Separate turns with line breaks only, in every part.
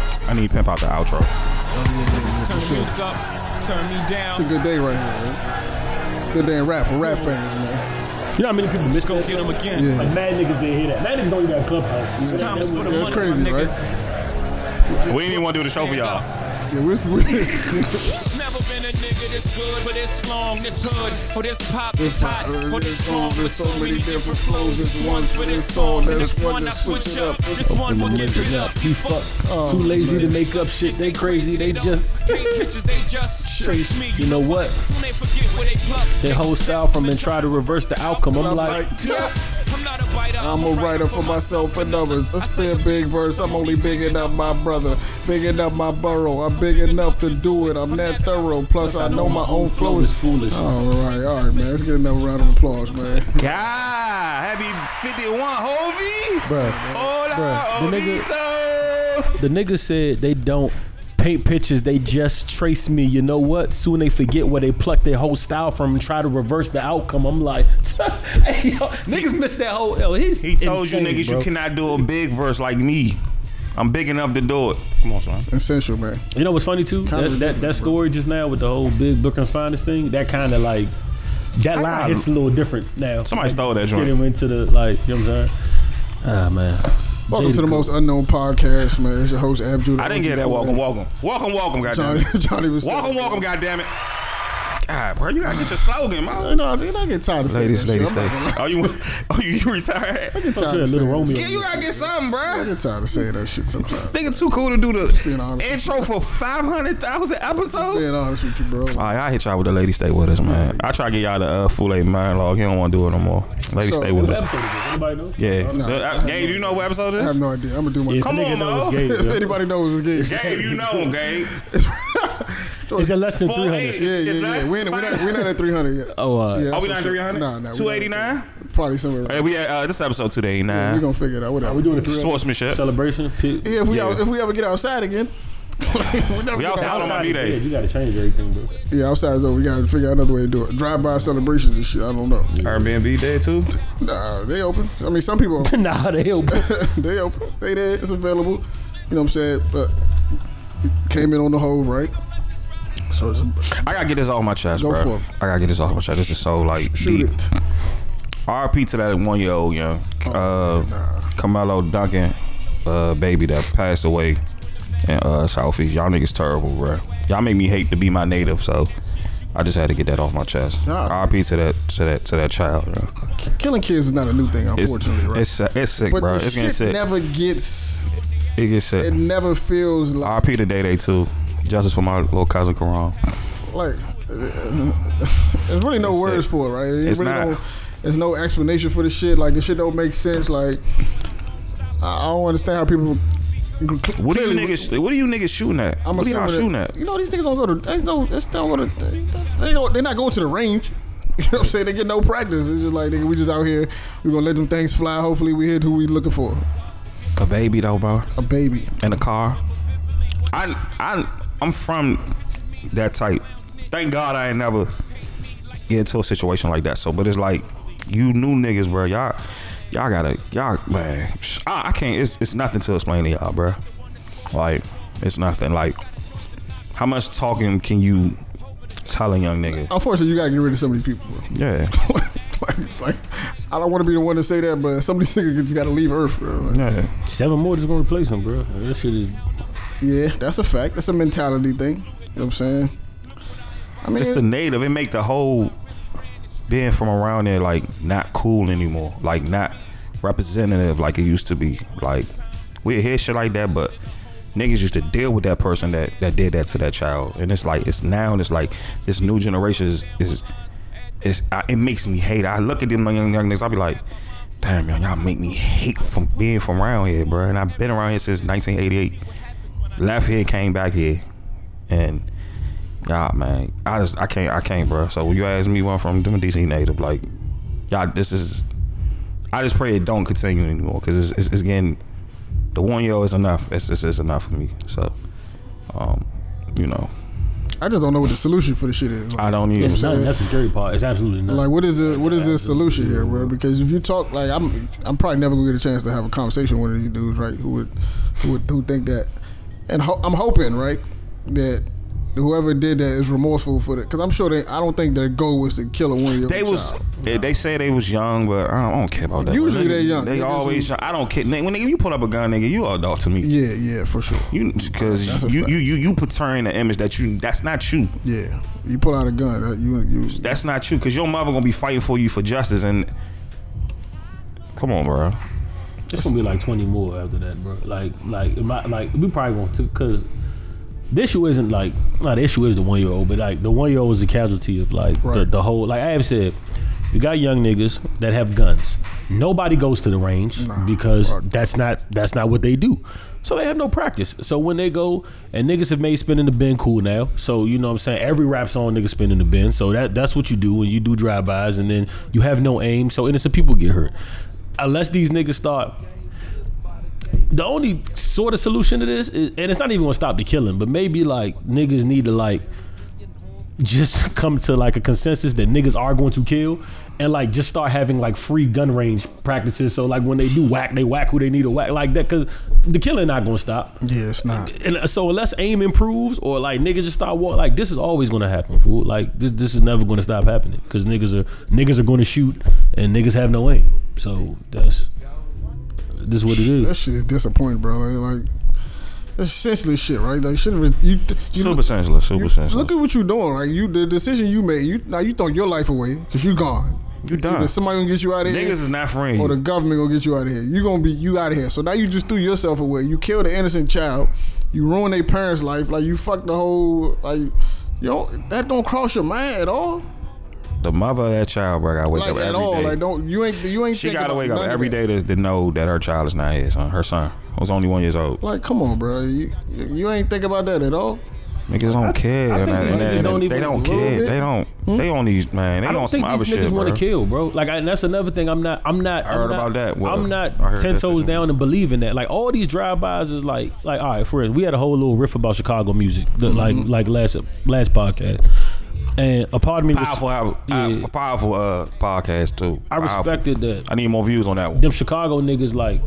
pop out the outro.
Turn the music up, turn me
It's a
down.
good day right here. Man. It's a good day in rap for rap fans, man.
You know how many people miss
Let's go
that?
get them again.
Yeah.
Like mad niggas didn't hear that. Mad niggas don't even have clubhouse.
It's time for the
That's
money,
crazy,
my nigga.
right?
We didn't even want to do the show for y'all.
Yeah, we're, we're
Never been a nigga this good, but it's long, this hood, or this pop,
This
this hot,
hot,
or this strong.
there's
With
so
so
many
many
different
different
flows,
flows, this
there's
one for this song, and this one I switch up. This one will get rid up.
He fucked. Too lazy to make up shit. They crazy. Uh, They just
Can't catch us, they just trace me.
You know what?
Soon they forget where they pluck.
Their whole style from and try to reverse the outcome. I'm like,
like, yeah.
I'm not a biter.
I'm a writer for myself and others. I say a big verse, I'm only bigging up my brother, bigging up my burrow. I'm big enough to do it, I'm that thorough. Plus, I know my own flow is.
foolish.
All right, all right, man. Let's get another round of applause, man.
God, happy 51, Hovey.
Bruh.
Hola,
Bruh, the nigga-
Ovito.
The nigga said they don't paint pictures. They just trace me. You know what? Soon they forget where they plucked their whole style from and try to reverse the outcome. I'm like, hey, yo, niggas missed that whole. Yo, he's
He told you
insane,
niggas
bro.
you cannot do a big verse like me. I'm big enough to do it. Come on, son.
Essential, man.
You know what's funny too?
Kinda
That, that, that
ridiculous,
story just now with the whole Big Brooklyn's Finest thing, that kind of like, that
got-
line hits a little different now.
Somebody stole that
Get
joint.
him into the, like, you know what I'm saying?
Ah man.
Welcome to the most unknown podcast, man. It's your host, Ab Judah.
I didn't get that welcome, welcome. Welcome, welcome,
Johnny,
goddammit.
Johnny was
Welcome, welcome, goddammit. God, bro, you gotta get your slogan,
No,
man.
no, I get tired of saying that shit. I'm not gonna lie.
Oh, you, oh, you, you retired?
I
Talk shit,
get tired of
Little
saying that
Romeo.
shit.
Yeah, you gotta get something,
I
bro.
get tired of saying that shit sometimes.
Nigga, too cool to do
being
the
honest.
intro for 500,000 episodes?
Being honest with you, bro.
All right, I hit y'all with the lady stay with us, man. I try to get y'all the uh, full lady monologue. He don't want to do it no more. Lady
So-
stay with
What
us.
episode is it? Anybody know?
Yeah.
Nah,
The-
I
uh,
have
Gabe,
no
do you know what episode
I
it
have
is?
no idea. I'm gonna do my.
If
Come
a nigga
on,
know it's
Mo.
gay,
if
yeah.
anybody knows, it's gay.
Gabe, you know him, Gabe.
Is it less than
Four
300?
eight.
Yeah,
It's
yeah,
less
yeah. We're not, we're not at 300 yet.
Oh, uh,
yeah,
Are we
that's
not
for
at
sure.
300?
Nah, nah. we not at
289?
Probably somewhere. Right.
Hey, we at, uh, this episode 289.
We're gonna figure it out. Whatever.
Are we doing a three
Sportsmanship.
celebration? Pit-
Yeah, if we
Yeah.
out- if we ever get outside again, we never
We
get
outside.
outside.
I'ma be
is
there.
dead. You gotta change everything, bro.
Yeah, outside is over. We gotta figure out another way to do it. Drive by celebrations and shit. I don't know.
Airbnb day, too.
Nah, they open. I mean, some people open.
nah, they help.
they open. They there. It's available. You know what I'm saying? But came in on the hove, right? So it's a,
I gotta get this off my chest,
Go
bro.
for it.
I gotta get this off my chest. This is so like
shoot
deep.
it.
RP to that one year old young uh,
Oh, nah.
Carmelo Duncan uh, baby that passed away in uh, Southeast. Y'all niggas terrible, bro. Y'all make me hate to be my native, so I just had to get that off my chest.
Nah.
RP to that to that to that child. Bro.
Killing kids is not a new thing,
It's
unfortunately, right?
it's it's sick,
but
bro.
the
It's getting
shit
sick.
never gets.
it gets sick.
It never feels like
RP to Day Day too. Justice for my little cousin Karan.
like uh, there's really no
It's
words
it.
for it, right? You
It's
really
not.
don't- there's no explanation for the shit. Like the shit don't make sense. Like I I don't understand how people.
What are you
Clearly,
niggas? What are you niggas shooting at?
I'm
what are y'all
assuming that-
shooting at?
You know these niggas don't go to. They don't. They don't go to. They, they don't, they're not going to the range. You know what I'm saying? They get no practice. It's just like nigga, we just out here. We gonna let them things fly. Hopefully, we hit who we looking for.
A baby though, bro.
A baby.
in a car. I I I'm from that type. Thank God I ain't never get into a situation like that. So, but it's like you new niggas, bro. Y'all y'all gotta y'all man. I, I can't. It's it's nothing to explain to y'all, bro. Like it's nothing. Like how much talking can you tell a young nigga?
Unfortunately, you gotta get rid of some of these people. Bro.
Yeah,
like, like, I don't want to be the one to say that, but some of these niggas just gotta leave Earth, bro. Like,
yeah.
Seven more just gonna replace him, bro. That shit is.
Yeah, that's a fact. That's a mentality thing. You know what I'm saying? I mean,
It's the native. It make the whole being from around there like not cool anymore. Like not representative like it used to be. Like we hear shit like that, but niggas used to deal with that person that that did that to that child. And it's like it's now and it's like this new generation is is, is I, it makes me hate. I look at them young young niggas. I be like. Damn, y'all, y'all make me hate from being from around here, bro. And I've been around here since 1988. Left here, came back here, and Nah, man. I just I can't I can't, bro. So when you ask me, one from them DC native, like, y'all, this is. I just pray it don't continue anymore because it's, it's, it's getting the one year old is enough. It's just it's enough for me. So, um, you know,
I just don't know what the solution for the shit is. Like,
I don't even.
It's nothing.
saying?
That's the scary part. It's absolutely nothing.
like, what is the what is the solution here, bro? Because if you talk like I'm, I'm probably never gonna get a chance to have a conversation with one of these dudes, right? Who would, who would, who think that and ho- I'm hoping right that whoever did that is remorseful for that because I'm sure they. I don't think their goal was to kill a one year old.
They was they, they say they was young, but I don't, I don't care about that.
Usually
Nigga,
they young.
They
Niggas
always
who-
young. I don't care. Nigga, when nigga, you put up a gun, nigga, you an adult to me.
Yeah, yeah, for sure.
You because
a
you,
fact.
you you you portraying the image that you that's not you.
Yeah, you pull out a gun. uh, You you.
That's not you because your mother gonna be fighting for you for justice and. Come on, bro.
It's gonna be like twenty more after that, bro. Like, like, my, like we probably want to because the issue isn't like, no, the issue is the one year old, but like the one year old is a casualty of like the,
Right.
the whole. Like I have said, you got young niggas that have guns. Nobody goes to the range because that's not that's not what they do. So they have no practice. So when they go and niggas have made spinning the bin cool now. So you know what I'm saying every rap song niggas spinning the bin. So that that's what you do when you do drive bys and then you have no aim. So innocent people get hurt. Unless these niggas start the only sort of solution to this is, and it's not even gonna stop the killing, but maybe like niggas need to like just come to like a consensus that niggas are going to kill and like just start having like free gun range practices so like when they do whack they whack who they need to whack like that because the killing not gonna stop
Yeah, it's not.
and uh, so unless aim improves or like niggas just start walk like this is always gonna happen fool like this this is never gonna stop happening because niggas are niggas are gonna shoot and niggas have no aim so that's this is what it
That
is
shit is disappointing, bro. Like, like that's senseless shit, right? Like, should have you. th- you
Super senseless. Super senseless.
Look at what you doing, right? You the decision you made. You now you throw your life away because you gone.
you
Either
done.
somebody gonna get you out of
Niggas
here,
is not friends.
Oh,
or the government gonna get you out of here. You gonna be you out of here. So now you just threw yourself away. You killed an innocent child. You ruined their parents' life. Like you fucked the whole like. Yo, that don't cross your mind at all.
The mother of that child, bro, gotta wake
Like
up every
at all.
day.
Like don't you ain't you ain't.
she
thinking
gotta
about
wake up
none of
every
that.
day to, to know that her child is not his. Huh? Her son, who's only one years old.
Like come on, bro. You you you ain't think about that at all.
Niggas don't care. and
think
that-
these
and that-
niggas
and
don't
that-
even
they don't
a little
care.
bit.
They don't. They on these man. They
I
on
don't
some
think
other
these niggas
shit,
want
bro.
to kill, bro. Like, I, and that's another thing. I'm not. I'm not. I
heard
am not,
about that. What-
I'm not
I heard
ten
that
toes
situation.
down and believing that. Like all these drive-bys is like, like all right, for instance, we had a whole little riff about Chicago music, the,
Mm-hmm.
like like last last podcast, and a part of me, res-
Powerful, uh,
Yeah.
uh, powerful uh, podcast too.
I
Powerful.
respected that.
I need more views on that one.
them Chicago niggas like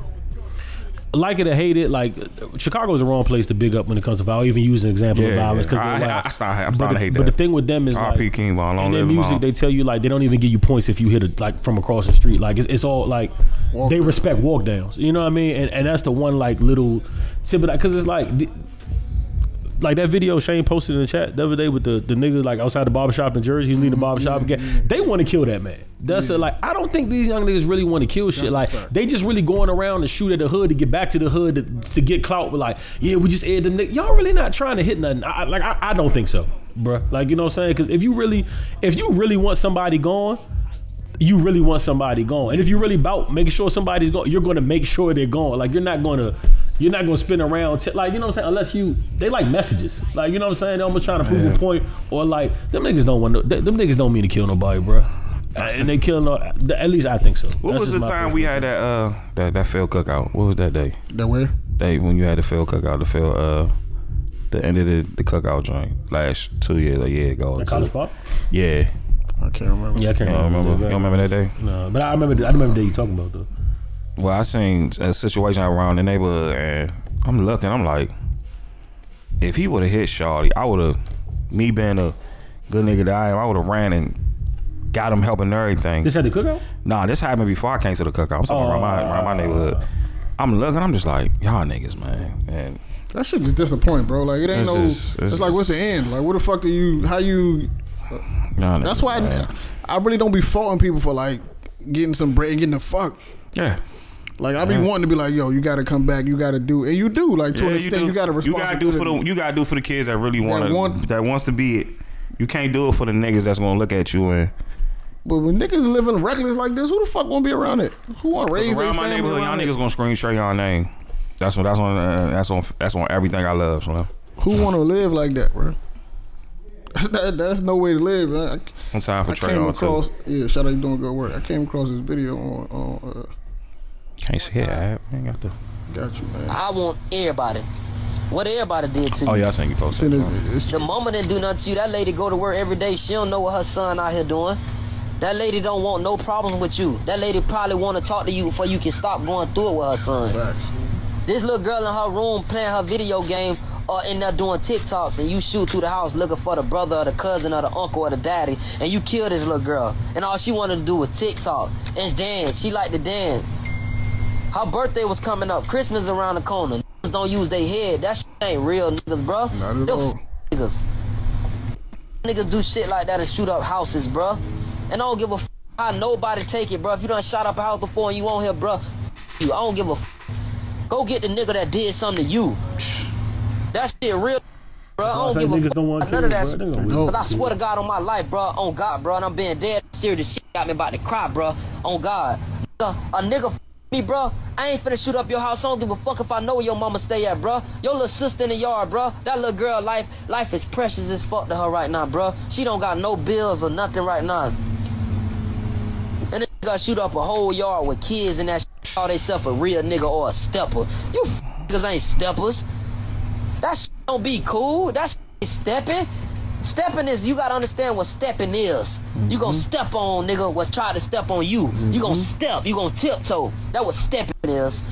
like it or hate it, like Chicago's the wrong place to big up when it comes to violence. I'll even use an example
Yeah,
of violence
yeah.
because
I- I- I start- I'm
but
starting
the,
to hate
But
that.
the thing with them is
R.I.P.
like
King Von, long
in
live Von.
their music, they tell you like they don't even give you points if you hit it like from across the street. Like it's, it's all like
Walk
they
down.
respect walk downs. You know what I mean? And and that's the one like little tip because it's like. th- like that video Shane posted in the chat the other day with the, the nigga like outside the barbershop in Jersey, he's leading the barbershop
Mm-hmm.
again. They want to kill that man. That's it. Like I don't think these young niggas really want to kill shit.
That's a
like
fact.
they just really going around to shoot at the hood to get back to the hood to, to get clout. But like, yeah, we just aired them. nigg- Y'all really not trying to hit nothing. I, I- like I, I don't think so, bruh. Like you know what I'm saying? Because if you really, if you really want somebody gone. You really want somebody gone, and if you're really about making sure somebody's gone, you're going to make sure they're gone. Like you're not going to, you're not going to spin around. T- like you know what I'm saying? Unless you, they like messages. Like you know what I'm saying? They're almost trying to prove a point, or like them niggas don't want. To, they- them niggas don't mean to kill nobody, bruh. And they kill no. At least I think so.
What
That's
was the
just my
time
opinion.
we had that uh that that failed cookout? What was that day?
That way.
Day when you had the failed cookout, the failed uh the end of the, the cookout joint last two years, a year ago. or
At
two.
college pop?
Yeah,
I can't remember.
Yeah, I can't
I don't remember. You don't remember that day?
No, but I remember. I remember that you talking about though.
Well, I seen a situation around the neighborhood, and I'm looking. I'm like, if he would have hit Shawty, I would have, me being a good nigga that I am, I would have ran and got him helping and everything.
This had the cookout.
Nah, this happened before I came to the cookout. I'm talking around, my, around my neighborhood. I'm looking. I'm just like, y'all niggas, man. And
That shit just disappointing, bro. Like it ain't
It's
no.
just-
it's
it's
like what's the
just-
end? Like what the fuck do you? How you?
y'all
That's
niggas,
why
man.
I, I really don't be faulting people for like getting some bread and getting the fuck.
yeah.
Like I be wanting to be like, yo, you got to come back. You got to do, and you do. Like to
Yeah,
an
you
extent,
do-
you, got to
You gotta do for the you gotta do for the kids that really want to
want-
that wants to be it. You can't do it for the niggas that's gonna look at you and.
But when niggas living reckless like this, who the fuck gonna be around it? Who want to raise their
around my
family
neighborhood, y'all
around
niggas
it?
gonna screenshot y'all name. That's what. That's on. Uh, that's on. That's on everything I love. So
Who want to live like that, bro? that, that's no way to live. man. I,
I'm time for
I
Trey
came
on
across.
too.
Yeah, shout out, you doing good work. I came across this video on. on
Can't see it. I ain't got the.
uh, got you, man.
I want everybody. What everybody did to
Oh
you.
yeah, I seen you post.
Send
that.
it, it's
The mama didn't do nothing to you. That lady go to work every day. She don't know what her son out here doing. That lady don't want no problem with you. That lady probably want to talk to you before you can stop going through it with her son.
facts.
This little girl in her room playing her video game are in there doing TikToks and you shoot through the house looking for the brother or the cousin or the uncle or the daddy and you kill this little girl and all she wanted to do was TikTok and dance. She liked to dance. Her birthday was coming up. Christmas around the corner. Niggas don't use their head. That shit ain't real niggas, bro.
Not at
Them
all.
Niggas. Niggas do shit like that and shoot up houses, bro. And I don't give a f- how nobody take it, bro. If you done shot up a house before and you on here, bro, f- you. I don't give a f- Go get the nigga that did something to you. That shit real, bro. I
All
don't
that
give a
niggas
f-
don't want
none of that
kids,
shit.
bro. They gonna
No.
wait.
Cause I swear to God on my life, bro, on God, bro, and I'm being dead serious. This shit got me about to cry, bro, on God. Nigga, a nigga f- me, bro. I ain't finna shoot up your house. I don't give a fuck if I know where your mama stay at, bro. Your little sister in the yard, bro. That little girl, life, life is precious as fuck to her right now, bro. She don't got no bills or nothing right now. And this nigga shoot up a whole yard with kids and that shit call theyself a real nigga or a stepper. You f- niggas ain't steppers. That shit don't be cool. That shit ain't stepping. Stepping is you gotta understand what stepping is. You gonna step on nigga what's trying to step on you. You gonna step. You gonna tiptoe. That what stepping is.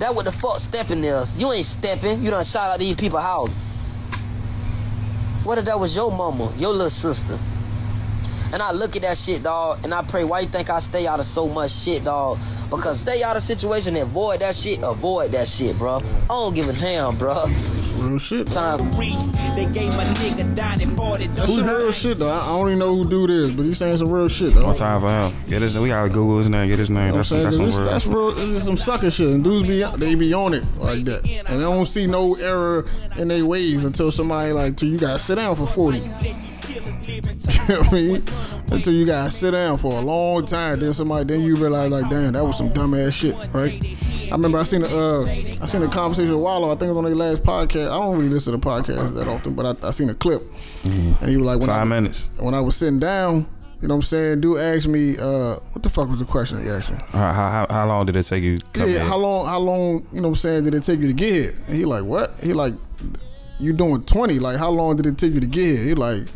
That what the fuck stepping is. You ain't stepping. You done shot out these people house. What if that was your mama, your little sister? And I look at that shit, dog, and I pray, why you think I stay out of so much shit, dog? Because stay out of situation and avoid that shit, avoid that shit, bro. I don't give a damn, bro.
Real shit.
Time.
They gave my nigga down and bought it.
That's some real shit though. I, I don't even know who do this, but he's saying some real shit though.
One time for him. Yeah, this, we gotta Google his name. Get his name.
I'm
That's
saying
that's,
that's,
some
this,
real.
that's real. This is some sucker shit, and dudes be they be on it like that, and they don't see no error in their ways until somebody like, till you gotta sit down for forty. you know what I mean, until you gotta sit down for a long time, then somebody, then you realize like, damn, that was some dumb ass shit, right? I remember I seen a, uh, I seen a conversation with Wallow. I think it was on their last podcast. I don't really listen to podcasts that often, but I, I seen a clip, and he was like, when I,
Mm-hmm. Five minutes.
when I was sitting down, you know what I'm saying? Dude asked me, uh, what the fuck was the question he asked me?
How, how, how- how long did it take you? to come
Yeah,
back?
how long how long, you know what I'm saying, did it take you to get here? And he like, What? He like, You doing twenty, like how long did it take you to get here? He like,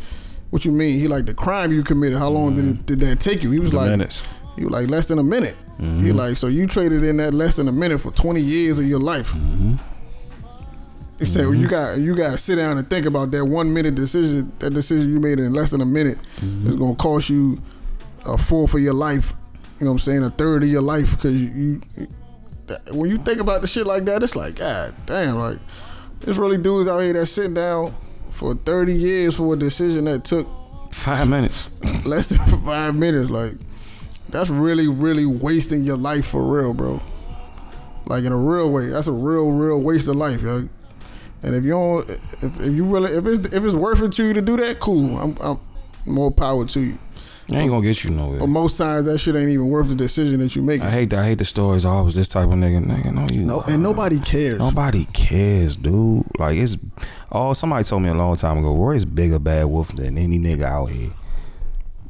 What you mean? He like the crime you committed, how long did it did that take you? He was
Mm-hmm. The
like
minutes.
He was like less than a minute. He like, so you traded in that less than a minute for twenty years of your life. He said, well, "You got you got to sit down and think about that one minute decision. That decision you made in less than a minute is going to cost you a fourth of your life. You know what I'm saying? A third of your life because you, you that, when you think about the shit like that, it's like God damn, like there's really dudes out here that sitting down for 30 years for a decision that took
Five minutes.
less than five minutes. Like, that's really, really wasting your life for real, bro. Like in a real way, that's a real, real waste of life, yo. And if you don't, if, if you really, if it's if it's worth it to you to do that, cool. I'm, I'm more power to you.
I ain't gonna get you
But
nowhere.
most times that shit ain't even worth the decision that you make.
I hate that. I hate the stories. Oh, I was this type of nigga. Nigga, no, you.
No, and nobody cares.
Nobody cares, dude. Like it's oh, somebody told me a long time ago, Roy's bigger bad wolf than any nigga out here.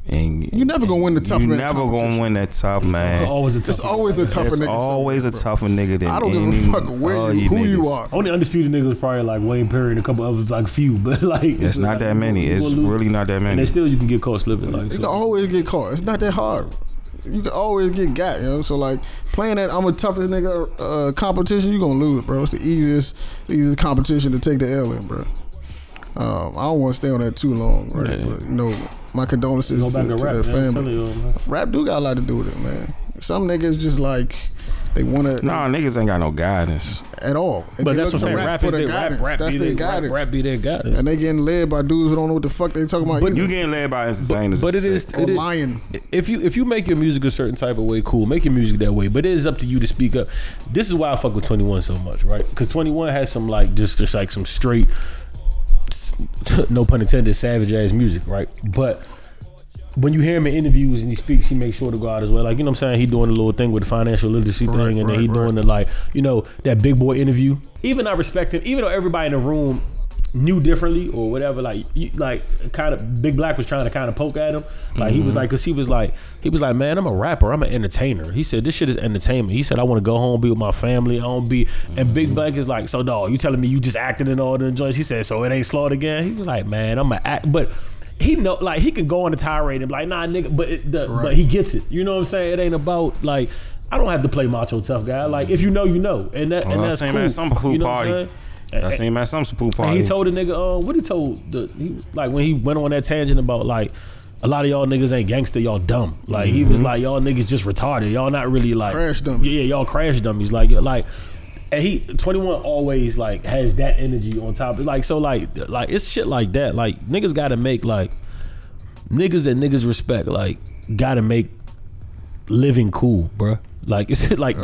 And
You never gonna win the tough
You
man
never gonna
competition.
win that tough man.
Always a tough.
It's always a tougher
It's
nigga.
always a tougher nigga than
I don't give
any
a fuck where
of
you, who you
niggas.
are.
Only undisputed niggas was probably like Wayne Perry and a couple others, like few, but like
It's not
like,
that many.
you
It's
gonna lose.
really not that
And
many.
they still you can get caught slipping. Like
You
so.
can always get caught. It's not that hard. You can always get got, you know. So like playing that I'm a toughest nigga uh, competition, you gonna lose, bro. It's the easiest, easiest competition to take the L in, bro. Um, I don't want to stay on that too long, right?
Yeah.
But, you know, my condolences
go
to,
back
to
and rap.
their
man. I'm telling
family.
you, man.
Rap do got a lot to do with it, man. Some niggas just like they want to
Nah, niggas ain't got no guidance.
at all, and
But
they
that's
look
what
to
I'm saying. Rap
for
is
the
their rap.
guidance.
Rap
that's
be
their
their
guidance,
rap. Rap be their guidance.
and they getting led by dudes who don't know what the fuck they talking about.
You
either.
getting led by entertainers.
But it
and
is
shit.
or
it is-
lying.
if you if you make your music a certain type of way, cool. Make your music that way. But it is up to you to speak up. This is why I fuck with Twenty One so much, right? Because Twenty One has some like just just like some straight, no pun intended, savage ass music, right? But when you hear him in interviews and he speaks, he makes sure to go out as well. Like you know what I'm saying? He doing a little thing with the financial literacy thing, and then he
right, right.
doing the like you know that big boy interview. Even I respect him, even though everybody in the room knew differently or whatever. Like, you, like kind of Big Black was trying to kind of poke at him. Like he
Mm-hmm.
was like, cause he was like, he was like, man, I'm a rapper, I'm an entertainer. He said this shit is entertainment. He said I want to go home, be with my family, I don't be. And
Mm-hmm.
Big Black is like, so dog, you telling me you just acting in all the joints? He said, so it ain't slowed again. He was like, man, I'm a act, but. He know, like he could go on a tirade and be like, nah, nigga, but it, the, but he gets it. You know what I'm saying? It ain't about like I don't have to play macho tough guy. Like if you know, you know, and that
Well,
and
I'm
that's
saying,
cool.
man, some who
you know what I'm
party.
saying?
I seen him at some pool
And
party.
Eh, he told the nigga, uh, what he told the he was- like when he went on that tangent about like a lot of y'all niggas ain't gangster, y'all dumb. Like he was like, y'all niggas just retarded. Y'all not really like
Crash dummies.
Yeah, yeah, y'all crash dummies. Like you're- like and he 21 always like has that energy on top. Like so like like it's shit like that. Like niggas gotta make like niggas that niggas respect, like gotta make living cool, bruh. Like it's like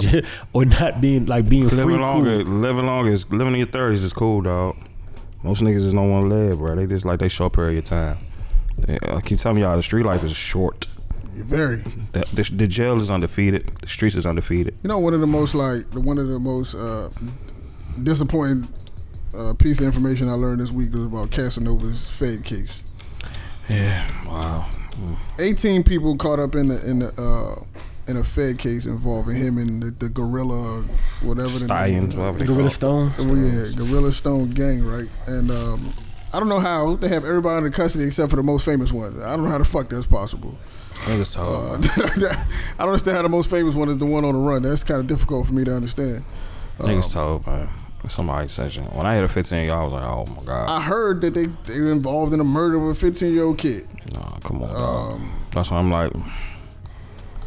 or not being like being free
living
cool.
longer, living longer, is, living in your thirties is cool, dog. Most niggas just don't want to live, bro. They just like they short period of time. Yeah, I keep telling y'all, the street life is short.
Very.
The, the, the jail is undefeated. The streets is undefeated.
You know, one of the most like the one of the most uh, disappointing uh, piece of information I learned this week was about Casanova's Fed case.
Yeah. Wow.
18 people caught up in the in the uh, in a Fed case involving him and the, the gorilla, whatever the
Stallions,
name.
whatever they
Gorilla
call
Stone.
it.
Well, yeah, Gorilla Stone gang, right? And um, I don't know how they have everybody under custody except for the most famous one. I don't know how the fuck that's possible.
Niggas talk.
Uh, I don't understand how the most famous one is the one on the run. That's kind of difficult for me to understand.
Niggas told,
um,
man. Somebody said shit. When I hit a 15, y'all was like, oh my God.
I heard that they they were involved in the murder of a 15 year old kid.
Nah, come on, dog.
um,
That's why I'm like,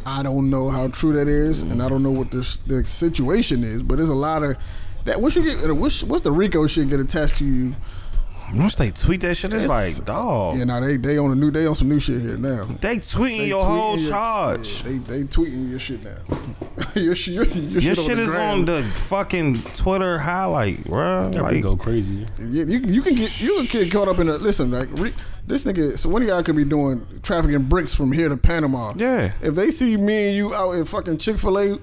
I don't know how true that is, and I don't know what this the situation is. But there's a lot of that. Once you get once once the Rico shit get attached to you,
once they tweet that shit, it's,
It's-
like, dog.
yeah, now they they on a new they on some new shit here now.
They tweeting
They
your
tweeting
whole
your-
charge.
yeah, they they tweeting your shit now. your shit, your, your
Your
shit,
shit is on the fucking Twitter highlight, bro.
That would
Like,
go crazy.
Yeah, you, you can get you can get caught up in the listen like re, this nigga. So one of y'all could be doing trafficking bricks from here to Panama.
Yeah.
If they see me and you out in fucking Chick Fil A,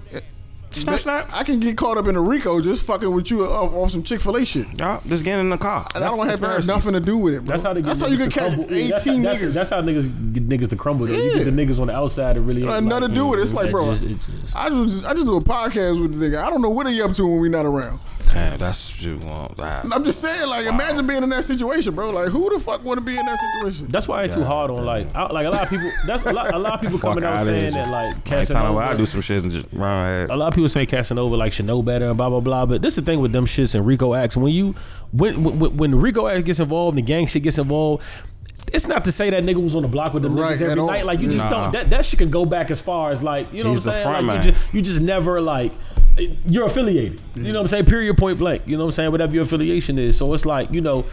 Snap, snap.
I can get caught up in the Rico just fucking with you off, off some Chick Fil A shit.
y'all just getting in the car.
And I don't have to have
conspiracies.
nothing to do with it, bro.
That's how they get
you can
niggas to
catch
crumble. Yeah,
18
that's-
niggas.
that's, That's how niggas get niggas to crumble. Though. You
Yeah.
get the niggas on the outside to really.
Got
ain't
nothing to do with it. It's like, bro,
just- it just-
I just I just do a podcast with the nigga. I don't know what he up to when we not around.
Damn, that's what you want. That.
I'm just saying, like, imagine being in that situation, bro. Like, who the fuck want to be in that situation?
that's why I ain't too
God
hard on like I, like a lot of people. That's a lot. A lot of people coming out saying that like
Next time I do
Casanova.
some shit and just run my head.
A lot of people saying Casanova like should know better and blah blah blah. But this is the thing with them shits and Rico acts. When you when when, when Rico act gets involved and the gang shit gets involved. It's not to say that nigga was on the block with them
Right,
niggas
at
every
all.
night. Like you just
Nah.
don't. That that shit can go back as far as like you know
He's a
what I'm saying.
front
Like,
man.
you, just, you just never like you're affiliated. You know what I'm saying? Period point blank. You know what I'm saying? Whatever your affiliation is. So it's like, you know,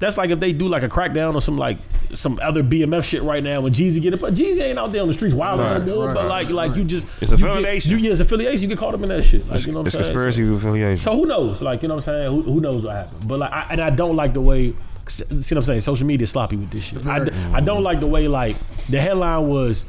that's like if they do like a crackdown or some like some other BMF shit right now when Jeezy get it, but Jeezy ain't out there on the streets wild
Right,
no more.
right,
but
right,
like like you just
It's
you get-
affiliation.
You, yeah, it's affiliation. You get caught up in that shit. Like, you know what
it's
I'm saying?
conspiracy with affiliation.
So who knows? Like you know what I'm saying? Who, who knows what happened? But like, I, and I don't like the way. See what I'm saying? Social media is sloppy with this shit. I, d- I don't like the way like the headline was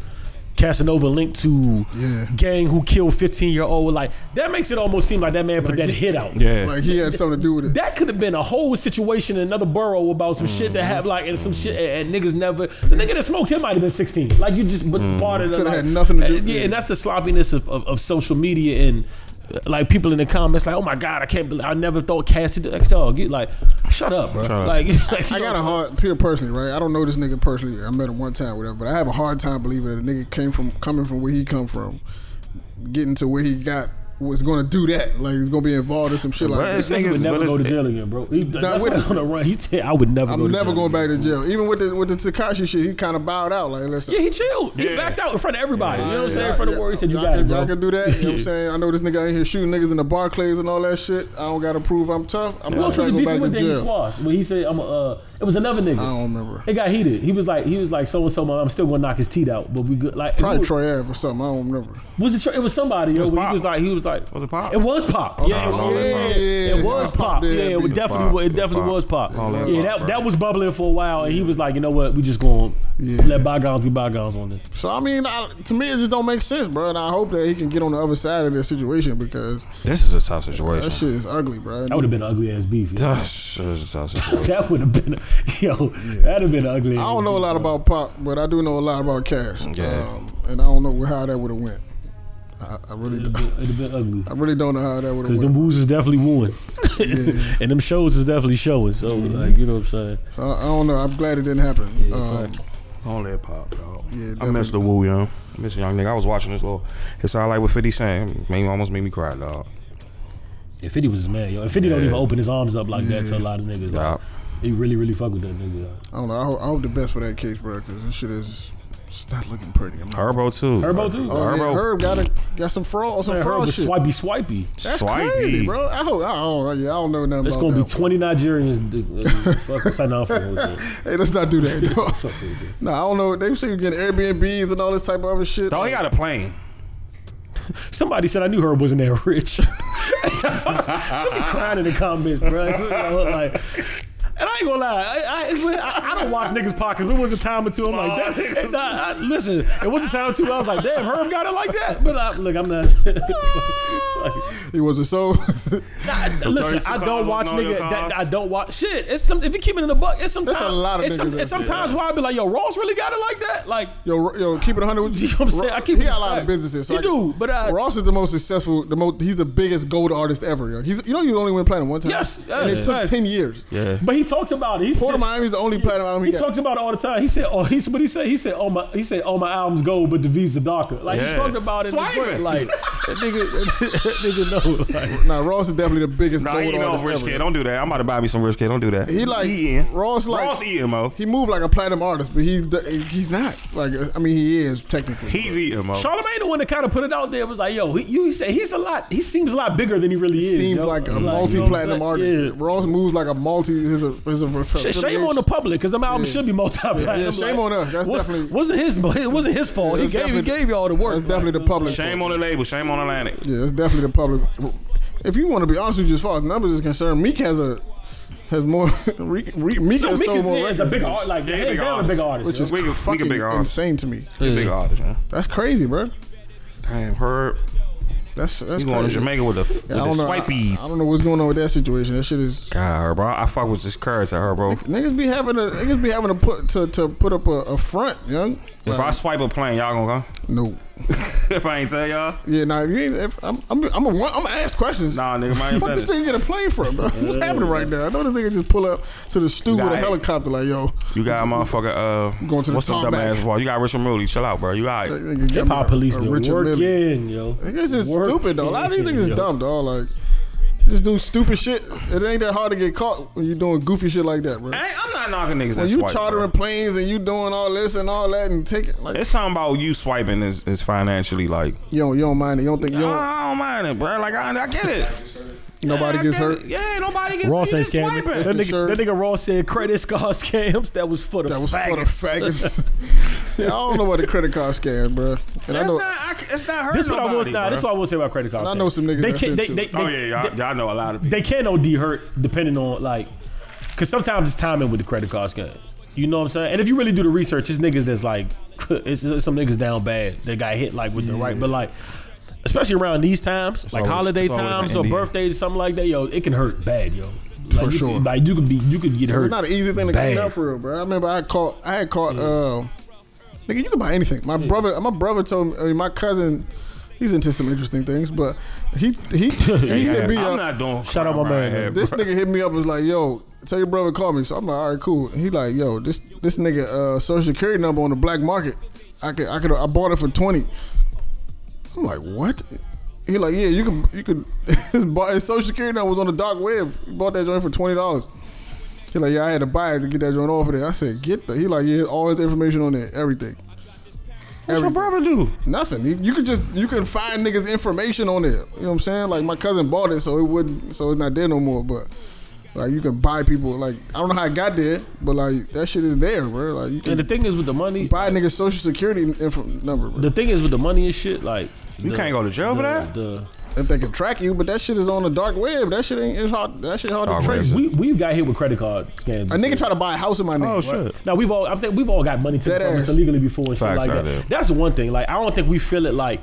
Casanova linked to
Yeah.
gang who killed 15 year old. Like that makes it almost seem like that man put
Like,
that hit out.
yeah.
Like, he had something to do with it.
That could have been a whole situation in another borough about some shit that have like and some shit and, and niggas never the nigga that smoked him might have been 16. Like you just but part of the
Mm. Coulda
like-
had nothing to do-
and- Yeah, and that's the sloppiness of, of, of social media and uh, like people in the comments like, oh my god, I can't believe I never thought Cassidy like dog get like shut up, bro.
Shut up.
Like, like, you
I
know
got a
what
hard peer personally, right? I don't know this nigga personally. I met him one time, whatever. But I have a hard time believing that a nigga came from coming from where he come from, getting to where he got was going to do that. Like he's going to be involved in some shit
But
like
it's
that.
I'm saying? He would
Niggas,
never
but
go to
it's-
jail again, bro. He, that's
with
what
it.
I'm gonna run. He said I would never go
I'm
to
never
jail
going
again.
back to jail. Even with the with the Takashi shit, he kind of bowed out. Like listen,
Yeah, he chilled. He
Yeah.
backed out in front of everybody. You know what I'm saying? In
Y'all-
front
y'all-
of the world, he said, "You
y'all
got
can,
it, bro."
Y'all can do that. You know what I'm
Yeah.
saying? I know this nigga out here shooting niggas in the Barclays and all that shit. I don't gotta prove I'm tough. I'm
Who
gonna
else
try
was
to go
he beefing
back to
with that he
jail.
squashed? When he said, "I'm a," uh, it was another nigga.
I don't remember.
It got heated. He was like, he was like, so and so. I'm still gonna knock his teeth out, but we good. Like, it
Probably
was,
Troy Ave or something. I don't remember.
was it? Troy- It was somebody. Yo,
was
when he
Pop.
was like, he was like,
Was it Pop?
It was pop.
Oh,
Yeah,
Nah,
it was,
nah,
yeah,
nah, nah.
it was
Pop
pop. Yeah,
did.
it
It
was
was
definitely,
Pop.
was-
It
it definitely
Pop.
was pop.
All that
Yeah,
Pop,
that
bro.
that was bubbling for a while, and he was like, you know what? We just going
Yeah.
to let bygones be bygones on this.
So I mean, I, to me, it just don't make sense, bro. And I hope that he can get on the other side of this situation because
This is a tough
that
situation.
shit is ugly, bro.
That would have been an ugly ass beef. yo.
This is a tough situation.
That would have been, yo, that'd have been an ugly.
I don't know a lot about Pop, but I do know a lot about Cash.
Yeah.
Um, and I don't know how that would have went. I, I really,
It'd
don't-
have been ugly.
I really don't know how that would have
Cause
went.
them woos is definitely wooing, and them shows is definitely showing. So
Mm-hmm.
like you know what I'm saying.
So I, I don't know. I'm glad it didn't happen. um,
fuck.
All that pop, dog.
Yeah,
I miss
definitely.
the Wu Young. I miss the young nigga. I was watching this little. It's all like with Fifty Cent. Made almost made me cry, dog.
And 50 was his man, yo. And 50 don't
Yeah.
even open his arms up like that to a lot of niggas. Like,
Yup.
He really, really fuck with that nigga. yo.
I don't know. I hope, I hope the best for that case, bro. Because this shit is it's not looking pretty. I'm not.
Herbo too.
Herbo, too.
Herbo.
Oh, yeah, Herb got a, got some fraud, some
Man, Herb
fraud
was
shit.
swipey, swipey.
That's
Swipey.
crazy, bro. I hope I don't, yeah, I don't know nothing
It's
about
gonna be
that.
20 Nigerians. uh, Fuck, sign off for it, yo.
hey, let's not do that. Though. nah, I don't know. They say you're getting Airbnbs and all this type of other shit.
Oh, he got a plane.
Somebody said I knew Herb wasn't that rich. Somebody crying in the comments, bro. It's like, and I ain't gonna lie, I, I, it's, I, I don't watch niggas' pockets, but it was a time or two. I'm like, that, it's not, I, listen, it was a time or two. I was like, damn, Herb got it like that. But I, look, I'm not.
he wasn't so.
listen, I
cars
don't
wasn't
watch
on your
nigga. That,
cars?
I don't watch shit. It's some. If you keep it in the buck, it's sometimes.
a lot of
it's some-
niggas
it's
that do
sometimes why I be like, yo, Ross really got it like that. Like,
yo, yo, keep it 100.
You know what I'm saying? I keep
he
it
got a lot
respect.
of businesses. So
He
I can-
do, but, uh,
Ross is the most successful. The most. He's the biggest gold artist ever. Yo. He's you know you only went platinum one time.
Yes,
and
yes,
it took
yes.
10 years.
Yeah.
but he talks about it. He
Port
said-
of Miami's the only platinum album
He
he, got.
talks about it all the time. He said, "Oh, he's but he said he said all my he said all my albums go, but the V's are darker." Like he
Yeah.
talked about it. in this way,
Swiping.
Like that nigga, that nigga know. Like,
Nah, Ross is definitely the biggest
Nah,
gold
he no
artist
rich
ever.
kid. Don't do that. I'm about to buy me some rich kid. Don't do that.
He like
Ian.
Ross like
Ross EMO.
he moved like a platinum artist, but he he's not. Like I mean, he is technically.
He's EMO.
Charlamagne the one that kind of put it out there was like, "Yo, he, you say he's a lot. He seems a lot bigger than he really is.
seems
yo.
like a
you know what I'm
multi-platinum
saying?
artist.
Yeah.
Ross moves like a multi. His, his,
Sh- Shame on the public because them albums
Yeah.
should be multi-platinum.
Yeah, shame
Like,
on us. That's
wa-
definitely-
wasn't his. It wasn't his fault. he
That's
gave he
definitely-
gave you all the work.
That's definitely the public.
Shame on the label. Shame on Atlantic.
Yeah, it's definitely the public. If you want to be honest with you, as far as numbers is concerned, Meek has a has more. Re, Re, Meek
No,
has
Meek
sold
is,
more
is a
records,
big art. Like
Yeah, he
hands
big
down a
artist.
big arartist.
which
yo.
is
Meek a- Meek a
fucking
big artist.
insane to me.
He's a big artist, man.
That's crazy, bro.
Damn, Herb.
That's that's
He's going to
crazy.
Jamaica with the, with
Yeah, I don't
the
know. I,
swipies.
I don't know what's going on with that situation. That shit is
God, Herb, bro. I fuck with this courage at her, bro.
niggas be having a niggas be having to put to, to put up a, a front, young.
If
uh,
I swipe a plane, y'all gonna
No.
come? if I ain't tell y'all,
Yeah, nah. If you ain't, if I'm I'm I'm gonna I'm ask questions.
nah, nigga, mind your
Fuck this
business.
thing get a plane from, bro. What's happening right now? I know this nigga just pull up to the stew with
got
a
it.
helicopter, like yo.
You got a motherfucker. Uh,
Going to the
what's up,
tarmac.
dumbass? Ball? You got Richard Moody. Chill out, bro. You all
That
right?
nigga got
Hip hop
me
police
a
been
Richard Millie.
working, yo.
Niggas is
Work
stupid though. A lot of these
in,
niggas
yo.
dumb dog. Like just do stupid shit. It ain't that hard to get caught when you doing goofy shit like that, bro.
I ain't- I'm not knocking niggas
When
that
you
swipe,
chartering
bro.
planes and you doing all this and all that and taking like
It's something about you swiping is, is financially like.
you don't you don't mind it. You don't think you
I don't,
don't,
I don't mind it, bro. Like I, I get it.
nobody
I
gets
get
hurt.
it. Yeah, nobody gets.
Ross
you
ain't
just
scamming.
swiping.
That
That's
nigga,
insured.
that nigga Ross said credit card scams. That was for the
That was
faggots.
for the faggots. yeah, I don't know about the credit card scams, bro. And I
That's
know
not. I, c- it's not hurting
This is what I will
nobody,
say. Nah,
bro.
this is what I will say about credit cards.
I know some niggas
They
that
can't. They,
shit
they,
too.
they,
Oh yeah, y'all, y'all know a lot of people.
they can OD hurt depending on like, because sometimes it's timing with the credit card scams. You know what I'm saying? And if you really do the research, it's niggas that's like, it's, it's some niggas down bad that got hit like with the right, but like. Especially around these times, like
always-
holiday
it's always
times
in
or
the end.
birthdays, something like that, yo, it can hurt bad, yo. Like,
For
you
sure.
Could, like you could be, you could get hurt.
it's not an easy thing to
bad.
clean up for real, bro. I remember I caught I had caught uh nigga, you can buy anything. My brother my brother told me I mean my cousin he's into some interesting things, but he he he
Yeah,
hit me
I'm
up.
not doing.
Shout out my
crime
man.
right here,
this
bro.
nigga hit me up was like, yo, tell your brother to call me. So I'm like, all right, cool. And he like, yo, this this nigga uh, social security number on the black market. I could I could I bought it for twenty. I'm like, what? He like, yeah, you can you could his, bar- his social security number was on the dark web. He bought that joint for twenty dollars. He like, yeah, I had to buy it to get that joint off of there. I said, get the. He like, yeah, all his information on there, everything.
What's your
Everything.
brother do?
Nothing. You, you could just you can find niggas information on it. You know what I'm saying? Like my cousin bought it, so it wouldn't, so it's not there no more. But like you can buy people. Like I don't know how it got there, but like that shit is there, bro. Like you
And the
can
thing is with the money,
buy a niggas social security info number, bro.
the thing is with the money and shit, like
You
the-
can't go to jail for
the-
that?
the-
If they can track you, but that shit is on the dark web. That shit ain't it's hard. That shit hard
Dark
to trace.
web.
we we've got hit with credit card scams.
A nigga try to buy a house in my name.
Oh shit.
Now we've all I think we've all got money taken
Dead
from us
ass.
illegally before and shit
Facts
like
right
that.
there.
That's one thing. Like I don't think we feel it like.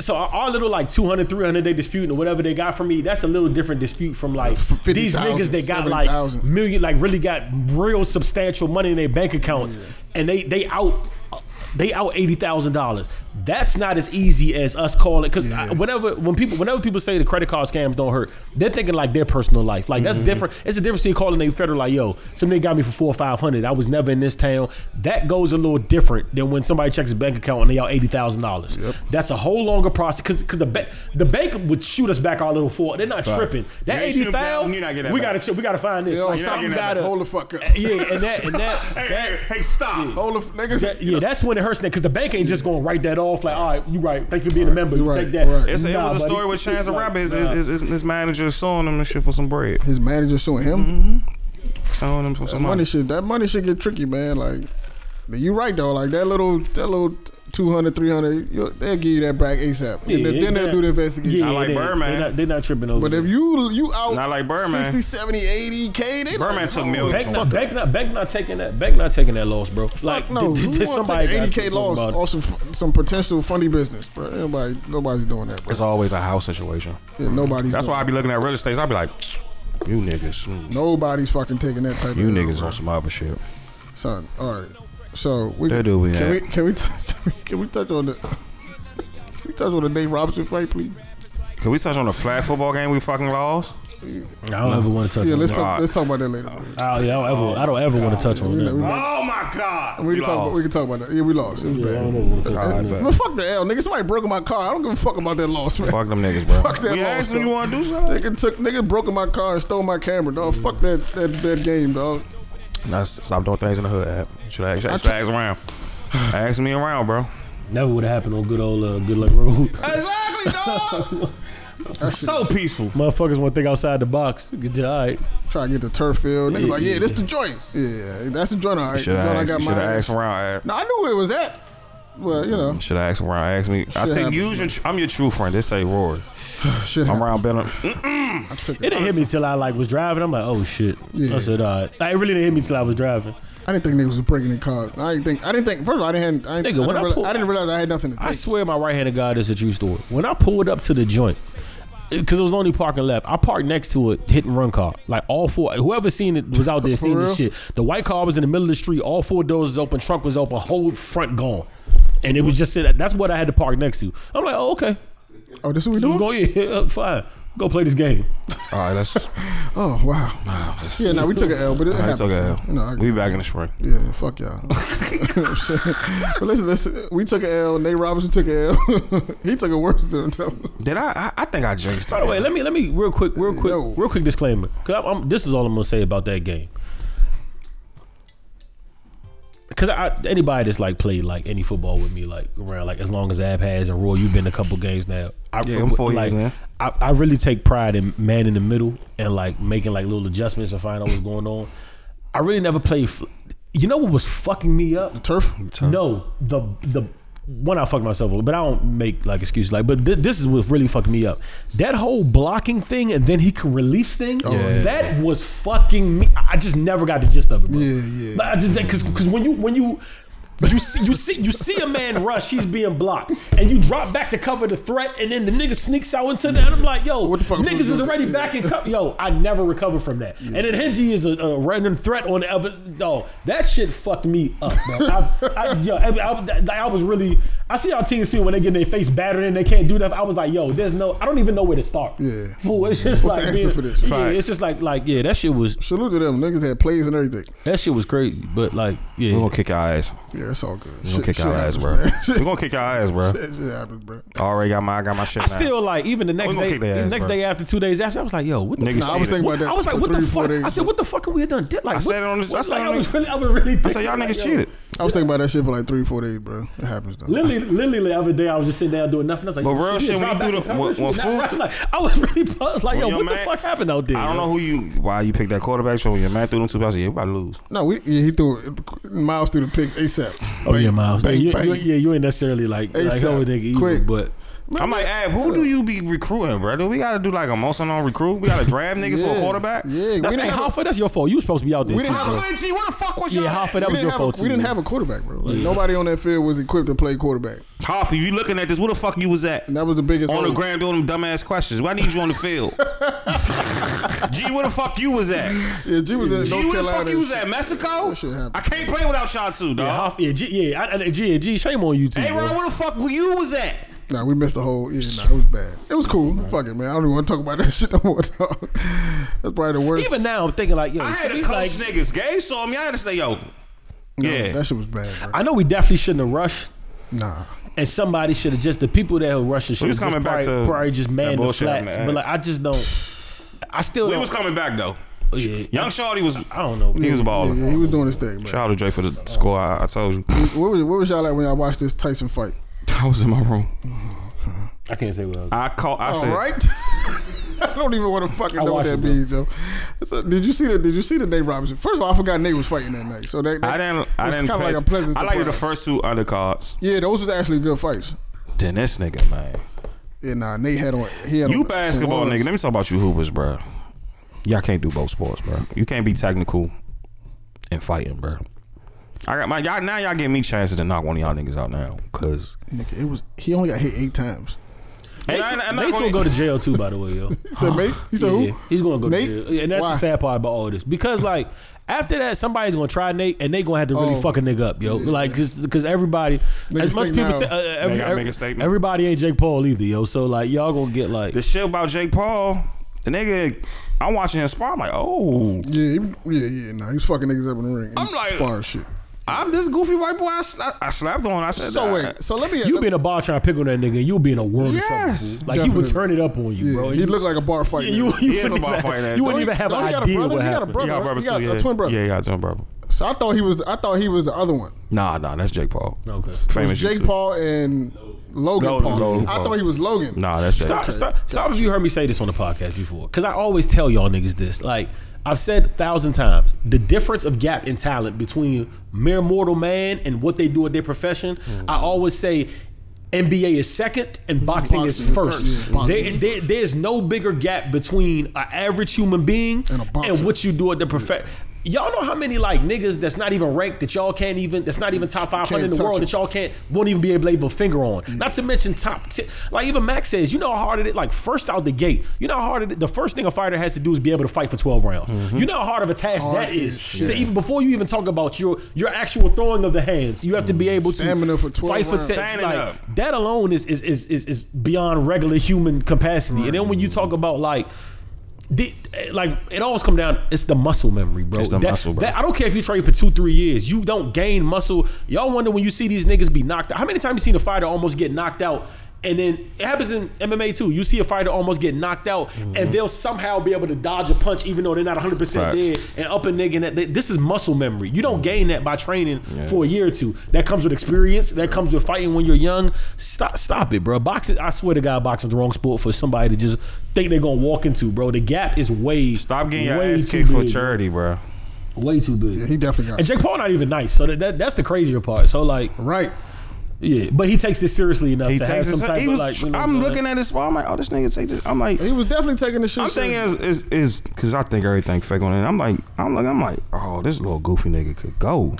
So our- our little like 200, 300 day dispute or whatever they got from me, that's a little different dispute from like these
50,000,
niggas that got like
70,000.
million, like really got real substantial money in their bank accounts, and they they out they out eighty thousand dollars. that's not as easy as us calling because whenever when people whenever people say the credit card scams don't hurt, they're thinking like their personal life. Like
Mm-hmm.
that's different. It's a difference between calling a federal like, yo, somebody got me for four or five hundred. I was never in this town. That goes a little different than when somebody checks a bank account and they out eighty thousand dollars. That's a whole longer process because because the bank the bank would shoot us back our little four. They're not tripping. That
You ain't shoot
eighty
them down,
thousand,
you're not getting that
we
back.
gotta ch- we gotta find this.
Yeah,
Like,
you're not
something
getting that
gotta
back.
Hold the fuck up.
yeah, and that and that.
Hey,
that-
hey, hey, stop.
Hold the f- niggas.
that- yeah, that's when it hurts. Because the bank ain't just gonna write that off. Like, all right, you right. Thanks for being a member. You
Right,
take that.
right.
It's a,
Nah,
it was a
buddy.
story with Chance the
Like,
Rapper. His,
nah.
his, his, his manager suing him and shit for some bread.
his manager suing him.
Suing him for some
Money
money.
shit. That money shit get tricky, man. Like, but you right though. Like that little, that little 200, 300, you- they'll give you that back ASAP. And
Yeah,
then, then they'll
yeah.
do the investigation.
yeah,
Not like
they,
Birdman.
They're not, they're not tripping over.
But if you you out
Not like Birdman.
60, 70, 80 k, they
Birdman
like,
took
oh,
millions.
bank
Fuck
not, bank not bank not taking that bank not taking that loss, bro.
Fuck
like
no,
did-
who
did- did
want to take
got
eighty
to
k
talk
loss
about it.
or some f- some potential funny business, bro? Nobody, nobody's doing that, bro.
It's always a house situation.
Yeah, nobody's.
That's
doing
why I
that.
be looking at real estate. I be like, you niggas, mm,
nobody's fucking taking that type.
you
of
niggas on some other shit.
son. All right, so we
That dude we
can
had.
we can we, t- can we can we touch on the can we touch on the Nate Robinson fight, please?
Can we touch on the flag football game we fucking lost?
I don't ever want to touch.
Yeah,
on
let's
that.
Nah.
talk. Let's talk about that later.
Oh, yeah, I don't ever. I don't ever want to touch on
We,
that.
we,
bro.
Oh my god.
we,
We
can talk about, we
lost.
can talk about that. Yeah, we lost. It was
I don't
bad.
ever want to touch on
All
that.
right,
Man,
bet.
fuck the L, nigga. Somebody broke my car. I don't give a fuck about that loss, man.
Fuck them niggas, bro.
Fuck that
we
loss,
asked them
though.
you want to do something.
Nigga took nigga broke in my car and stole my camera, dog. Fuck that that, that game, dog.
Nah, s- stop doing things in the hood. App. Should I, should I,
I
should I ask around? ask me around, bro.
Never would have happened on good old uh, Good Luck Road.
Exactly, dog.
So peaceful.
Motherfuckers want to think outside the box. All right.
Try to get the turf field. Nigga like, yeah, this the joint. Yeah, that's the joint. All right,
Should
the
I ask,
joint I got
should
mine.
I ask around?
No, I knew where it was at. Well, you know,
App? Should I ask around? Ask me. I
Shit
take
happens,
you. Your, tr- I'm your true friend. This ain't Rory.
shit.
I'm
happened.
around Mm. Benham.
I took
It
it.
didn't hit me till I like was driving. I'm like, oh shit.
Yeah.
I said, all right. Like, it really didn't hit me till I was driving.
I didn't think niggas was breaking the car. I didn't think. I didn't think. First of all, I didn't. I, didn't-
Nigga,
I, didn't,
when I
realize,
pulled-
I didn't realize I had nothing to
I
take.
swear, my right handed God is a true story. When I pulled up to the joint, because it was only parking left, I parked next to a hit and run car. Like all four, whoever seen it was out there seeing
real?
this shit. The white car was in the middle of the street. All four doors was open. Trunk was open. Whole front gone. And it was just sitting. That's what I had to park next to. I'm like, oh okay.
oh, this is what we
It was
doing?
going. Yeah, fine. Go play this game.
All right, let's.
Oh wow. yeah, no, we took an L, but it
All right, it's
happened.
okay.
You know, I-
we back in the spring.
Yeah, fuck y'all. but listen, listen, we took an L. Nate Robinson took an L. he took a worse than them.
Did I? I, I think I jinxed.
By the way, let me let me real quick, real quick,
Yo.
real quick disclaimer. Cause I'm, I'm- this is all I'm gonna say about that game. Cause I, anybody that's like played like any football with me, like around like as long as Ab has and Roy, you've been a couple games now. I,
Yeah, I'm four
like,
years in.
I, I really take pride in man in the middle and like making like little adjustments and find out what's going on. I really never played. f- You know what was fucking me up?
Turf.
No, the the one I fucked myself up, but I don't make like excuses. Like, but th- this is what really fucked me up. That whole blocking thing, and then he can release thing.
Oh,
yeah.
That was fucking me. I just never got the gist of it. Bro.
Yeah, yeah.
Like, I just because because when you when you. You see, you see, you see a man rush. He's being blocked, and you drop back to cover the threat, and then the nigga sneaks out into that. And I'm like, yo,
What the fuck
niggas
was
is
it?
already back in cover. Yo, I never recovered from that. And then Henji is a, a random threat on the other. No, that shit fucked me up, bro. I, I, yo, I, I- like, I was really. I see how teams feel when they get their face battered and they can't do nothing. I was like, yo, there's no. I don't even know where to start.
Yeah.
Fool, it's just
What's the
like
answer
being-
for this?
Yeah,
Facts.
it's just like like yeah, that shit was
Salute to them. Niggas had plays and everything.
that shit was crazy. But like yeah,
We're gonna kick our ass.
Yeah, it's all good.
We're gonna kick our ass, bro. We're gonna kick our ass, bro.
Shit shit happens, bro.
Already got my, I got my shit.
I
now.
still like even the
Oh,
next
gonna
day,
kick their
the
ass,
next
bro.
day after, two days after, I was like, yo, what the.
Niggas
Nah, I was
cheated.
thinking about that.
I was like,
for
what
three,
the
four
fuck?
days.
I said, what the fuck are we done? Did
I
like what-
said it on the- I
like,
said it
I
on
was
the-
really, I was really.
I said y'all niggas cheated.
I was thinking about that shit for like three, four days, bro. It happens though.
Literally, literally the other day I was just sitting down doing nothing. I was like,
But real
"Yo,
shit, when
drop
you do
back
the-
and cover
when- when
shit."
food-
Like, I was really puzzled. Like,
When
yo,
your
what the
man-
fuck happened out there?
I don't
yo?
know who you, why you picked that quarterback. So when your man threw them two passes, yeah, we about to lose.
No, we yeah, he threw it. Miles through the pick ASAP.
Oh yeah, Miles.
Bang,
you,
bang.
you- yeah, you ain't necessarily like like
ASAP,
whole nigga either,
quick.
but
I'm like, hey, who do you be recruiting, brother? We gotta do like a emotional recruit. We gotta draft niggas for
Yeah.
a quarterback.
Yeah,
That's
we
hey,
didn't have.
Hoffa, that's your fault. You was supposed to be out there.
We didn't
too,
have a
bro.
Hey, G, where the fuck was
yeah,
you?
Hoffa, that
we
was
didn't
your
have
fault.
a, we didn't
too.
have a quarterback, bro. Like, Nobody on that field was equipped to play quarterback,
Hoffa, you looking at this? Where the fuck you was at?
and that was the biggest.
On the
hole.
ground doing them dumbass questions. Why need you on the field? G, where the fuck you was at?
Yeah, G was at
G,
North
where the
Carolina.
fuck you was at? Mexico?
That shit happened.
I can't play without y'all two, dog.
Yeah, Hoffa, yeah, G, yeah, I, I, G, yeah, G, shame on you too.
Hey,
bro.
Ron, where the fuck you was at?
Nah, we missed the whole. Yeah, nah, it was bad. It was cool. Fuck it, man. I don't even want to talk about that shit no more. Dog. That's probably the worst.
Even now, I'm thinking like, yo,
I had
should
to
we,
coach
like,
niggas. Gabe saw me. I had to say, yo,
No,
yeah.
that shit was bad. Bro.
I know we definitely shouldn't have rushed,
Nah,
and somebody should have just the people that were rushing should have
was
probably,
coming back to
probably just
that
manned the
bullshit on
flats.
the
But
ad.
like, I just don't. I still
we
don't.
was coming back though.
yeah,
Young Shorty was.
I don't know.
He was balling.
yeah, he was doing his thing, man.
Shout out to Dre for the score. I, I told you.
What was, what was y'all like when y'all watched this Tyson fight?
I was in my room.
I can't say what. I was.
I called. I
All
said,
Oh, right. I don't even want to fucking
I
know what
watched
that
it, bro.
means, though. So, did you see the Did you see the Nate Robinson? First of all, I forgot Nate was fighting that night. So that, that
I didn't. I
was
didn't.
Kind of like a
pass-
pleasant.
I liked the
surprise.
first two undercards.
Yeah, those was actually good fights.
Then this nigga, man.
Yeah, nah, Nate had on. He had
You
on
basketball
some ones.
nigga. Let me talk about you hoopers, bro. Y'all can't do both sports, bro. You can't be technical and fighting, bro. I got my y'all now. Y'all give me chances to knock one of y'all niggas out now, cause
Nigga, it was. He only got hit eight times.
And
Mace,
I- I'm not
Mace
gonna-
gonna go to jail too, by the way, yo.
He said, "Mate," he said,
Oh, Yeah,
"Who?"
yeah. He's gonna go
Nate?
to jail. Yeah, and that's
Why?
the sad part about all this. Because like after that, somebody's gonna try Nate, and they gonna have to really
Oh.
fuck a nigga up, yo. Like because everybody,
Niggas
as much
think
people
now.
say, uh, uh, every,
gotta make a statement.
everybody ain't Jake Paul either, yo. So like y'all gonna get like
the shit about Jake Paul, the nigga, I'm watching his spar. I'm like, oh,
Yeah, he, yeah, yeah. Nah, he's fucking niggas up in the ring.
I'm
I'm
like-
like sparring shit.
I'm this goofy white boy. I, sla- I slapped on. I said,
So
"Nah."
wait, so let me.
you
let,
be in a bar trying to pick on that nigga, and you'll be in a world of
Yes,
trouble. fool. Like he would
definitely.
turn it up on you,
yeah,
bro.
He looked like a bar
Yeah,
fighter.
you, you,
He is a
wouldn't
bar
even-
fighter,
you
so
wouldn't
he-
even have
no,
an
he got a
idea
brother,
what
he got a
happened.
He
brother.
got brother
He got
too,
a
yeah.
twin brother.
Yeah, he got a twin brother.
so I thought he was. I thought he was the other one.
Nah, nah, that's Jake Paul.
Okay.
famous
Jake
YouTube.
Paul and Logan,
Logan,
Paul.
Logan
I
Paul.
thought he was Logan.
Nah, that's Jake.
Stop, stop, stop if you heard me say this on the podcast before. Because I always tell y'all niggas this. Like, I've said a thousand times the difference of gap in talent between mere mortal man and what they do at their profession. I always say NBA is second and boxing,
Boxing
is
is
first.
first, yeah, boxing.
There- there- there's no bigger gap between an average human being
And a
and,
boxer.
what you do at the profession. Y'all know how many like niggas that's not even ranked that y'all can't even that's not even top 500 in
Can't
the
touch
world
it.
that y'all can't won't even be able to leave a finger on. Not to mention top ten. Like even Max says, you know how hard it like first out the gate. You know how hard it, the first thing a fighter has to do is be able to fight for twelve rounds. You know how hard of a task
Hard
that is.
as shit.
So even before you even talk about your your actual throwing of the hands, you have to be able
Stamina
to
for 12
fight
rounds.
for ten.
Standing
Like,
up.
that alone is is is is, is beyond regular human capacity. And then when you talk about like. The, like it always come down. It's the muscle memory, bro.
It's the
That-
muscle, bro.
that- I don't care if you train for two, three years. You don't gain muscle. Y'all wonder when you see these niggas be knocked out. How many times you seen a fighter almost get knocked out? And then it happens in MMA too. You see a fighter almost get knocked out, and they'll somehow be able to dodge a punch, even though they're not 100 percent
Mm-hmm. Facts. Mm-hmm.
dead, and up a nigga. And that, this is muscle memory. You don't gain that by training for a year or two. That comes with experience. That comes with fighting when you're young. Stop, stop it, bro. Boxing. I swear to God, boxing's the wrong sport for somebody to just think they're gonna walk into, bro. The gap is way
Stop getting your
way
ass
too
kicked for
big, bro.
charity, bro.
Way too big.
Yeah, he definitely got
And Jake Paul not even nice, so that, that that's the crazier part. So like,
right.
yeah, but he takes this seriously enough
He
to have
takes
some
his.
type
He
of
was.
like.
I'm looking at his spar. I'm like, oh, this nigga take this. I'm like,
He was definitely taking the shit.
I'm thinking
serious.
is is is because I think everything fake on it. I'm like, I'm like, I'm like, oh, this little goofy nigga could go.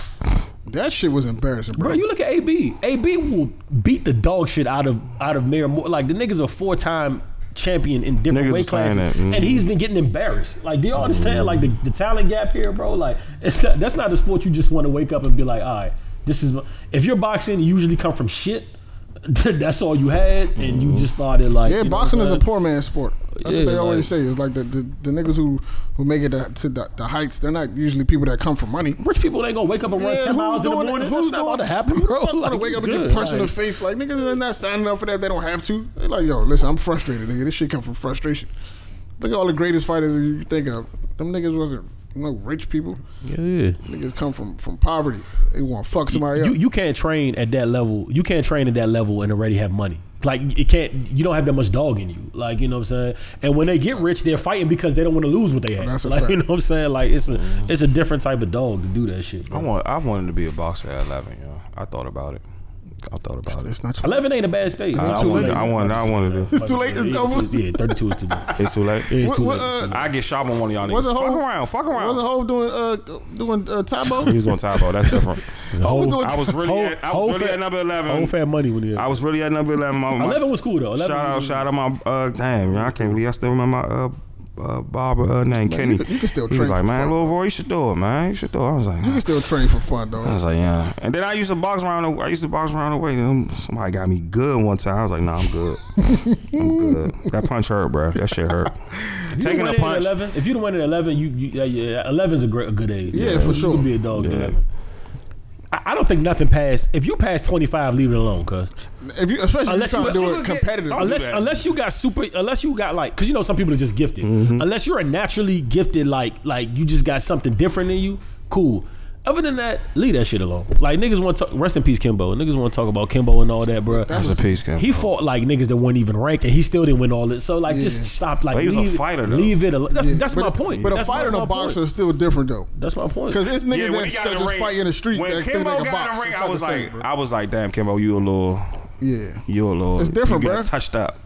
that shit was embarrassing, bro.
Bro, you look at AB. AB will beat the dog shit out of out of Mayor Moore. Like the niggas a four time champion in different
Niggas
weight
was saying
classes,
that, mhm.
and he's been getting embarrassed. Like, do y'all understand? Like the, the talent gap here, bro. Like, it's not, that's not a sport you just want to wake up and be like, all right, this is. My, if you're boxing, you usually come from shit. that's all you had, and
Mm-hmm.
you just started like.
yeah,
you know
boxing
what
is
I'm
a
saying?
poor man's sport. That's
Yeah,
what they always say.
like-
It's like the, the, the niggas who, who make it to, to the, the heights. They're not usually people that come from money.
Rich people ain't gonna wake up and run
Yeah,
ten
who's
miles in the
doing it?
morning.
Who's
That's not
doing
about to
it?
happen, bro.
I'm
Like,
gonna wake up and
good,
get punched in the
like-
face. Like niggas, they're not signing up for that. They don't have to. They're like, yo, listen, I'm frustrated, nigga. This shit come from frustration. Look at all the greatest fighters that you think of. Them niggas wasn't no rich people.
Yeah.
Niggas come from from poverty. They want to fuck somebody
You
up.
you can't train at that level. You can't train at that level and already have money. Like it can't. You don't have that much dog in you. Like you know what I'm saying. And when they get rich, they're fighting because they don't want to lose what they have.
That's a
like
fact.
you know what I'm saying. Like it's a it's a different type of dog to do that shit.
I
Bro.
want. I wanted to be a boxer at 11, yo. I thought about it. I thought about it.
It's Oh, not true.
Eleven ain't a bad state.
I, I
too
wanted.
late.
I wanted. I wanted to.
It's too late. It's over.
Yeah, thirty-two is too late.
It's too late.
It's
What,
too
what,
late.
uh,
I get shot on one of y'all niggas.
Wasn't
Fuck
Hov-
around. Fuck
wasn't
around.
Hove doing uh doing uh
He
Tybo?
was on Tybo. That's different.
Hov was doing
I was really. At, I
Hov
was really
fat-
at number
Whole
eleven.
fat money when he.
I was really at number eleven. My, my,
Eleven was cool though. 11
Shout out,
was-
shout out my uh damn, man, I can't believe I still remember my uh uh Barbara uh name Kenny.
you can- you can still
He was
train
like,
for
man,
fun."
little Roy, you should do it, man. You should do it. I was like,
You can still train for fun
I
Uh,
though.
was like, yeah. And then I used to box around. The, I used to box around the way. and Somebody got me good one time. I was like, nah, I'm good. I'm good. That punch hurt, bro. That shit hurt.
If you
Taking a
done went in at
punch.
11, if you done went in at eleven, you, you yeah, yeah, eleven's a great a good age.
Yeah,
You
for
can
sure.
be a dog. at
Yeah.
11. I, I don't think nothing past. If you pass twenty five, leave it alone, cuz.
If you especially if you
Unless
trying to
you-
do
you
it
get-
competitively.
I'll-
unless
that.
unless you got super unless you got like because you know some people are just gifted
Mm-hmm.
unless you're a naturally gifted like like you just got something different in you cool other than that leave that shit alone like niggas want to rest in peace kimbo niggas want to talk about kimbo and all that bro
That's a piece, Kim.
he fought like niggas that weren't even ranked, and he still didn't win all it. So like, just
Yeah.
stop. Like,
But he was a
leave,
fighter, though.
Leave it. Alone. That's,
Yeah,
that's
but-
my point.
But a
that's my-
fighter and
my
a boxer
Point.
is still different though.
That's my point.
Cause it's
Yeah,
niggas
when
that
he got
still
in the
just
ring,
fight in the street.
When
that think
Kimbo
they can
got in
box.
the ring,
It's
I
not
was
the same,
like,
bro.
I was like, damn, Kimbo, you a little,
yeah,
you a little.
It's different,
you get
bro.
Touched up,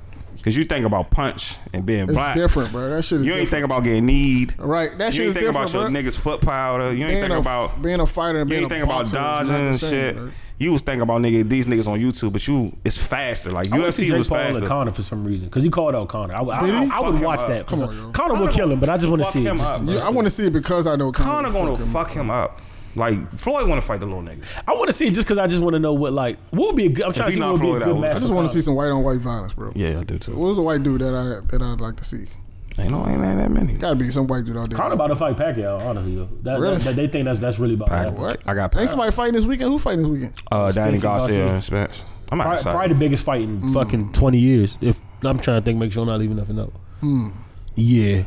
cause you think about punch and being
it's
black.
different, bro. That shit is
You ain't
different.
think about getting need.
Right,
you
that shit
ain't think
is different,
about
bro.
your niggas foot powder. You ain't
Being
think
a-
about
being a fighter and
you
being
ain't
a
think about
boxer is not
dodging
the
and
same,
shit.
bro.
You was thinking about nigga these niggas on YouTube, but you it's faster. Like
I wanna see
UFC
Jake
was
Paul
faster.
and Conor for some reason because he called out Conor. I, I,
Did
I,
he?
I would
Fuck him
watch
up.
that.
Come
Come
on, yo.
Conor will
Conor
kill him, but I just want to
fuck
see. it.
him
Just-
up,
just-
bro.
Yeah, I want to see it because I know
Conor gonna
fucking-
fuck him up. Like Floyd wanna fight the little nigga.
I want to see it just because I just want to know what like what would be a good. I'm trying to
he
see
not
what would be a
Floyd,
good
I would-
match.
I
I just want to see some white on white violence, bro.
Yeah, I do too.
What was the white dude that I that I'd like to see?
Ain't no ain't, ain't that many.
Gotta be some white dude out there.
Conor about to fight Pacquiao. Honestly, yo, that,
Really?
that, that they think that's that's really about. to happen.
what?
I got
Ain't somebody fighting this weekend? Who fighting this weekend?
uh Danny
Spencer Garcia.
Garcia and Spence. I'm not
Probably, probably
excited.
the biggest fight in
Mm.
fucking 20 years. If I'm trying to think, make sure I'm not leaving nothing out.
Hmm.
Yeah.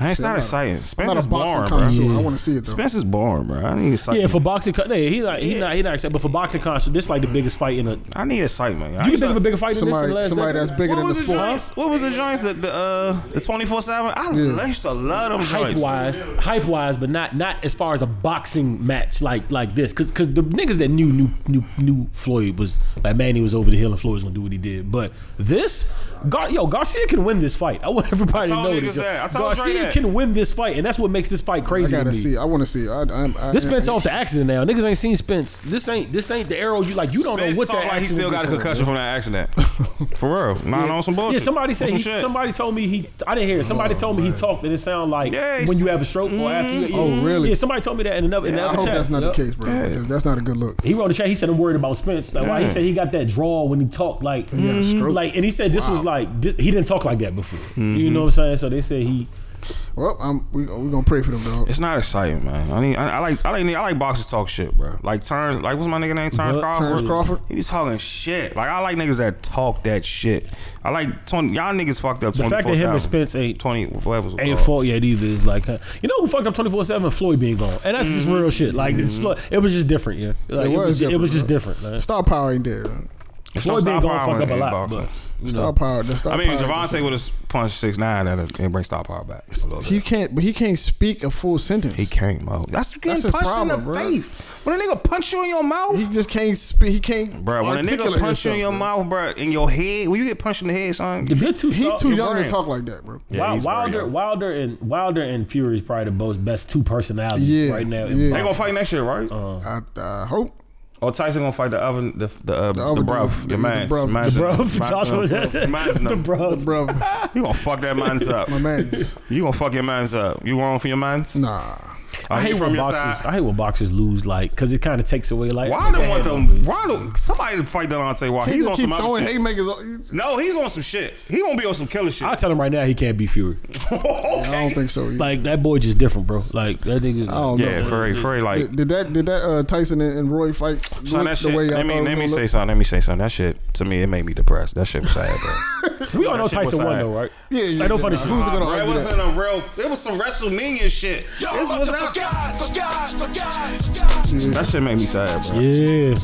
I ain't not exciting.
I'm
Spence
not
is
a boxing
boring, bro.
connoisseur.
Yeah.
I want to see it though.
Spence is boring, bro. I need excitement.
Yeah, for boxing, con- nah, he not, he not, he not except, but for boxing concert, this like the biggest fight in a. You
I need excitement. I
can
used to-
think of a bigger fight than this in the
Somebody, somebody
last decade?
that's bigger
What
than the
was the
sport.
joints? What was the joints? The the uh the twenty four seven. I
Yeah.
used to love them
hype
joints.
wise, hype wise, but not not as far as a boxing match like like this, because because the niggas that knew knew knew knew Floyd was like Manny was over the hill and Floyd was gonna do what he did, but this Gar- yo Garcia can win this fight. I want everybody
I
to
told
know
niggas
this. yo.
that. I told Dre
Garcia
that.
can win this fight, and that's what makes this fight
I
crazy. to
gotta
me.
see. it. I want to see. it. I, I'm, I,
This
I-
Spence
I-
off the accident now. Niggas ain't seen Spence. This ain't this ain't the arrow you like. You don't
Spence
know what
talk
that
like he
accident
still got a
was on,
concussion from
bro.
that accident. For real, not on some bullshit.
Yeah, somebody said
On some
he,
shit.
somebody told me he. I didn't hear. it. Somebody told me he talked and it sounded like
Yeah,
when
he's-
you have a stroke or after. You, yeah.
Oh, really?
Yeah, somebody told me that in another. in another
I hope
chat.
that's not
Yup.
the case, bro. because That's not a good look.
He wrote in the chat. He said I'm worried about Spence. Like why he
Yeah.
said he got that draw when he talked like
He had a stroke.
like and he said this was like this, he didn't talk like that before.
Mm-hmm.
You know what I'm saying? So they said he.
Well, I'm, we we gonna pray for them, dog.
It's not exciting, man. I mean, I, I like, I like, I like boxers talk shit, bro. Like Turns, like what's my nigga name? Turns
Bud-
Crawford.
Terrence Crawford?
He be talking shit. Like I like niggas that talk that shit. I like 20, y'all niggas fucked up.
The fact that him and Spence ain't
twenty whatever.
ain't fault yet either. Is like, huh? you know who fucked up twenty four seven? Floyd being gone, and that's
Mm-hmm.
just real shit. Like, it's Floyd, it was just different, yeah. Like,
It
it,
was
was, ju- it
different,
was just
bro.
different. Man.
Star power ain't there. dog.
Floyd being gone fuck up a lot, but
Star power. The star
I mean,
power ain't
Javante would have punched six nine and and bring stop power back. a little
there.
bit.
He can't, but he can't speak a full sentence.
He can't, bro. That's you
That's
getting
his
punched
problem,
in the
bro.
face. When a nigga punch you in your mouth,
He just can't speak. He can't.
bro. When a nigga
articulate
punch you in your
himself, bro.
mouth, bro, in your head, when you get punched in the head, son.
they're too.
He's
soft-
too
your
young
brain.
to talk like that, bro.
Yeah,
Wi-
he's very
Wilder,
young.
Wilder, and Wilder and Fury is probably the most best two personalities
Yeah,
right now.
yeah.
in
They
boxing.
gonna fight next year, right?
I, I hope.
or Oh, Tyson gonna fight the oven, the the uh, the,
other dude,
bruv,
the-
your man,
the bruv.
The bruv, Joshua,
the
the bruv.
Bro,
You gonna fuck that man's up.
my man.
You gonna fuck your man's up. You wrong for your man's.
Nah.
Are
I
you
hate
from
when
your
boxers.
side.
I hate when boxers lose, like, because it kind of takes away, like.
Why don't want
had
them? Why don't somebody fight Delonte? Why
He
he's
just
on
keep
some
throwing
other shit.
haymakers. all- you-
No, he's on some shit. He gonna be on some killer shit.
I tell him right now he can't be Fury.
okay.
I don't think so. Either.
Like that boy just different, bro. Like that nigga's.
I don't
yeah,
know.
Furry, Furry, like
Did, did that? Did that? Uh, Tyson and, and Roy fight
Son,
look
that
the
shit.
way I
Let
thought
me
it
let me
was
say
gonna look?
something. Let me say something. That shit to me, it made me depressed. That shit was sad, bro.
we all
that
know
shit was
Tyson won
sad.
though, right?
Yeah, yeah,
I know for the
nah, who's gonna
Bro, it
argue that?
wasn't a real. It was some WrestleMania shit. This was not- That shit made me sad, bro.
Yeah.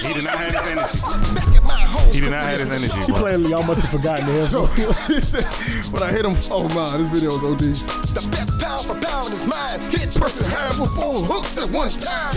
He did not have his energy. He
He
did not have his energy, bro.
Plainly, y'all must have forgotten him.
So, he said, when I hit him, oh my, this video is OD.
The best pound for pound is mine. Hit
Person half with four hooks at one time.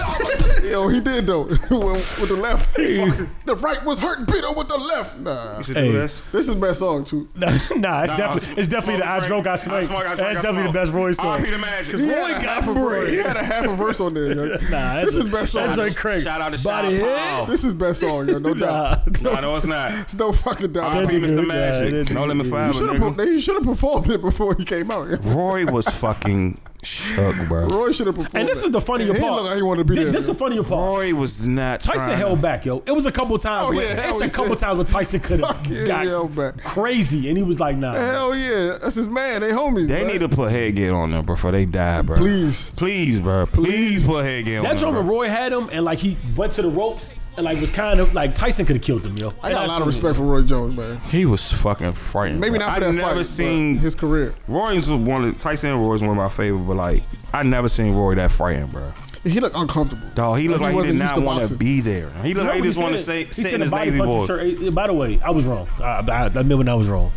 Yo, he did though. with, with the left, He fucking- the right was hurting Peter with the left. Nah,
should
Hey.
do this.
this is best song too.
nah, it's
sm-
definitely it's definitely
smoke
the I
drink.
drunk I
smoke, I
smoked.
drink,
That's
I
definitely the
smoke.
best Roy song.
R.I.P. the Magic.
He
Boy,
had a
God,
half a verse. He had a half a verse on there. Yo.
Nah,
this
that's-
is best
That's
song.
like Craig.
Shout out to
Body
Sean
hit.
Paul.
This is best song, yo. No
Nah.
doubt.
No, no, it's not.
It's no fucking doubt.
R.I.P.
That nigga-
Mr. Magic.
that
No
nigga-
limit
He
forever,
should
nigga.
have. He should have performed it before he came out. yo.
Roy was fucking shook, bro.
Roy should have performed.
And this is the funnier
he
part.
He look like he wanted to be
Thi-
there.
This is the funnier part.
Roy was not
Tyson
trying.
held back, yo. It was a couple times.
Oh,
where,
yeah,
it's
hell
a couple
yeah.
times where Tyson could have
Fuck yeah,
got
he held back.
crazy, and he was like, "Nah."
Hell yeah, that's his man. They homies.
They
man.
need to put headgear on them before they die, bro.
Please.
Please, bro. Please put headgear on
That
them.
drummer
bro.
Roy had him, and like he went to the ropes, and like was kind of like Tyson could have killed him, yo.
I got a lot of respect for Roy Jones, man.
He was fucking frightened.
Maybe
bro.
not for
I
that
never
fight,
seen
but his career.
Roy's was one of Tyson and Roy's one of my favorite, but like I never seen Roy that frightened, bro.
He looked uncomfortable.
Dog, he looked like he did
wasn't used
not
to
want to
boxing.
be there. He looked like he just wanted to stay, sit in his lazy boy.
By the way, I was wrong. I, I, I admit when I was wrong.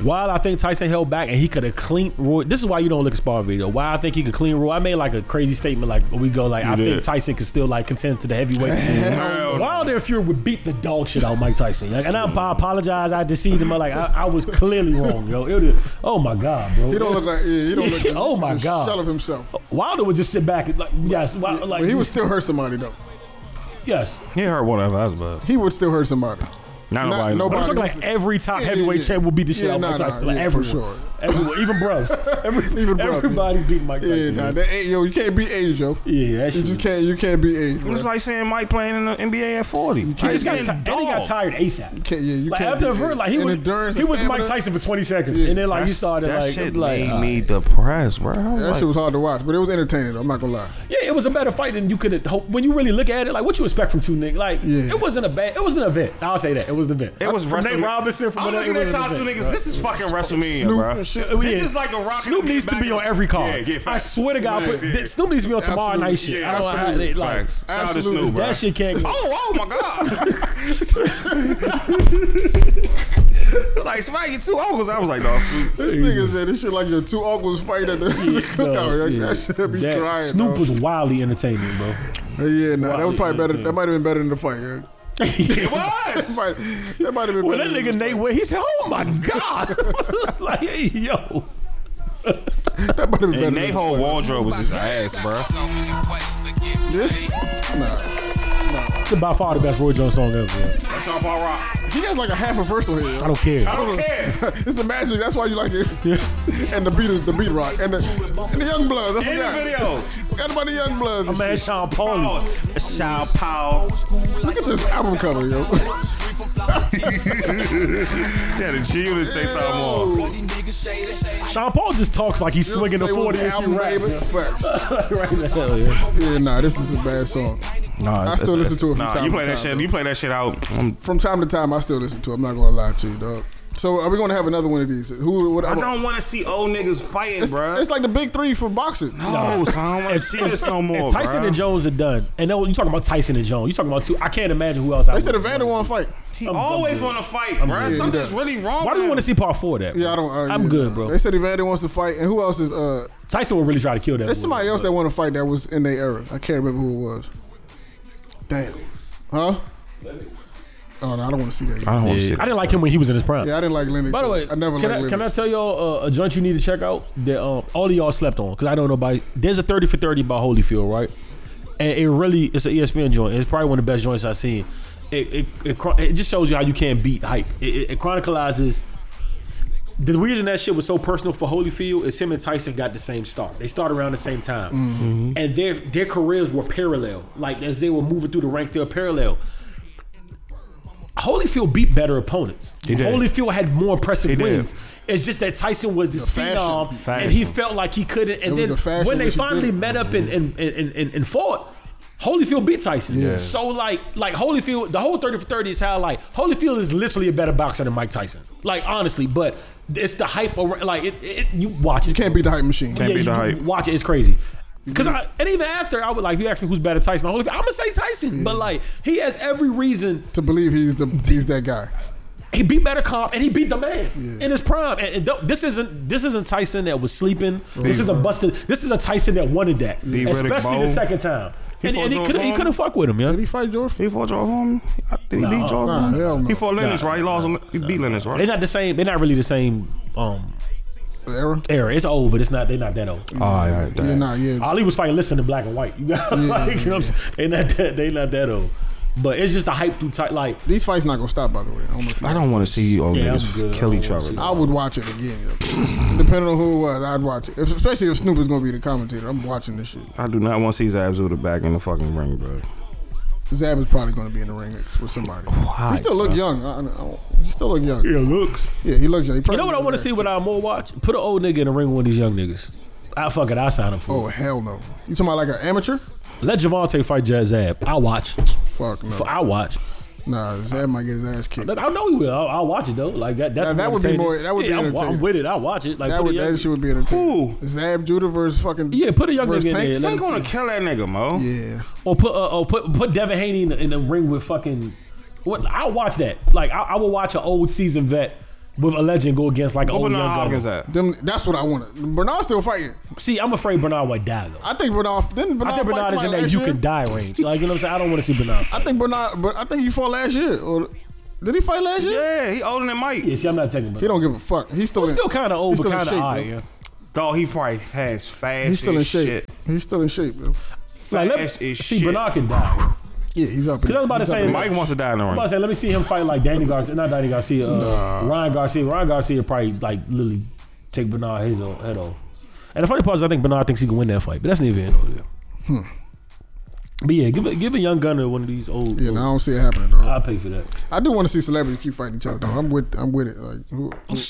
While I think Tyson held back and he could have cleaned Roy, this is why you don't look at Spar video. Why I think he could clean Roy. I made like a crazy statement like we go like I
did.
think Tyson could still like contend to the heavyweight.
Hell no.
Wilder and Fury would beat the dog shit out of Mike Tyson. Like, and I, I apologize. I deceived him. I, Like I, I was clearly wrong, yo. It was, oh my god, bro.
He don't look like. Yeah, he don't look. Like,
Oh, my
he's a
God. Oh,
Shell of himself.
Wilder would just sit back and like yes, Wi- like
But he would still hurt somebody though.
yes.
He hurt one of us, but
He would still hurt somebody.
not
Not-
nobody.
I'm
nobody.
talking like every top heavyweight
yeah.
champ will beat the shit
Yeah,
out of
nah,
Mike Tyson.
nah,
like
yeah, for
everyone,
sure.
everyone, even bros, Every,
Even bro, yeah.
everybody's beating Mike
Yeah,
Tyson.
nah,
Yeah,
that ain't yo. You can't beat age, yo.
yeah, that
You
shit.
just can't. You can't beat age.
It
Bro.
was like saying Mike playing in the NBA at 40. You
he just got, ti- and he got tired ASAP.
can't- yeah, you
like
can't
after
beat
her,
age.
like he
And
was,
endurance
he
and
was Mike
stamina.
Tyson for 20 seconds, and then like you started
that
like,
shit
like uh,
made
all
me
right.
depressed, bro. I was
That
like,
shit was hard to watch, but it was entertaining. though, I'm not gonna lie.
yeah, it was a better fight than you could have hoped. When you really look at it, like what you expect from two niggas, like
Yeah.
it wasn't a bad, it was an event. I'll say that it was an event.
it was
from Nate
WrestleMania.
Robinson. From
I'm
whatever,
looking
it
at
was an
y'all two
event,
niggas.
bro.
This is fucking WrestleMania,
Snoop
bro.
and shit.
This
Yeah.
is like the Rock. and
Snoop
get
needs to
back
be
in-
on every card.
Yeah, get
I
facts.
swear to God,
Facts,
but
yeah.
th- Snoop needs to be on tomorrow
Absolutely.
night shit.
Yeah,
I don't know how
absolutely.
they- like,
Facts. Shout out to
absolutely.
Snoop, bro.
that shit can't.
Oh, oh my God. it's like somebody get two uncles. I was like, no. Snoop.
This nigga said this shit like your two uncles fight at the, the cookout. Like, That shit be
That-
crying.
Snoop
dog.
was wildly entertaining, bro.
Yeah, nah, that was probably better.
yeah.
That might have been better than the fight. Yeah.
It
That
was.
might, that might have been
When
better.
that
than
nigga
the
Nate
fight.
went, he said, "Oh my god!" like, hey, yo,
that might have been
And
better.
they
than
whole wardrobe was his ass, bro.
this. Nah,
it's by far the best Roy Jones song ever. bro.
That's all about rock.
he has like a half a verse on here.
I don't care.
I don't care.
it's the magic. That's why you like it. and the beat is the beat rock and the, and the young bloods. I
In the
forgot.
video.
Forgot about the young bloods. and
Man,
shit.
Sean Paul.
Oh. Sean Paul.
Look at this album cover, yo.
Yeah, the G unit say something more.
Sean Paul just talks like he's swinging the
Say what's
forty
the
and she
album,
rap.
baby. Facts.
right now, yeah.
Yeah, nah, this is a bad song.
Nah,
I still listen to it from
Nah,
time
you
to
play that
time,
shit.
though.
You play that shit out. I'm,
From time to time, I still listen to. it. I'm not gonna lie to you, dog. So, are we gonna have another one of these? Who? What?
I don't want to see old niggas fighting,
It's,
bro.
it's like the big three for boxing.
no, son, I don't want to see this no more,
If Tyson
bruh.
and Jones are done, and you talking about Tyson and Jones. You talking about two? I can't imagine who else.
They said Evander won a fight.
He always want to fight, bro.
good.
Something's
Yeah.
really wrong.
Why do
with
you
him.
want to see part four? Of that.
Yeah, I don't. I,
I'm
yeah,
good,
nah.
bro.
They said Evander wants to fight, and who else is? uh
Tyson would really try to kill that.
There's
boy.
somebody else that won a fight that was in their era. I can't remember who it was. Damn. Huh? Oh, no, I don't want to see that. Yet.
I don't want to see
I
that.
didn't like him when he was in his prime.
Yeah, I didn't like Lennox.
By the way,
I never
can,
liked
I,
Lennox.
can I tell y'all uh, a joint you need to check out that um, all of y'all slept on? Because I don't know about there's a thirty for thirty by Holyfield, right? And it really it's E an ESPN joint. It's probably one of the best joints I've seen. It it, it, chron- it just shows you how you can't beat hype. It, it, it chronicalizes. The reason that shit was so personal for Holyfield is him and Tyson got the same start. They started around the same time,
Mm-hmm.
and their their careers were parallel. Like as they were moving through the ranks, they were parallel. Holyfield beat better opponents.
did.
Holyfield had more impressive
He did.
wins. It's just that Tyson was this
The fashion.
phenom,
Fashion.
and he felt like he couldn't. And
was
then
the fashion
when they
that she
finally
did it.
met up and and, and, and and fought, Holyfield beat Tyson.
Yeah.
So like like Holyfield, the whole thirty for thirty is how like Holyfield is literally a better boxer than Mike Tyson. Like honestly, but it's the hype. Around, like it, it, you watch it.
you can't beat the hype Mm-hmm. machine.
Can't
yeah,
beat
you
the
can
hype.
Watch it. It's crazy. Cause I, and even after I would like if you ask me who's better Tyson, I'm gonna say Tyson, but like he has every reason
To believe he's the he's that guy.
he beat better comp and he beat the man
Yeah.
in his prime. And, and th- this isn't this isn't Tyson that was sleeping. This is a busted. This is a Tyson that wanted that,
Beat Riddick
especially
Bowe.
the second time. And,
fought
and he
George
could he
Foreman?
couldn't fuck with him, yeah.
Did he fight George?
He fought George Foreman. I think he beat George
Nah,
Foreman.
hell no.
He fought Lennox, right? He lost. he beat Lennox,
They're
right?
not the same. They're not really the same um
Era?
era. It's old, but it's not. They're not that old.
All right, all right.
Yeah, nah, yeah.
Ali was fighting listen to black and white. You got like, you know what
Mm-hmm.
I'm saying? They not that. They not that old. But it's just the hype through type. Like
These fights not gonna stop. By the way, I don't know if you
I don't want to see you old
Yeah, I'm
niggas
good. I
kill
don't
each
wanna
other.
see
though.
I would watch it again. yeah. Depending on who it was, I'd watch it. If, especially if Snoop is gonna be the commentator, I'm watching this shit.
I do not want to see Zabzuda back in the fucking ring, bro.
Zab is probably gonna be in the ring with somebody. he still look young. I, I don't, he still look young.
it looks.
Yeah, he looks young. He
You
probably
know what I want to see? What I more watch? Put an old nigga in the ring with one of these young niggas. I fuck it. I sign up for.
Oh hell no! You talking about like an amateur?
it. Let Javante fight Jazab. I watch.
Fuck no!
I watch.
Nah, Zab might get his ass kicked.
Like, I know he will. I'll, I'll watch it though. Like that. That's
Now, that would be
entertaining.
more- that would be
yeah, I'm- I'm,
entertaining.
with it. I will watch it. Like
That
put a
would
young-
that shit would be entertaining.
Who?
Zab Judah versus fucking
Yeah, put a young
versus
nigga in there.
Tank.
Let
Tank
him
gonna kill that nigga, Mo.
Yeah,
Or put uh, or put put Devin Haney in the, in the ring with fucking. What I'll watch that. Like I, I will watch an old season vet with a legend go against like an
What
Oh,
old
Bernard
young
Hopkins
Hopkins.
at?
them. That's what I wanted. Bernard's still fighting.
See, I'm afraid Bernard would die though.
I think Bernard. Then Bernard
I think
fight
Bernard is in
somebody
that
last
you
year?
can die range. Like you know what I'm saying. I don't want to see Bernard.
I think Bernard, but I think he fought last year. Or did he fight last year?
Yeah, he older than Mike.
Yeah, see, I'm not taking
He
Bernard.
don't give a fuck. He's still
He's
in,
still kind of old,
he's
but
still in
kind of
shape,
eye.
bro.
yeah.
Dog, he probably has fast.
He's still in
as
shape.
Shit.
He's still in shape, bro.
Like, let me,
Fast as
see,
shit.
Bernard can die.
Yeah, he's up.
I was about to say,
Mike wants to die in the
I'm
ring.
about to say, let me see him fight like Danny Garcia, not Danny Garcia, uh, Ryan Garcia. Ryan Garcia probably like literally take Bernard his own head off. And the funny part is, I think Bernard thinks he can win that fight, but that's neither here nor there.
Hmm.
But yeah, give a, give a young gunner one of these old.
Yeah,
old-
no, I don't see it happening, dog.
I'll pay for that.
I do want to see celebrities keep fighting each other. Though. I'm with, I'm with it. Like, who- who-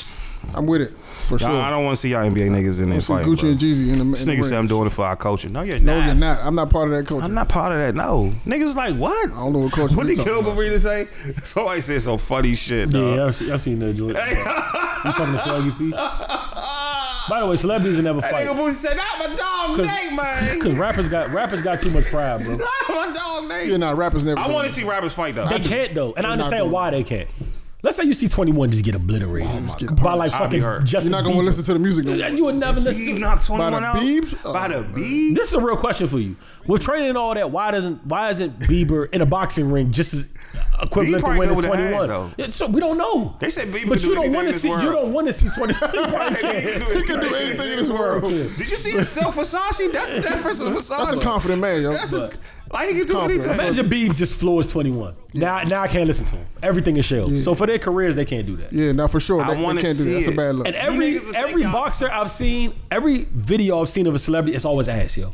I'm with it for sure.
I don't want to see y'all NBA niggas in there
see
fighting.
Gucci
bro.
and Jeezy in the, in
This
the
nigga
ring.
said I'm doing it for our culture. No, you're
No,
not.
you're not. I'm not part of that culture.
I'm not part of that. No, niggas like what?
I don't know what culture.
What
you
did
talking
Gilbert
about.
Arenas say? Somebody said some funny shit. Dog.
Yeah, I've, se- I've seen that, George. you talking to Sluggy P? By the way, celebrities never
That nigga
fight
Boosie said, "Not my dog name, man.
because rappers got rappers got too much pride, bro.
Not my dog name."
Yeah, nah, rappers never.
I want to see rappers fight though.
They can't though, and
They're
I
not
understand
doing
why they can't. Let's say you see 21 just get obliterated
get
by like
punished. I'll be
fucking
hurt.
Justin.
You're not gonna
Bieber.
listen to the music. No. more.
You would never listen.
He
to
knocked 21
the
out.
Biebs? Oh,
by the
man.
Biebs?
This is a real question for you. With training and all that, why doesn't why isn't Bieber in a boxing ring just as equivalent to
probably
when
good
it's
with the hands,
21?
though.
Yeah, so we don't know.
They said Bieber
but
do
you
anything
don't want
in
to
this
see you
world.
don't want to see 20.
He can do anything in this world. Did you see himself, Versace? That's that's for Versace.
That's a confident man, yo.
That's a, like he can do
confident.
anything.
Imagine Biebs just floors 21. Now now I can't listen to him. Everything is shelled. So for their careers, they can't do that.
yeah, now for sure.
I
They, they
wanna
can't do that.
see
That's a
it.
bad look.
And
You
every
niggas will
every
think y'all-
boxer I've seen, every video I've seen of a celebrity, it's always ass, yo.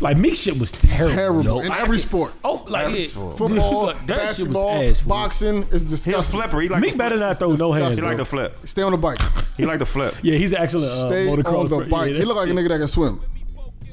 Like Meek shit was terrible.
Terrible
yo.
in
I
every
can't-
sport.
Oh, like
Every
yeah.
sport.
Football,
Like, that shit was
basketball,
ass, fool.
boxing is disgusting.
He a flipper. Uh, He like
Meek
to
better
flip.
not throw no hands.
He
bro.
like to flip.
Stay on the bike.
He like to flip.
Yeah, he's an excellent uh,
Stay on
motocross
the
pro-
bike.
yeah,
he
that-
look like a nigga that can swim.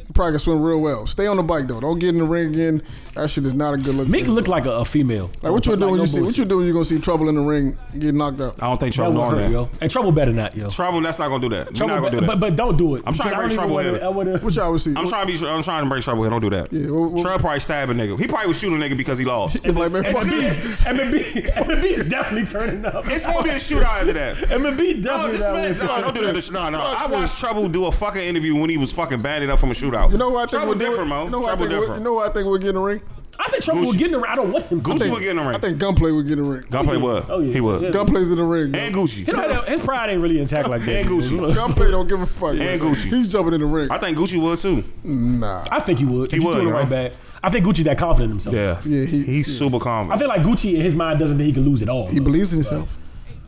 He probably can swim real well. Stay on the bike though. Don't get in the ring again. That shit is not a good look.
Meek looked like a, a female.
Like what you do when
no
you see what
bullshit.
you do when you gonna see trouble in the ring get knocked out.
I don't think
That
Trouble
would
on
hurt,
that.
yo. And trouble better not, yo.
Trouble, that's not gonna do that. You're
Trouble
not gonna
be-
do that.
But but don't do it.
I'm trying to break trouble
wanna,
here.
I wouldn't-
What y'all would see?
I'm trying to be. I'm trying to break trouble here. Don't do that.
Yeah, what- what-
Trouble probably stab a nigga. He probably was shooting a nigga because he lost.
to like man, fuck
MB
this.
's- MB 's- MB is definitely turning up.
It's gonna be a shootout after that.
MB
No,
definitely
this man,
that way.
no, don't do that. No, no. I watched Trouble do a fucking interview when he was fucking banded up from a shootout.
You know what I think
Trouble
we'll do it?
different, Mo.
You know what I
Trouble
think we'll-
different.
you know what I think we'll get in the ring?
I think trouble will
Gucci.
get in the ring. I don't want him. to.
Gucci would get in the ring.
I think Gunplay would get in the ring.
Gunplay would.
Oh, yeah.
He would.
Yeah.
Gunplay's in the ring. yo.
And Gucci.
He don't have- His pride ain't really intact like that.
And Gucci.
Gunplay don't give a fuck. man.
Gucci.
He's jumping in the ring.
I think Gucci would too.
Nah.
I think he would. He
would,
Doing it
yo.
right back. I think Gucci's that confident in himself.
Yeah.
Yeah, he-
He's super
I
calm.
feel like Gucci in his mind doesn't think he can lose at all.
He
though.
believes in himself.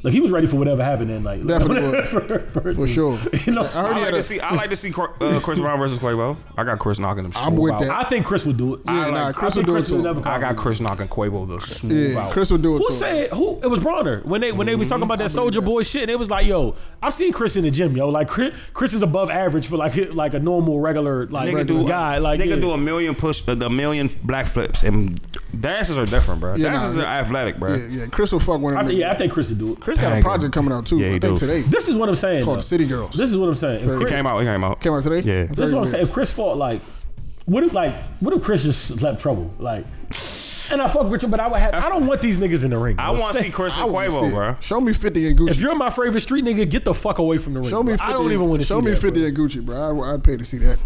Like he was ready for whatever happened that night.
Definitely was.
Definitely.
For sure.
You know,
I heard
I
he
like
had
to
a,
see. I like to see Cor- uh, Chris Brown versus Quavo. I got Chris knocking him.
I'm
smooth
with
out.
that.
I think Chris would do it.
yeah, nah,
like-
I
Chris will
think
do it
Chris
to
would
him.
never.
I got Chris knocking Quavo the smooth
Yeah,
out.
Chris will do it Mm-hmm.
Who
to him.
said who? It was Bronner when they when they was talking about that Soldier Boy shit. And it was like, yo, I've seen Chris in the gym, yo. Like Chris, Chris is above average for like hi- like a normal regular like
Nigga do
guy. Like
nigga
yeah.
do a million push, uh, a million black flips, and dances are different, bro.
Yeah,
dances
nah,
are athletic, bro.
Yeah, yeah. Chris will fuck one
I
of them.
think, yeah, I think Chris would do it.
Chris got a
Dang.
project coming out too.
Yeah, he
I think
do.
today.
This is what I'm saying.
Called
though.
City Girls.
This is what I'm saying. If
It
Chris,
came out. It came out.
Came out today.
Yeah.
this
Very
is what I'm
good.
saying. If Chris fought like, what if like what if Chris just slept trouble like? And I fuck with you, but I would have. I don't want these niggas in the ring.
I
bro.
want to see Chris
I
and
wanna
Quavo,
see it.
bro.
Show me fifty and Gucci.
If you're my favorite street nigga, get the fuck away from the ring.
show me,
bro.
50,
I don't even want to
Show
see
me
that,
fifty
bro.
and Gucci, bro. I, I'd pay to see that.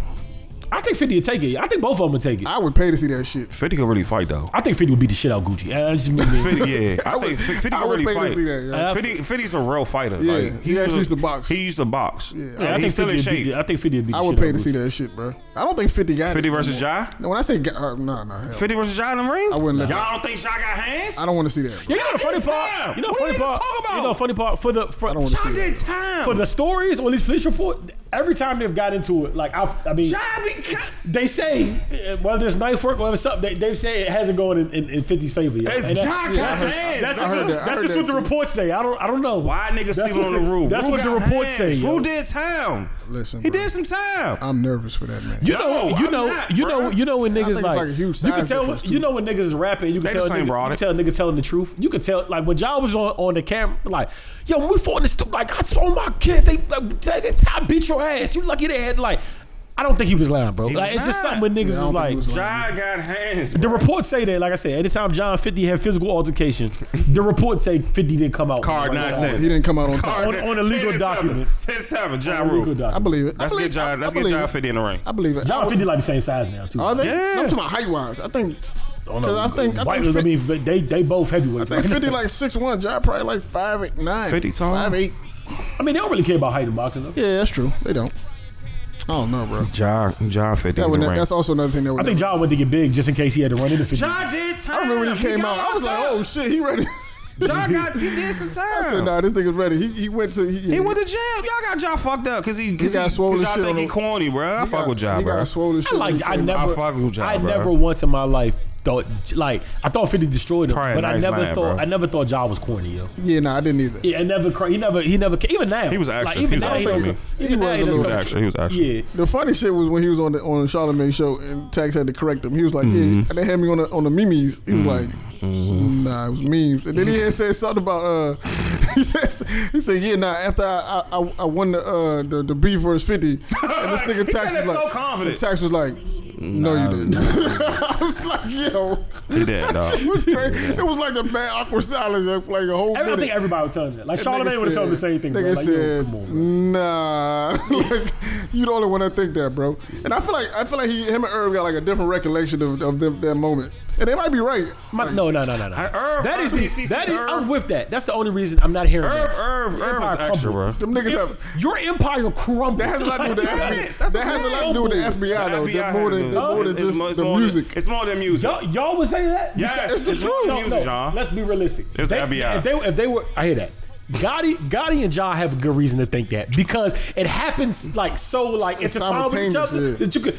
I think 50 would take it. I think both of them would take it. I,
I would pay to see that shit.
Fifty could really fight though.
think 50 would beat the shit out of Gucci. I just mean, man.
50, yeah, I,
would-
think 50
I
can
would
really
pay to
fight.
see that, yeah.
50, 50's a real fighter.
Yeah,
like,
he actually
was-
used to box.
He used to box. Yeah,
I think
he's still in
50 would beat
shape.
the- I think 50 would beat
I
the
would
shit
pay
out
to
of
see
Gucci.
that shit, bro. I don't think Fifty got
50
it.
versus Ja.
No, when I say got, uh, nah, nah, hell.
50 versus Ja in the ring.
I wouldn't let.
Y'all don't think Ja got hands?
I don't want to see that.
You know the funny
It's
part?
time.
You know the
What
funny
are you
part?
talking about?
You know the funny part for the
I don't
for,
want to
Ja
see that.
did time.
for the stories or at least police report. Every time they've got into it, like I, I mean,
Ja be cut.
they say uh, whether it's knife work, whether it's something, they, they say it hasn't gone in, in, in 50's favor yet.
It's
And that-
Ja
yeah, I
got
heard-
hands.
That's
I
just,
heard
what,
that. I
that's
heard
just
that
what the
too.
reports say. I don't I don't know
Why niggas
That's
sleeping
what
on
the-
the roof?
that's
Rue
what the
got
reports
hands.
say, yo.
Rue did time.
Listen,
He
bro.
did some time.
I'm nervous for that man.
You
No,
know, you
I'm
know,
not,
you know,
bruh.
you know when
think
niggas
it's
like,
like a huge
you can
size
tell,
difference, too.
you know when niggas is rapping, you can
They
tell,
the
a
same,
nigga,
bro.
you can tell a nigga telling the truth. You can tell, like when y'all was on, on the camera, like, yo, when we fought in the stu- like I saw my kid, they like, they, they, I beat your ass. You lucky they had like, I don't think he was lying, bro. like
was
it's just
not.
something when niggas
I don't
is
think
like.
he was lying.
Ja got hands.
the reports say that, like I said, anytime John 50 had physical altercations, the reports say 50 didn't come out.
Card
Like,
nonsense.
He didn't come out on
Card
time.
on- on the legal
10 and
documents.
7. 10 7, Ja
Really good
Rule.
document.
I believe it. I
Let's
believe,
get Ja.
I-
Let's
I
get
believe
Ja
it.
50 in the ring.
I believe it. I
John
would-
50 like the same size now too.
Are they?
Yeah.
I'm talking about height wise. I think. Cause
don't know.
I think I
White
think,
was- I
50,
mean, but they they both
I
heavyweights.
think
right?
fifty like six one. Job probably like five eight nine.
50 tall?
Five eight.
I mean, they don't really care about height in boxing. Though.
Yeah, that's true. They don't. I don't know, bro.
Ja, ja 50
That
in
would
the
ne-
ring.
that's also another thing that would.
I think John went to get big just in case he had to run into 50.
Ja did time.
I remember when he came out. I was like, oh shit, he ready.
Ja got he did some time.
I said, nah, this nigga's ready. He, he went to. He,
He went to jail. Y'all got y'all fucked up because he, cause
got
he,
swole
cause
as
y'all
shit
think
on
he
the-
corny, bro. I
he
fuck
got-
with y'all,
He
bro.
got swole as shit.
I
when
like
he
I
came out.
never
fuck with Ja,
I
bro.
never once in my life thought like I thought 50 destroyed him,
Probably a
but I
nice
never
man,
thought
bro.
I never thought John was corny, yo.
Yeah, nah, I didn't either.
Yeah, I never cra- he never he never ca- even now.
He was
Like,
actually-
even
he was
now,
actually
don't
on me.
cra-
He
even now
was
he
a
doesn't
little
cra-
He was actually- he was actually.
Yeah.
The funny shit was when he was on the on the Charlemagne show and Tax had to correct him. He was like, yeah,
Mm-hmm.
and they had me on the on the memes. He was like, nah, it was memes. And then he had said something about uh, he says he said, yeah, nah. After I I, I, I won the uh the, the B verse fifty, and this
He
nigga
said
Tax
that
was like,
so confident.
Tax was like, no, you didn't. I was like, yo.
He did, dog.
It was crazy. It was like the bad awkward silence like, for like a whole.
I don't think
minute.
everybody would tell him that. Like
That nigga
Charlamagne would have told him the
said-
same thing. bro.
Nigga
Like, yo,
said,
come on, bro.
"Nah, like you the only one that think that, bro." And I feel like I feel like he, him and Irv got like a different recollection of, of them, that moment, and they might be right.
My, no, no, no, no, no.
I- Irv,
that
Irv,
is
he- he
the,
said
that is.
Irv.
I'm with that. That's the only reason I'm not hearing.
Irv,
that.
Irv, Irv
Empire
was extra,
crumbled.
bro.
Them niggas have
Your empire crumbled.
that has a lot to do with the
Like,
FBI.
that's
that has a lot to do with the FBI though. That more than that more than
It's more-
just
it's
the
more than-
music.
It's more than music.
Y'all, y'all would say that?
Yes,
Because-
it's more than music, John.
Let's be realistic.
It's
they,
FBI.
If they, if they were, I hear that. Gotti, Gotti, and John have a good reason to think that because it happens like so, like it's found with each
Simultaneous,
other
yeah.
that you could.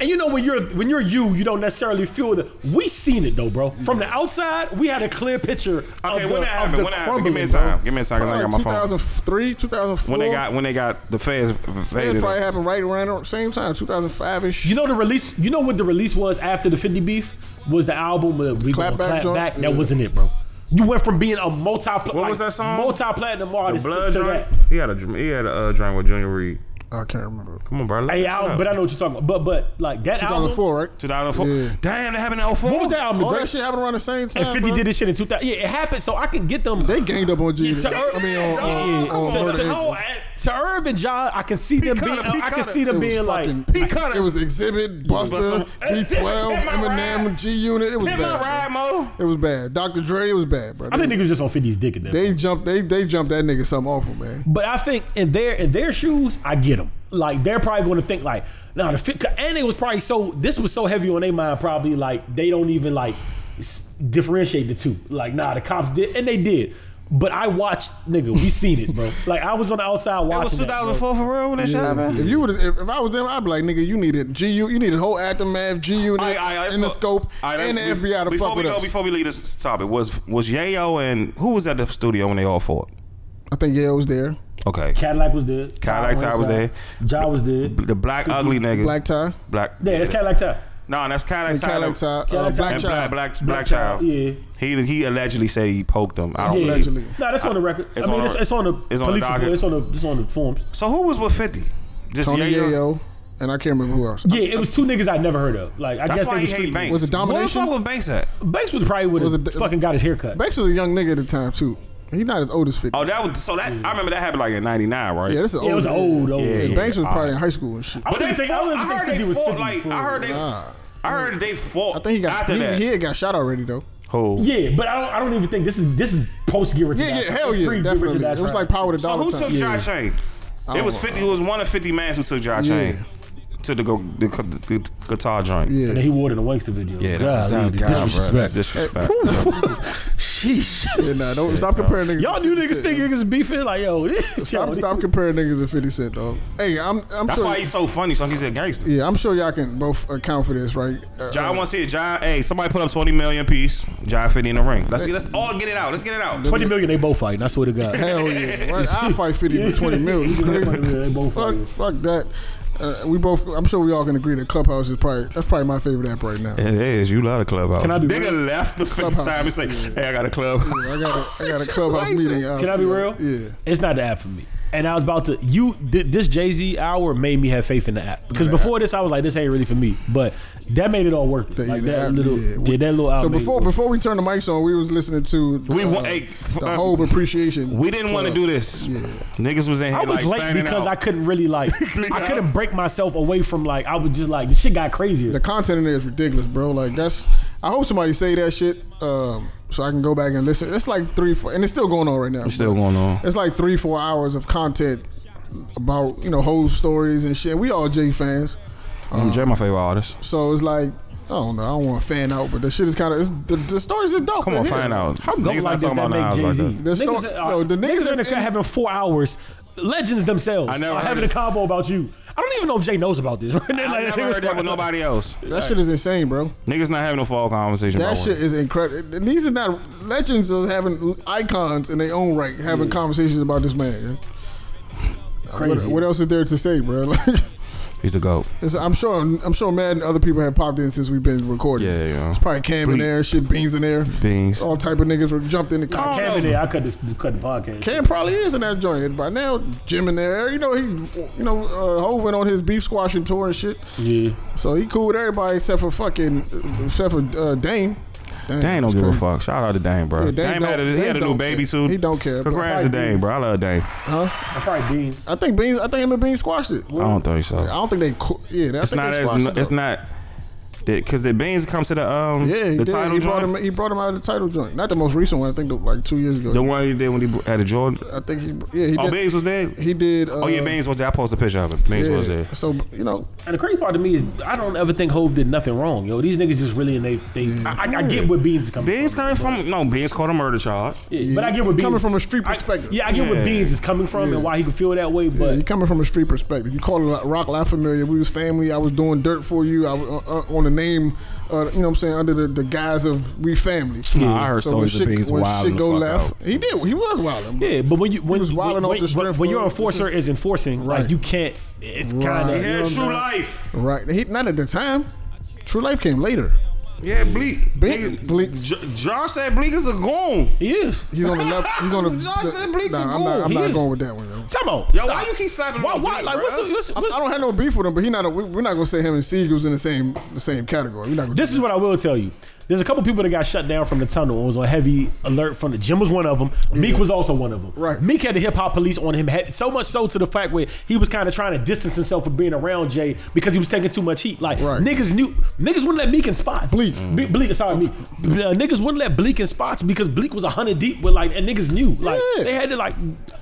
And you know when you're when you're you, you don't necessarily feel the. We seen it though, bro. From the outside, we had a clear picture.
Okay,
of
when that
the, Of the
happened, when that happened, give me a
crumbling, bro.
time. Give me a time, cause I ain't
Like
got my phone.
2003, 2004.
When they got, when they got the feds
That
faded.
probably happened right around the same time, 2005 ish.
You know the release. You know what the release was after the 50 beef was the album with we
Clap Back
clap back. Clap
joint?
back.
Yeah.
That wasn't it, bro. You went from being a multi what
was that song?
multi platinum
The
artist
blood
to
joint.
that.
He had a, he had a uh, joint with Junior Reed.
I can't remember.
Come on, bro.
Hey, I, but I know what you're talking about. But but like that album.
2004, right?
2004.
Yeah.
Damn, that happened in 04.
What was that album?
All
Great-
that shit happened around the same time.
and 50
bro.
did this shit in 2000. Yeah, it happened. So I can get them.
They ganged up on G.
Yeah, to-
I mean, on,
Yeah,
on, on,
come on.
Murder, Inc.
Oh, eh,
to Irv and John, I can see them
cut
being.
it,
uh,
he
I
cut
can
it.
see them
It
being
was
like.
fucking-
He cut
It was Exhibit, Buster,
Buster,
B12,
Exhibit, Hit My
Eminem,
Ride.
G Unit. It was
Hit my
bad.
ride, Mo.
It was bad. Dr. Dre, it was bad, bro.
I
They,
think niggas just on 50's dick at that.
they jumped. They they jumped that nigga something awful, man.
But I think in their in their shoes, I get them. Like they're probably going to think like, nah, the fit. And it was probably so. This was so heavy on their mind. Probably like they don't even like s- differentiate the two. Like nah, the cops did, and they did. But I watched, nigga. We seen it, bro. Like I was on the outside
It was
watching. that, bro.
2004 for real when that shit
Yeah.
happened.
If you would, if, if I was them, I'd be like, nigga, you needed GU, you needed whole aftermath, G Unit,
All right, all right, let's
in the
go.
scope,
All right,
and the
let's-
FBI to
before
fuck
we
with
go,
us.
Before we leave this topic, was was Yayo and who was at the studio when they all fought?
I think Yale was there.
Okay,
Cadillac was dead.
Cadillac Ty was
Ringside. Ja was dead.
the black ugly nigga,
Black tie,
black.
Yeah, that's Cadillac Ty.
No, that's Cadillac.
Cadillac tie,
Ty.
uh,
And black,
black
Cadillac Ty.
child.
black,
Black
black
Child,
child.
yeah.
He he allegedly said he poked him. I don't
Yeah.
believe.
Allegedly.
Nah, that's on the record.
It's
I mean,
on
it's,
the-
it's on the
it's on the
police
docket.
report. It's on the it's on the forms.
So who was with Fifty? Just
Tony
Yayo.
Yayo, and I can't remember who else.
Yeah, it was two niggas I never heard of. Like I
That's
guess
why
they
he
was
hate
street
Banks.
Was it
Where the
domination?
fuck was Banks at?
Banks was probably would
Was
have
it-
fucking got his haircut.
Banks was a young nigga at the time too. He not as old as fifty.
Oh, that was so that I remember that happened like in '99, right?
yeah, this is old.
It was old, old.
Yeah.
Yeah, Banks was probably
I-
in high school and shit.
But they
wouldn't think- I
fought.
wouldn't
I,
think
heard
he
they
was
fought.
50
Like I heard they.
Nah.
I heard they fought.
I think he got
after
he,
that.
he had got shot already though.
Who?
Yeah, but I don't. I don't even think this is this is post Get Rich or
Yeah,
Die
yeah,
Trying.
hell
It's
yeah,
pre-Get Rich or
definitely.
Die
It was
Trying.
like power to
So
dollar
who
time.
took Josh Shane? It was fifty. It was one of fifty mans who took Josh
Yeah.
Shane to the, go, the, gu- gu- guitar joint.
Yeah.
And then he wore it in the Wankster video.
Yeah, that was
Golly,
down.
the
God,
disrespect.
bro. Disrespect.
Yeah, nah, don't stop comparing niggas.
Y'all
to
new
50
niggas
Cent,
think
though.
niggas beefing like yo.
Stop, stop comparing niggas to Fifty Cent though. Hey, I'm I'm
That's
sure.
why he's so funny. So he's a gangster.
yeah, I'm sure y'all can both account for this, right? Uh,
John wants to see it. John, hey, somebody put up twenty million piece. John fifty in the ring. Let's let's all get it out. Let's get it out.
Twenty million, they both fighting. I swear to God.
Hell yeah! Well, I fight Fifty with twenty mil.
they both
fuck,
fighting.
fuck that. Uh, we both. I'm sure we all can agree that Clubhouse is probably that's probably my favorite app right now.
It is. You love the clubhouse.
Can I be
Nigga
real?
left the fucking
Clubhouse.
time. It's like, hey, I got a club.
I got a, I got a Clubhouse meeting. I'll
Can I
see
be
you.
real?
Yeah.
It's not the app for me. And I was about to you thi- this Jay Z hour made me have faith in the app because before this I was like this ain't really for me, but that made it all worth it.
The-
Like
the
that
app,
little,
yeah.
yeah, that little. hour
So
made it
before
worth it.
before we turned the mics on, we was listening to the,
We wa-
uh,
hey,
the
uh,
whole appreciation.
We didn't want to
Club.
do this. Niggas was in here
I was
like
late
fanning
because
out.
I couldn't really like I couldn't break myself away from like I was just like the shit got crazier.
The content in there is ridiculous, bro. Like that's. I hope somebody say that shit um, so I can go back and listen. It's like three, four, and it's still going on right now. It's
still going on.
It's like three, four hours of content about you know whole stories and shit. We all Jay fans,
Um, Jay, my favorite artist.
so it's like I don't know. I don't want to fan out, but the shit is kind of the, the stories are dope.
Come on,
man.
find out.
How go
Niggas
like
not
this
talking
that
about
make
knives
Jay
like
Z?
that.
The sto-
niggas, are,
yo, the
the
niggas
niggas, are in the
that's
cut
in-
having four hours. Legends themselves
I never
are
heard
having
this.
a combo about you. I don't even know if Jay knows about this. Right?
I never heard that with nobody else.
That shit is insane, bro.
Niggas not having a fall conversation.
That
about
shit
it.
is incredible. And These are not legends of having icons in their own right, having conversations about this man. What,
Crazy.
what else is there to say, bro? Like,
He's the goat.
it's- I'm sure. I'm sure. Mad and other people have popped in since we've been recording.
Yeah, yeah.
It's probably Cam in
Bre-
there, shit, Beans in there,
Beans.
all type of niggas were jumped in the
I
car.
can't be there. I cut this cut the podcast.
Cam probably is in that joint by now. Jim in there, you know he, you know, uh, Hov went on his beef squashing tour and shit,
Yeah.
so he cool with everybody except for fucking, except for uh, Dame.
Dane don't
it's
give a
crazy.
fuck. Shout out to Dane, bro.
Yeah, Dame
Dame, had a,
don't-
he had
Dame
a new
don't
baby
care.
too.
He don't care, bro.
Congrats to
Probably
Dane,
Beans.
bro. I love Dane.
I probably Dean's.
I think Beans. I think him and Beans squashed it.
I don't think so.
I don't think they. Co- yeah,
Oh. It's
that's
not
They squashed
as.
it
It's
though.
not. Because the Beans comes to the um
Yeah, he
the
did.
title
he
joint.
brought him. He brought him out of the title joint. Not the most recent one. I think the, like two years ago.
the one he did when he had a Jordan.
I think he. Yeah, he
Oh,
did.
Beans was there.
He did. Uh,
Oh yeah, Beans was there. I posted a picture of him. Beans was there.
Yeah. So you know,
And the crazy part to me is I don't ever think Hove did nothing wrong. Yo, these niggas just really and they they. I, I, I get where Beans is coming.
Beans
from,
coming from no. Beans caught a murder charge.
Yeah, but I get what Beans
coming from a street
I-
perspective.
yeah, I get
Yeah.
where Beans is coming from and why he could feel that way. But
you coming from a street perspective. You call it like rock life familiar. We was family. I was doing dirt for you. I was uh, uh, on the name. Uh, you know what I'm saying under the, the guise of we family.
Nah, I heard
so when
stories of
shit,
Beans
when
wilding
shit
the
go
fuck
left,
out.
he did. He was wild.
Yeah, but when you when,
was wilding
when,
off
when,
the strength
when your
of- this
enforcer is, enforcing,
Right.
like you can't. It's
Right.
kind
He
of
had
True life.
Right. He, not at the time. True life came later.
Yeah, Bleak.
Bleak-
Nigga,
Bleak-
J- Josh said Bleak is a goon.
He is.
He's on the left. He's on the.
John
the-
said Bleak's
nah,
a
I'm not,
goon.
I'm
He
not
is.
going with that one. Yo.
Come on.
Yo,
stop.
why you keep slapping
Why?
on
Why?
Bleak,
Like what's,
bruh?
what's,
I,
what's
I don't have no beef with him, but he not. A, we, we're not gonna say him and Seagal's in the same the same category. We're not gonna.
This is what I will tell you. There's a couple people that got shut down from the tunnel and was on heavy alert from the Jim was one of them. Meek was also one of them.
Right.
Meek had the hip hop police on him had- so much so to the fact where he was kind of trying to distance himself from being around Jay because he was taking too much heat. Like
Right.
niggas knew niggas wouldn't let Meek in spots.
Bleak.
Be- Bleak, sorry, Meek. B- uh, niggas wouldn't let Bleak in spots because Bleak was hundred deep with like and niggas knew. Like
Yeah.
they had to like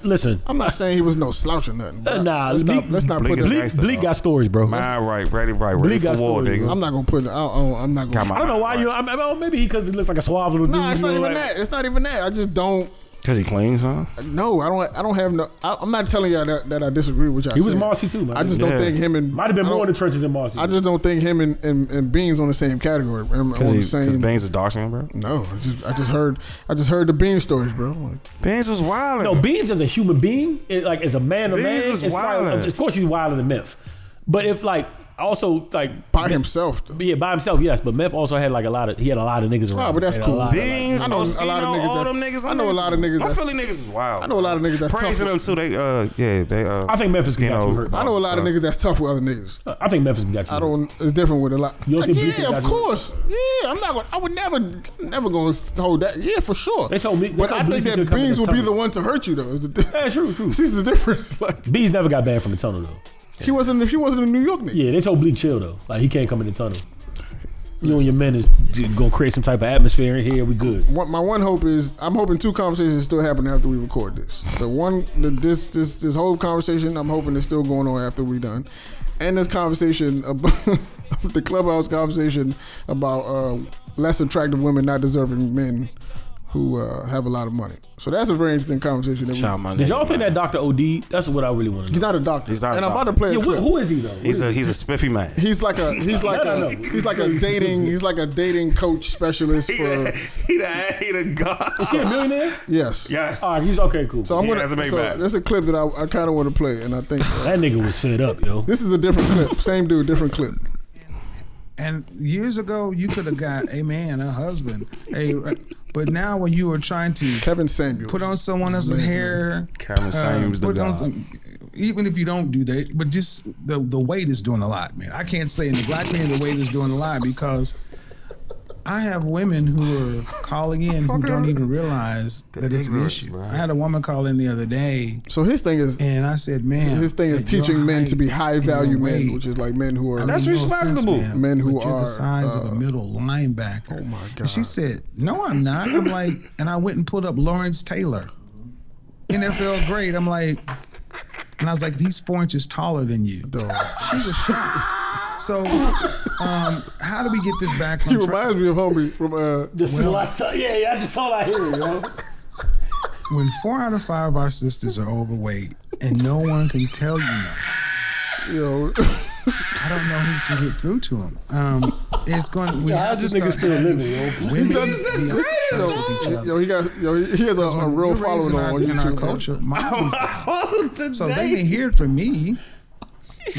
listen. Uh,
I'm not saying he was no slouch or nothing. but
nah,
let's
Bleak-
not, let's not
Bleak
put.
is
That,
nice.
Bleak, Bleak got stories, bro.
My right, ready, right, ready
Bleak
for
got
war,
stories,
nigga.
bro.
I'm not gonna put. I, don't- I'm not
Got
gonna.
my
I don't know why
mind
you. I, I don't, maybe he because he looks like a suave little dude.
Nah, it's
you
not
know,
even
like-
that. It's not even that. I just don't.
Cause he clean, huh?
No, I don't. I don't have no. I, I'm not telling y'all that, that I disagree with y'all.
He was
said.
Marcy too, man.
I just
Yeah.
don't think him and
Might have been
I
more in
don't-
the trenches than Marcy.
I just don't think him and, and, and Beans on the same category. On
Cause,
the
he, cause
same.
Baines is dark skin, bro.
No, I just, I just heard. I just heard the Bean stories, bro. Like,
Baines was wild.
No, Beans as a human being, it, like as a man, a
Beans
man,
is
it's probably-
wildin'.
of course he's wilder than Myth. But if like also like
by himself. Though.
yeah by himself. Yes, but Meth also had like a lot of he had a lot of niggas around.
Nah, but that's
him, and a
cool.
lot of, like,
Beans,
I know a lot of
Faustino,
niggas
All
that's-
them niggas,
I know a lot of niggas
My
that's-
Philly niggas is wild.
I know a lot of niggas that's
praising them
tough.
too. They uh yeah they uh.
I think Memphis got you hurt.
I know a lot of niggas that's tough with other niggas.
I think Memphis got you.
I don't. It's different with a lot.
You don't
Like,
think Beasley
yeah,
got
of
you?
course. Yeah, I'm not. Gonna, I would never, never gonna hold that. Yeah, for sure.
They told me- they
but
told
I think
Beasley could
that
come in
Beans
the
will be
tunnel.
the one to hurt you though. Is the-
Yeah, true, true.
Sees the difference. Like
Bees never got banned from the tunnel though.
he wasn't. If he wasn't a New York nigga,
Yeah, they told Bleak chill though. Like he can't come in the tunnel. You and your men is gonna create some type of atmosphere in here. We good.
One- my one hope is I'm hoping two conversations still happen after we record this. The one, the, this, this, this whole conversation, I'm hoping is still going on after we done, and this conversation about the clubhouse conversation about uh, less attractive women not deserving men who uh, have a lot of money. So that's a very interesting conversation. That we,
Shout my
Did
nigga,
y'all think
man.
that Doctor Od? That's what I really want to know.
he's not a doctor,
He's not a
and I'm about to
doctor.
play a
Yeah,
clip.
wh- who is he though?
He's a he's a spiffy man.
He's like a he's like
no,
a
no.
he's like a dating he's like a dating coach specialist
He the
for
he the, he the god.
Is he a millionaire?
yes
Yes.
All right, he's okay, cool.
So I'm
He
gonna.
has a big
So
back.
there's a clip that I, I kind of want to play, and I think
that nigga was fed up, yo.
this is a different clip. Same dude, different clip.
And years ago, you could have got a man, a husband, a. But now, when you are trying to
Kevin Samuel.
put on someone else's hair, uh,
Kevin Samuel's the
put on
god.
some- even if you don't do that, but just the the weight is doing a lot, man. I can't say in the black man the weight is doing a lot because I have women who are calling in who don't even realize that it's an issue. I had a woman call in the other day,
So his thing is
and I said, "Man,
his thing is
at your
teaching men
height
to be high
and your
value men,
weight,
which is like men who are.
I mean, no offense,
respectable.
Men who
but you're
are,
the size of
uh,
a middle linebacker.
Oh, my God.
And she said, "No, I'm not." I'm like, and I went and pulled up Lawrence Taylor, NFL grade. I'm like, and I was like, he's four inches taller than you. She was shocked. So, um, how do we get this back?
he
on track?
reminds me of homie from uh,
This is a lot. Of, yeah, yeah, that's all I hear, yo.
When four out of five of our sisters are overweight, and no one can tell you nothing.
you know,
I don't know who can get through to him. Um, it's going. We
How
have to
this nigga
start
still
having
living, yo?
Women be
does-
honest with each
yo,
other.
yo, he got yo, he, he has a, a
When
real
we raised
following
in
on
our, in our
YouTube.
culture. Mom so they can hear it from me.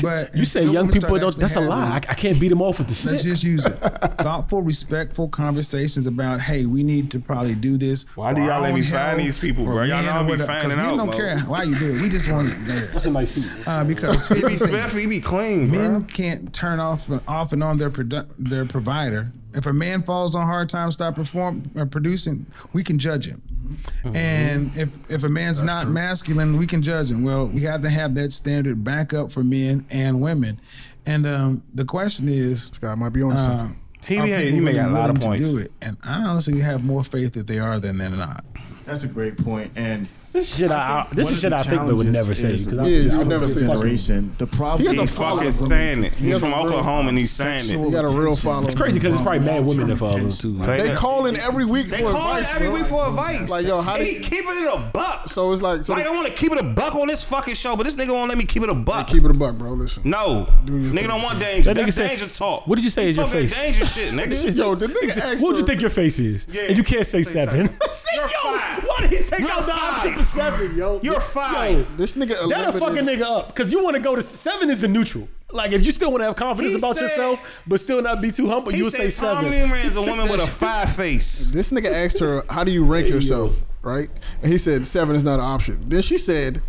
But
You say
until
young
we start
people don't.
actually
That's a
having-
lie. I, I can't beat him off with the
Let's
shit.
just use it. Thoughtful, respectful conversations about, hey, we need to probably do this.
Why do
for
y'all
our
let
own
me find
health,
these people,
for
bro? Y'all
men
know
or
I be
whatever," 'cause
finding
men
out,
don't
bro.
care why you do it. We just want it there.
That's in my seat.
Uh, because
He be spiffy. He be clean, bro.
Men can't turn off off and on their produ- their provider. If a man falls on hard times, stop perform uh, producing, we can judge him.
Mm-hmm.
And if if a man's not masculine, we can judge him. Well, we have to have that standard back up for men and women. And um, the question is,
Guy might be on
uh,
something.
He
are
be- he
people
make a
really
lot of
willing to
points.
do it? And I honestly have more faith that they are than they're not.
That's a great point, and
This shit I,
think
this
one
is
of
shit
the
I think they would
challenges
never say.
is
'cause
with
I-
Yeah, you
this
would never
older
say that.
generation. The problem
He has
He
a
is
fucking
follow from-
saying it. He
has
from
a real
Oklahoma and he's saying
sexual
it.
He got a real
attention.
following. It's
Crazy because it's probably mad women that follow him too.
Play
They
that.
call in every week
They
for
call
advice.
it every
son.
week for advice.
Like, yo, how
And
do-
he keep it in a buck?
So it's like, so
like I want to keep it a buck on this fucking show, but this nigga won't let me keep it a buck.
keep it a buck, bro. Listen,
no, nigga don't want danger.
That nigga
That's
said-
dangerous talk.
What did you say
He
is your
talking
face?
Danger shit, nigga.
yo, the nigga asked
What would you
her-
think your face is?
Yeah.
And you can't say seven.
You're five.
Why did he take
You're
out the
five.
option for seven, yo?
You're five.
This nigga
That'll fuck a
eliminated-
nigga up because you want to go to seven is the neutral. Like if you still want to have confidence
He
about
said-
yourself, but still not be too humble,
He
you'll
said
say
Tom
seven.
Newman is a woman with a five face.
This nigga asked her, "How do you rank yourself?" Right, and he said seven is not an option. Then she said,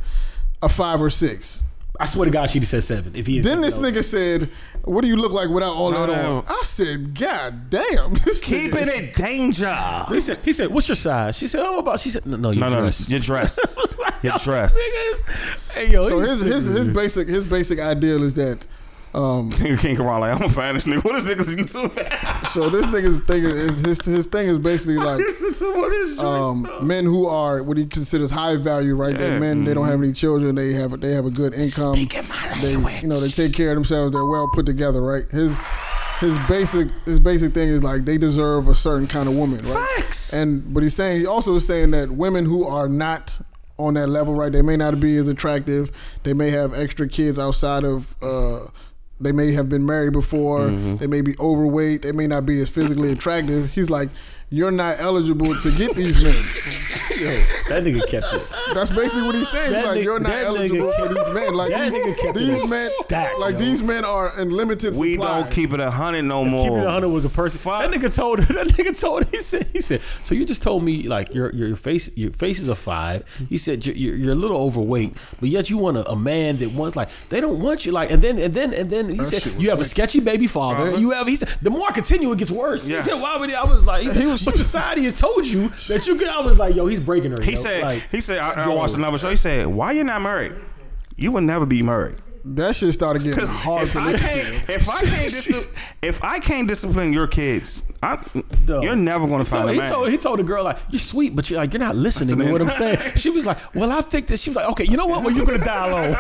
"A five or six.
I swear to God, she'd have said seven if he. had
Then
said
this
no.
nigga said, "What do you look like without all that
no.
on?" I said, "God damn, this
Keeping
nigga,
it danger.
He said, he said, "What's your size?" She said, "I'm about." She said, "No, no, your
No, no, no.
dress."
Your dress. Your dress.
Hey, yo,
So
he
his
said-
his his basic his basic ideal is that. Um,
you can't go around like I'm gonna find this nigga. What is niggas YouTube?
so this nigga's thing is his his thing is basically like
what is your
um, men who are what he considers high value, right? They're
Yeah.
men. They don't have any children. They have they have a good income. they you know they take care of themselves. They're well put together, right? His his basic his basic thing is like they deserve a certain kind of woman, right?
Facts.
And but he's saying he also is saying that women who are not on that level, right? They may not be as attractive. They may have extra kids outside of. Uh, they
Mm-hmm.
may have been married before. They may be overweight. They may not be as physically attractive. He's like, you're not eligible to get these men.
That nigga kept it.
That's basically what he's saying.
That
like
nigga-
you're not
that
eligible
nigga
for these men. Like
that
these,
nigga kept it
these men,
stacked,
like
yo.
these men are in limited
We
supply.
don't keep it a hundred no more.
Keeping it hundred was a person.
Fuck.
That nigga told her. That nigga told. He said. He said. So you just told me like your your, your face your face is a five. He said you're, you're, you're a little overweight, but yet you want a, a man that wants like they don't want you like and then and then and then he said
shit was
you have a sketchy baby father. You have he said the more I continue it gets worse.
Uh-huh. Yes.
He said why would he, I was like he said, but society has told you that you can. I was like yo he's breaking her.
He
yo.
said.
like,
he said. I, I
yo.
watched another show. He said, "Why you not married? You will never be married."
That shit started getting
Because
hard
if,
to
I
listen to.
can't, if I can't, dis- if I can't discipline your kids, I, you're never gonna
So
find a
he
man.
told he told the girl like you're sweet, but you're like you're not listening to
Listening.
what I'm saying. She was like, "Well, I think that." She was like, "Okay, you know what? Well, you're gonna die alone."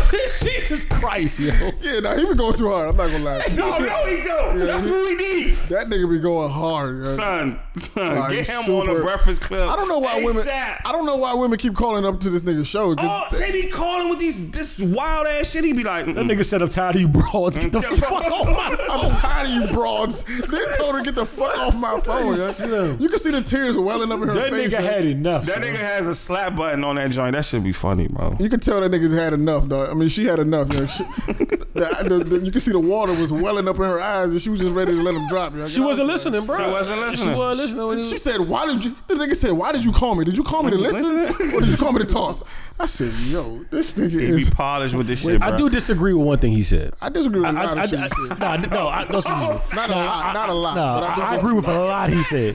Jesus Christ, yo!
Yeah, nah, he be going too hard. I'm not gonna lie.
no, no, he don't. That's what we need,
That nigga be going hard. yo.
son. son
Like,
get him on
super-
the Breakfast Club.
I don't know why women. I don't know why women keep calling up to this nigga show. 'cause
Oh, they be calling with these this wild ass shit. He be like,
That nigga said, "I'm tired of you broads. Get the fuck off my
I'm tired of you broads. They told her get the fuck off my phone. yo. You can see the tears welling up in her
That
face.
nigga
yo.
had enough.
That
yo.
nigga has a slap button on that joint. That should be funny, bro.
You can tell that nigga had enough, dog. I mean, she had enough. yo. She- the- the- the- you can see the water was welling up in her eyes, and she was just ready to let him drop. yo.
She wasn't listening, bro.
She wasn't listening.
She wasn't listening. When he
She
was-
said, "Why did you?" The nigga said, "Why did you call me? Did you call me to listen, or did you call me to talk?" I said, "Yo, this nigga
He be
is."
polished with this shit, bro.
I do disagree with one thing he said.
I disagree with a
I,
lot
I, I,
of shit. he said.
nah, no, I, no, excuse me.
Not a
No,
lot,
I-
not a lot,
No,
but I
I,
do
I agree with a lot he said.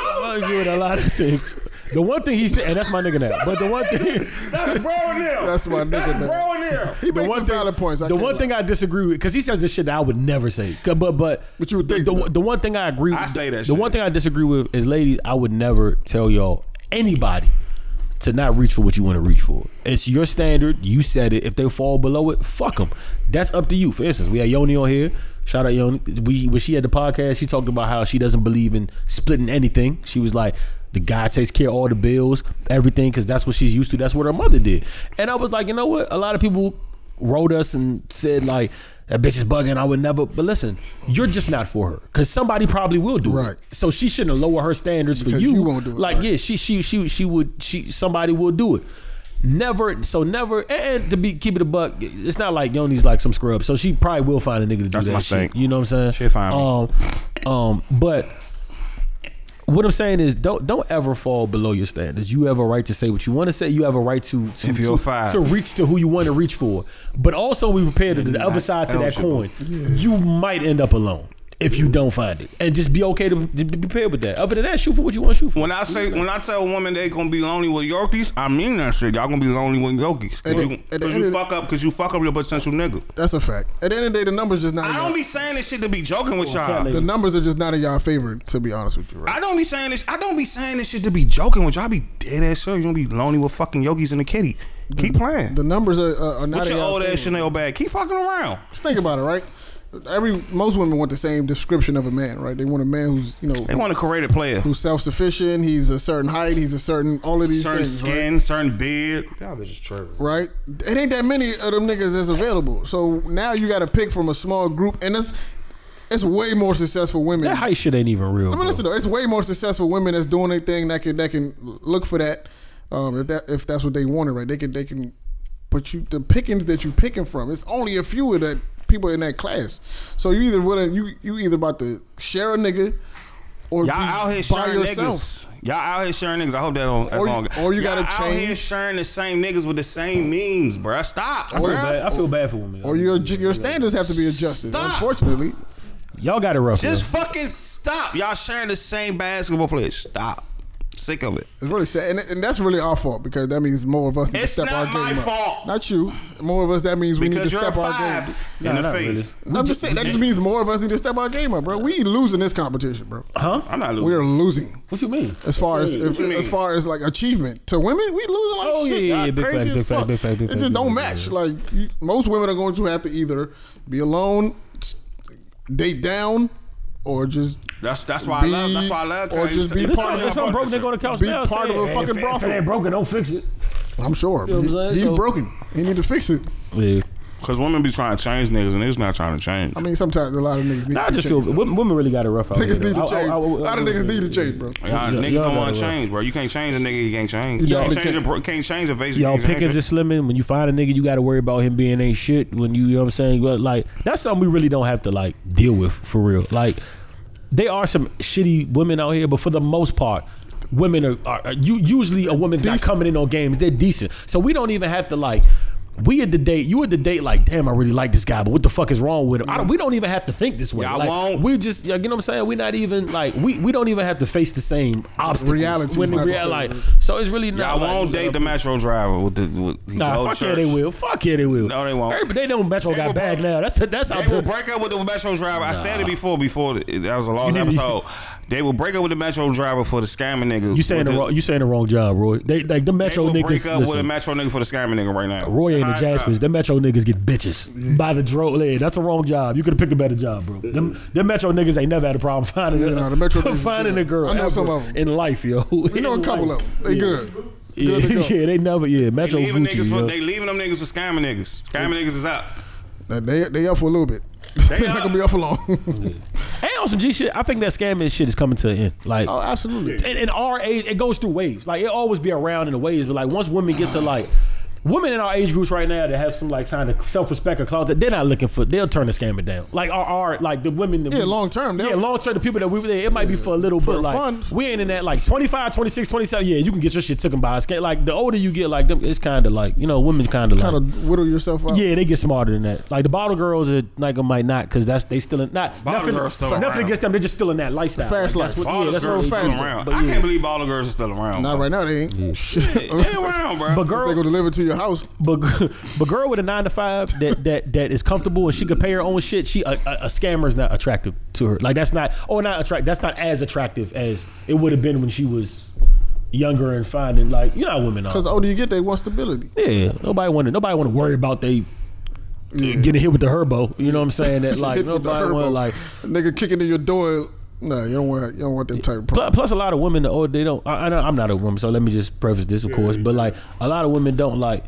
I agree with a lot of things. The one thing he said, and that's my nigga now. But the one thing,
That's bro now.
That's my nigga. man. He
the
makes
one
some valid
thing,
points. I
the
can't
one
lie.
thing I disagree with, because he says this shit that I would never say. 'Cause- But but
But you would
the,
think
the,
that.
the one thing I agree.
I
with-
say that
The
shit.
one thing I disagree with is, ladies, I would never tell y'all anybody to not reach for what you want to reach for. It's your standard. You said it. If they fall below it, fuck them. That's up to you. For instance, we had Yoni on here. Shout out Yoni. We when she had the podcast, she talked about how she doesn't believe in splitting anything. She was like, the guy takes care of all the bills, everything, because that's what she's used to. That's what her mother did. And I was like, you know what? A lot of people wrote us and said like. That bitch is bugging. I would never. But listen, you're just not for her because somebody probably will do
Right.
it. So she shouldn't lower her standards for
Because
you.
you won't do it,
Like,
right.
yeah, she she she she would she somebody will do it. Never so never and to be keep it a buck, it's not like Yoni's like some scrub. So she probably will find a nigga to do
That's
that
my
shit.
thing.
You know what I'm saying?
She'll find
um, um but what I'm saying is don't don't ever fall below your standards. You have a right to say what you want to say. You have a right to to,
If you're
to,
five.
to reach to who you want to reach for. But also we prepare to the other side to that
eligible.
coin. You might end up alone if you don't find it. And just be okay to, to be prepared with that. Other than that, shoot for what you want to shoot for.
When I say when I tell women they gonna be lonely with Yorkies, I mean that shit. Y'all gonna be lonely with Yorkies
At the-
because you,
at the
'cause
end
you
of the-
fuck up because you fuck up your potential nigga.
That's a fact. At the end of the day, the numbers just not. in
I
y'all-
don't be saying this shit to be joking with y'all.
the numbers are just not in y'all favor. To be honest with you, right?
I don't be saying this. I don't be saying this shit to be joking with y'all. I be dead ass serious. You gonna be lonely with fucking Yorkies and a kitty. Keep playing.
the numbers are, uh, are, are not.
With
in
your
y'all
old ass
favor.
Chanel bag, keep fucking around.
Just think about it, right? Every most women want the same description of a man, right? They want a man who's you
They
know
want a creative player.
who's self sufficient. He's a certain height. He's a certain all of these
Certain
things,
skin, certain beard. Y'all bitches tripping.
right? It ain't that many of them niggas that's available. So now you got to pick from a small group, and it's it's way more successful women.
That height shit ain't even real.
I mean, listen though, it's way more successful women that's doing their thing that can that can look for that, um, if that if that's what they wanted, right? They can they can, but you the pickings that you picking from, it's only a few of that people in that class. So you either willing you you either about to share a nigga, or
Y'all
be
out here
by
sharing
yourself.
niggas. Y'all out here sharing niggas. I hope that don't. That's
Or you-
long.
or you
Y'all
gotta
out here
change.
sharing the same niggas with the same memes, bruh. Stop,
I feel,
bruh.
bad. I feel bad for women.
Or your your standards have to be adjusted.
Stop.
Unfortunately,
Y'all got it rough.
Just
yo.
fucking stop. Y'all sharing the same basketball players. Stop. Sick of it.
it's really sad, and, and that's really our fault because that means more of us need to
It's
step our
not
game
my
up.
fault.
Not you, more of us. That means we need to
Because you're a
step our
five
game.
in the face.
I'm just saying that just means more of us need to step our game up, bro. We losing this competition, bro.
I'm not losing.
We are losing
What you mean?
as far as if,
you mean?
as far as like achievement to women. We losing like
Oh,
shit.
yeah,
Y'all
yeah, big
crazy
fact,
as
big fact,
fuck.
big fact, big
It
fact,
just
big
don't
fact,
match. Like you, most women are going to have to either be alone, s- date down, or just
That's that's why I love. That's why I love.
Or just be
If
part
something,
of
if something broke, they go on the couch
Be
now.
part
say
of a
it.
fucking
If it-
brothel.
If it ain't broken, don't fix it.
I'm sure.
know what
but
I'm saying?
he's
So-
broken. He need to fix it.
Yeah.
Cause women be trying to change niggas and niggas not trying to change.
I mean, sometimes a lot of niggas need
I
to
just feel
change.
women, women really got it rough out here.
Niggas need
though.
to
I- I-
change.
I-
A lot of
I-
niggas need to change, bro.
Y'all,
Y'all-
niggas
y'all
don't want
gotta
to change, bro. You can't change a nigga. You can't change. You can't
definitely
change, a, bro- can't change a face. you
Y'all
can't change
pickings
a-
is slimming. When you find a nigga, you got to worry about him being ain't shit. When you, you know what I'm saying, but like that's something we really don't have to like deal with for real. Like there are some shitty women out here, but for the most part, women are, are, are you usually a woman's not coming in on games. They're decent, so we don't even have to like. We at the date, you at the date, like, damn, I really like this guy, but what the fuck is wrong with him? I don't, we don't even have to think this way.
Y'all
like,
won't.
We just, you know what I'm saying? We're not even like, we, we don't even have to face the same obstacles.
Reality's
when the
not the
real-
same.
like, so it's really not.
Y'all
like,
won't date the metro driver with the. With he
Nah,
go to
fuck yeah,
church.
they will. Fuck yeah, they will.
No, they won't.
Every- They know Metro
They will
got bagged
break-
now. That's that's how.
They will
big-
break up with the metro driver. I said it before. Before the- that was a lost
You need-
episode. they will break up with the metro driver for the scamming nigga.
You saying
With
the, wrong? You saying the wrong job, Roy. They like
They
the Metro
will
niggas.
break up with a
listen,
metro nigga for the scamming nigga right now.
Roy ain't the
High
Jaspers.
five.
Them Metro niggas get bitches by the dro. Yeah, that's the wrong job. You could have picked a better job, bro. Them, them Metro niggas ain't never had a problem finding
Yeah,
a,
nah, the Metro niggas-
finding a girl.
I know
ever
some of 'em.
in life, yo.
We know a couple of them. They good.
Yeah,
Good to go.
yeah, they never. Yeah,
They
Metro
leaving
Gucci.
niggas for
yo.
they leaving them niggas for scamming niggas. Scamming niggas is up.
Now, They they up for a little bit.
They
They not
up.
gonna be up for long.
And on some G shit, I think that scamming shit is coming to an end. Like,
oh, absolutely.
and, and our age, it goes through waves. Like it always be around in the waves, but like once women get to like women in our age groups right now that have some like sign of self respect or clout, they're not looking for. They'll turn the scammer down. Like our, our like the women. That
Yeah,
we-
long term, they'll-
Yeah, long term. The people that we were there, it might be for a little bit. Like
fun.
we ain't in that like 25, 26, 27. Yeah, you can get your shit taken by a scam. Like the older you get, like them, it's kind of like you know women kind of like
Kind of whittle yourself out.
yeah, they get smarter than that. Like the bottle girls are like uh, might not because that's they still in not
Bottle
nothing,
girls still
nothing
around.
against them. They're just still in that lifestyle.
Fast
like, that's
life.
what-
All
yeah,
the
that's
girls
what
still
they do.
around.
But
I
yeah.
can't believe all the girls are still around.
Not
bro.
right now. They ain't. Shit.
They around, bro.
They go
But Mm. girl, Uh-huh.
deliver to your house.
but, but girl with a nine to five that that that is comfortable and she could pay her own shit. She a, a, a scammer is not attractive to her. Like that's not oh not attract. That's not as attractive as it would have been when she was younger and finding like you know how women
Because the
are.
older you get, they want stability.
Yeah, nobody want to nobody want to worry about they getting hit with the herbo. You know what I'm saying? That like
Hit with the
nobody want
herbo.
like.
A nigga kicking in your door. Nah, you don't want. You don't want them type of
Plus,
problems.
plus a lot of women, oh, they don't. I, I know I'm not a woman, so let me just preface this, of course. But like, a lot of women don't like.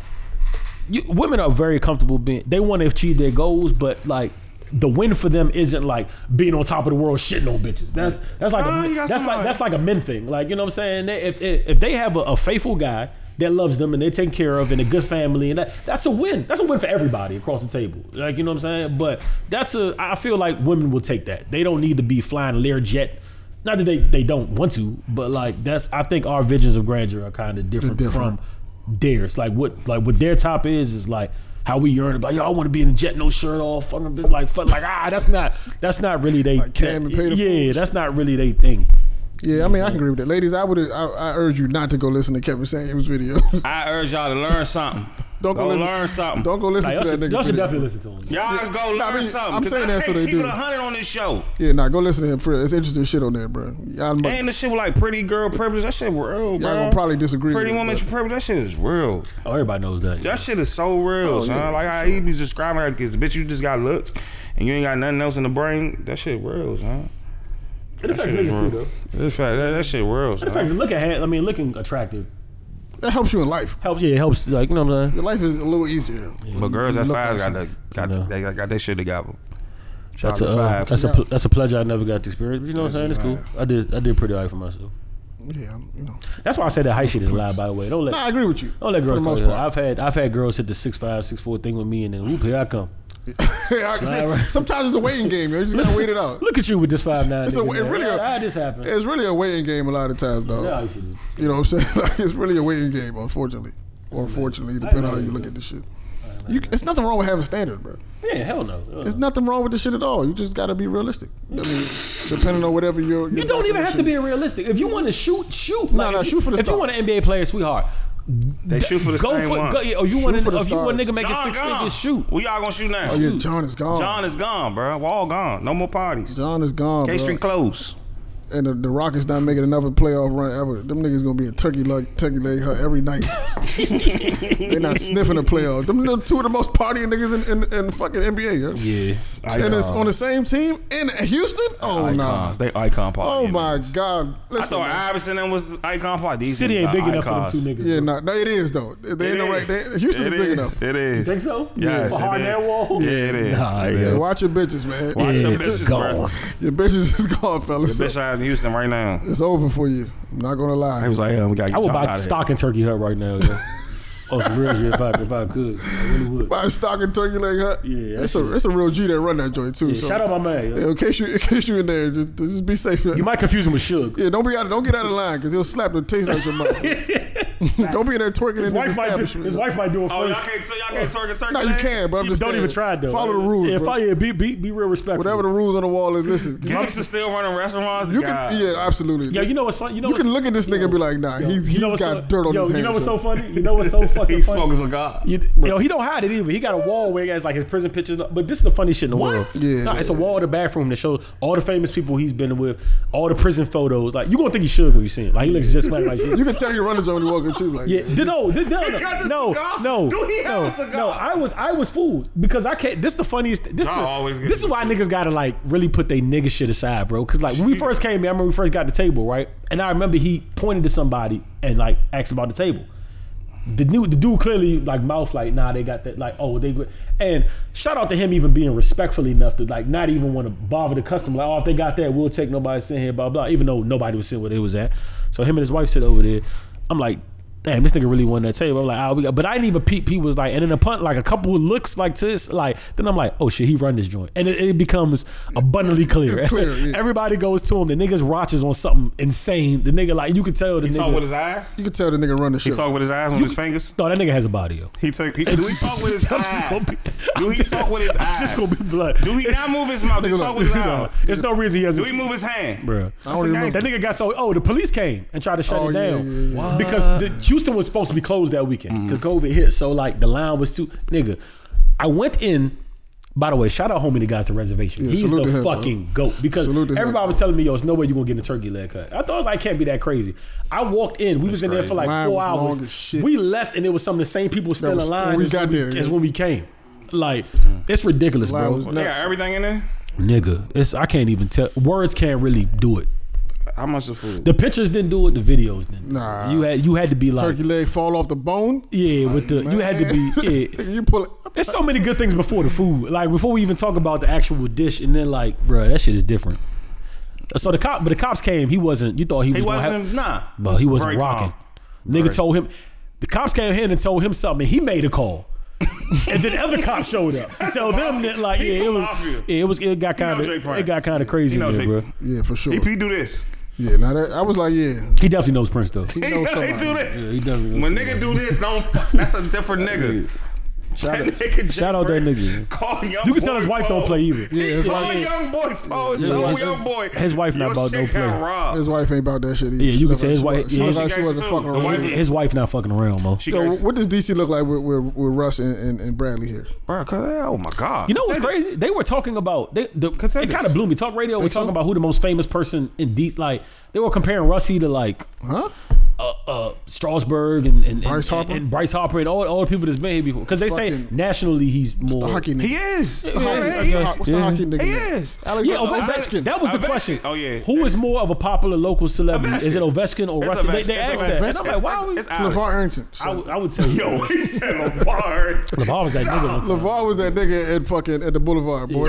You, women are very comfortable being. They want to achieve their goals, but like. The win for them isn't like being on top of the world shitting on bitches. That's that's like
Ah,
a,
you got
that's
somebody.
like that's like a men thing. Like you know what I'm saying. They, if, if if they have a, a faithful guy that loves them and they're taken care of and a good family and that that's a win. That's a win for everybody across the table. Like you know what I'm saying. But that's a I feel like women will take that. They don't need to be flying Learjet not that they, they don't want to, but like that's I think our visions of grandeur are kind of different,
different.
from theirs. Like what like what their top is is like how we yearn about y'all want to be in a jet no shirt off fucking bit like fuck like ah that's not that's not really they
Cam and Peter
yeah
Fools.
that's not really they thing.
Yeah, I mean, I can agree with that. Ladies, I would. I, I urge you not to go listen to Kevin Samuels' video.
I urge y'all to learn something.
don't
go
go listen,
learn something.
Don't go listen
Like, y'all
to
should,
that nigga.
y'all should
video.
definitely listen to him.
Y'all just go learn
Nah, I mean,
something.
I'm
'cause
saying
I
that so
can't
they
keep
do.
it a hundred on this show.
Yeah, nah, go listen to him for real. It's interesting shit on there, bro. Y'all, mu-
And the shit with like pretty girl privilege, that shit real, bro.
y'all gonna probably disagree.
Pretty
with it,
woman
but-
privilege, that shit is real.
Oh, everybody knows that.
That shit is so real,
Oh,
son. like I he be describing like this bitch, you just got looks and you ain't got nothing else in the brain. That shit real, son.
it affects
Shit is
niggas too, though.
real. That's fact. That, that shit real,
It affects
son.
look at hand. I mean, looking attractive
that helps you in life.
helps. Yeah, it helps. Like you know what I'm saying.
Your life is a little easier.
But girls at
Look
five got
at
that got
Yeah.
they got, got that shit together.
That's a uh,
five.
that's a pl- that's a pleasure I never got to experience. But you know what I'm saying? It's cool. I did I did pretty alright for myself.
Yeah, I'm- you know.
That's why I said that height shit is a lie. By the way, don't let
Nah, I agree with you.
don't let
for
girls.
the
Call
most
it.
part.
I've had I've had girls hit the six five six four thing with me, and then whoop here I come.
I can say,
Right.
sometimes it's a waiting game. Yo. You just gotta wait it out.
Look at you with this five nine.
It's a- it really a-
how this happened?
It's really a waiting game a lot of times, dog.
Yeah, I used to do-
You know what I'm saying? Like, it's really a waiting game, unfortunately, or fortunately, depending on how you look at this shit. You, it's nothing wrong with having standards, bro.
yeah, hell no. Uh,
There's nothing wrong with this shit at all. You just gotta be realistic. I mean, depending on whatever your, your
You don't even have to be
definition-
realistic. If you want to shoot, shoot.
Nah,
Like,
nah,
if you-
shoot for the
If you
stars.
want an NBA player, sweetheart,
They shoot for the
go
same
for
one.
go, yeah, or you
Shoot
want
for the
to if you want a
stars.
nigga making
John
six
gone.
figures shoot.
We all gonna shoot now.
Oh yeah, John is gone.
John is gone, bro. We all gone. No more parties.
John is gone.
K
bro.
Street closed.
and the, the Rockets not making another playoff run ever, them niggas gonna be a turkey leg, turkey leg hut every night. they not sniffing the playoffs. Them, them two of the most partying niggas in, in, in fucking NBA. yo.
Yeah,
And it's on the same team in Houston? Oh, no.
icons. They icon party.
Oh, my God.
I
Listen,
thought Iverson and was icon party. These
City
niggas
ain't big
are
enough for them
icons.
two niggas.
yeah, nah, no, it is, though. They ain't
It
the right.
is.
They, Houston is
It
big enough.
It is.
Think so?
Yes,
Behind
it
that
is.
wall?
Yeah, it is.
Nah,
It
yeah.
is.
Hey, watch your bitches, man.
Watch
Yeah,
your bitches, bro.
gone.
Your bitches is gone,
The
fellas.
bitch out in Houston right now.
It's over for you. I'm not gonna
He
lie.
was like, yeah, we got.
I would buy stock in Turkey Hut right now. Yo. oh, for real, shit, if I, if I could, I really would.
Buy a stock and turkey leg hut.
Yeah,
it's
that
a it's a real G that run that joint too.
Yeah,
so
shout out my man. yo.
Yeah, in case you in case you in there, just, just be safe.
You might confuse him with Suge.
yeah, don't be out. Don't get out of line because he'll slap the taste out your mouth. don't be in there twerking in
His
the
wife, might, do-
establishment.
his wife might do it
Oh, y'all
first.
can't, so y'all can't twerk and circle.
no, you can, but I'm just
Don't
saying,
even try it, though.
Follow the rules.
Yeah,
bro.
follow, yeah be, be, be real respectful.
Whatever the rules on the wall is, listen.
You niggas are still running restaurants.
You
God.
can, yeah, absolutely.
Yo, you know what's funny? You know
you can
what's-
look at this nigga and be like, nah, he's, he's
you know what's
got
so,
dirt on
yo,
his hands.
You know what's so
yo.
funny? You know what's so fucking funny?
a god.
You, yo, he don't hide it either. He got a wall where he has like his prison pictures. But this is the funniest shit in the world.
Yeah.
Nah, it's a wall in the bathroom that shows all the famous people he's been with, all the prison photos. Like you gonna think he should when you see him. Like he looks just like like
You can tell he running joint when he walking too. Like,
Yeah, th- no, th- no,
got the
no,
cigar?
no,
Do he have
no,
a cigar?
no. I was, I was fooled because I can't. This the funniest. This,
Y'all always
the,
get
this is why niggas gotta like really put their nigga shit aside, bro. Because like when we first came, in, I remember we first got the table, right? And I remember he pointed to somebody and like asked about the table. The new, the dude clearly like mouth like, nah, they got that like, oh, they. good. And shout out to him even being respectful enough to like not even want to bother the customer. Like, oh, if they got that, we'll take nobody sitting here, blah blah. Even though nobody was sitting where they was at, so him and his wife sit over there. I'm like, damn, this nigga really won that table. I'm like, ah, we got, but I didn't even peep. He was like, and then a punt, like a couple of looks like this, like then I'm like, oh shit, he run this joint, and it, it becomes abundantly clear.
It's clear, yeah.
Everybody goes to him. The nigga's rotches on something insane. The nigga like you could tell the
Talk
nigga.
with his eyes.
you can tell the nigga run the
He
show.
talk with his eyes on his fingers.
no, that nigga has a body yo.
He took. He, do he talk with his
I'm just
eyes?
gonna be-
do he talk with his eyes?
It's just gonna be blood.
Do he not move his mouth? Do he talk with his
No,
eyes?
there's no reason he has.
Do he move his hand?
Bruh.
don't remember.
That nigga got so. Oh, the police came and tried to shut
Oh,
it
yeah,
down
yeah,
because the, Houston was supposed to be closed that weekend because COVID hit. So like the line was too. Nigga, I went in. By the way, shout out homie that got the reservation.
Yeah,
He's
salute
the
to him,
fucking goat because
Salute to him.
everybody was telling me, yo, it's no way you gonna get a turkey leg cut. I thought it was like, can't be that crazy. I walked in, we was in there for like
Mine
four
was long as
hours.
shit.
We left and it was some of the same people still
was-
in line.
when we
as
got
when
there,
as
yeah.
when we came. Like it's ridiculous,
Mm. Line
bro.
was
They got everything in there.
Nigga, it's I can't even tell. Words can't really do it.
How much the food?
The pictures didn't do it. The videos didn't.
Nah.
you had you had to be like
Turkey leg fall off the bone.
yeah with the you had to be yeah.
you pull it.
There's so many good things before the food. Like before we even talk about the actual dish, and then like, bruh, that shit is different. So the cop, but the cops came. He wasn't. You thought he was.
he
gonna have-
wasn't. Nah.
but he wasn't
Very
rocking.
calm.
Nigga
Very-
told him the cops came in and told him something. He made a call. and then other cops showed up to tell them that like
He from
yeah it was
mafia.
yeah, it was it got
know
kind of
Jay Prince.
it got kind of crazy
He know
in there,
Jay-
bro.
Yeah, for sure.
He, he do this.
Yeah, now that I was like, yeah,
He definitely knows Prince though.
He,
he knows
he
somebody.
do this.
Yeah, he definitely
When nigga do this, don't fuck. That's a different nigga. Shout that nigga
shout out that
Jay Prince.
nigga.
Call young
You can tell
boy
his wife
phone.
don't play either.
Yeah, his
Call
wife,
young boy phone.
his
Tell
wife-
young
his-
boy.
his wife not
your
about
shit
no
got
play.
robbed.
his wife ain't about that shit. Either.
Uh, Yeah, you
She
can
look
tell
like
his
she
wife-
was- She
yeah,
looked
he-
like she
She got
wasn't fucking
sued. The
around.
wife-
His wife not fucking around, mo.
She
Yo,
got-
what does DC look like with, with, with Russ and, and, and Bradley here?
Bro, cause, oh my god.
You know what's
Take this.
crazy? They were talking about they. The,
Contenders.
it kind of blew me. Talk radio was
so?
talking about who the most famous person in these. Like they were comparing Russie to like
Huh?
uh, uh, Strasburg and, and, and
Bryce Harper?
and, Bryce Harper and all, all the people that's been here before. Because they say
Fucking-
nationally he's more.
The hockey nigga.
He is.
The hockey-
Yeah,
that's
he
the
is.
ho- What's the
Yeah.
hockey nigga?
He
name?
is.
Alex
Yeah,
Ovechkin.
Ovechkin. That was the
Ovechkin.
question.
Oh, yeah.
Who is more of a popular local celebrity? Is it
Ovechkin.
Ovechkin or
It's Ovechkin.
Russie? They, they
It's
asked
Ovechkin.
that, and I'm like, why?
It's-
Are we?
it's Alex.
LeVar Arrington. So,
I, would- I would say
Yo, he said LeVar.
LeVar was that nigga. one time.
LeVar was that nigga at fucking at the Boulevard, boy.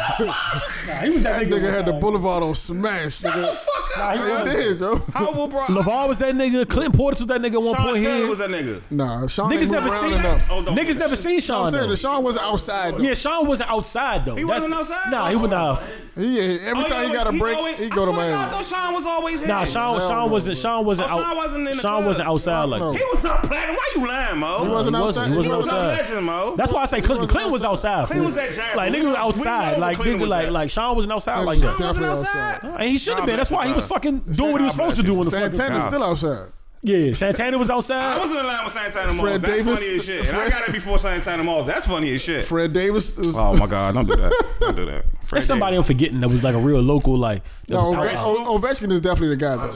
Nah, he was that
That
nigga.
nigga
one
had the
time.
Boulevard on smash.
Shut the
Nigga.
fuck
Nah,
up.
he
bro.
It did, bro.
How will bro?
LeVar was that nigga. Clinton Portis was that nigga. at One
Sean
point
Taylor
here.
was that nigga.
Nah, Sean ain't
Niggas
moved
never
around
seen
enough.
Oh, don't-
Niggas never seen
I'm
Sean.
saying
though.
that Sean was outside. Though.
Yeah, Sean wasn't outside though. He
wasn't outside?
Nah, he was not.
He, every
Oh,
time he got a
always-
break,
always-
he go to
I swear God, I
Miami.
thought Sean was always here.
Nah, Sean.
Hell
Sean
no,
wasn't.
bro.
Sean wasn't
Oh,
out.
Sean wasn't in the
Sean
club.
wasn't outside like.
No.
that.
He was up platinum. Why you lying, Mo?
He wasn't
He
outside.
wasn't- he
He
wasn't
was up
outside.
legend, Mo.
That's why I say Clinton. Clinton was outside.
Clinton was
fool.
that giant.
Like
We-
nigga was
we know
outside. Like
Clinton
nigga
was
like
that.
like Sean wasn't outside like
Clinton
that.
Sean wasn't
Definitely
outside.
And he should have
Sean
been. That's why he was
outside.
fucking doing what he was
Sean
supposed to do on the fucking.
Santana's
Nah.
still outside.
Yeah, Santana was
I
outside.
was in the line with Santana Moss.
Fred
That's
Davis-
funny as shit. And I
Fred-
got it before Santana Moss. That's funny as shit.
Fred Davis. Was,
Oh my god, don't do that. Don't do that. Fred
There's somebody I'm forgetting that was like a real local, like that
no,
was
Ove-
outside.
O- Ovechkin is definitely the guy. Though.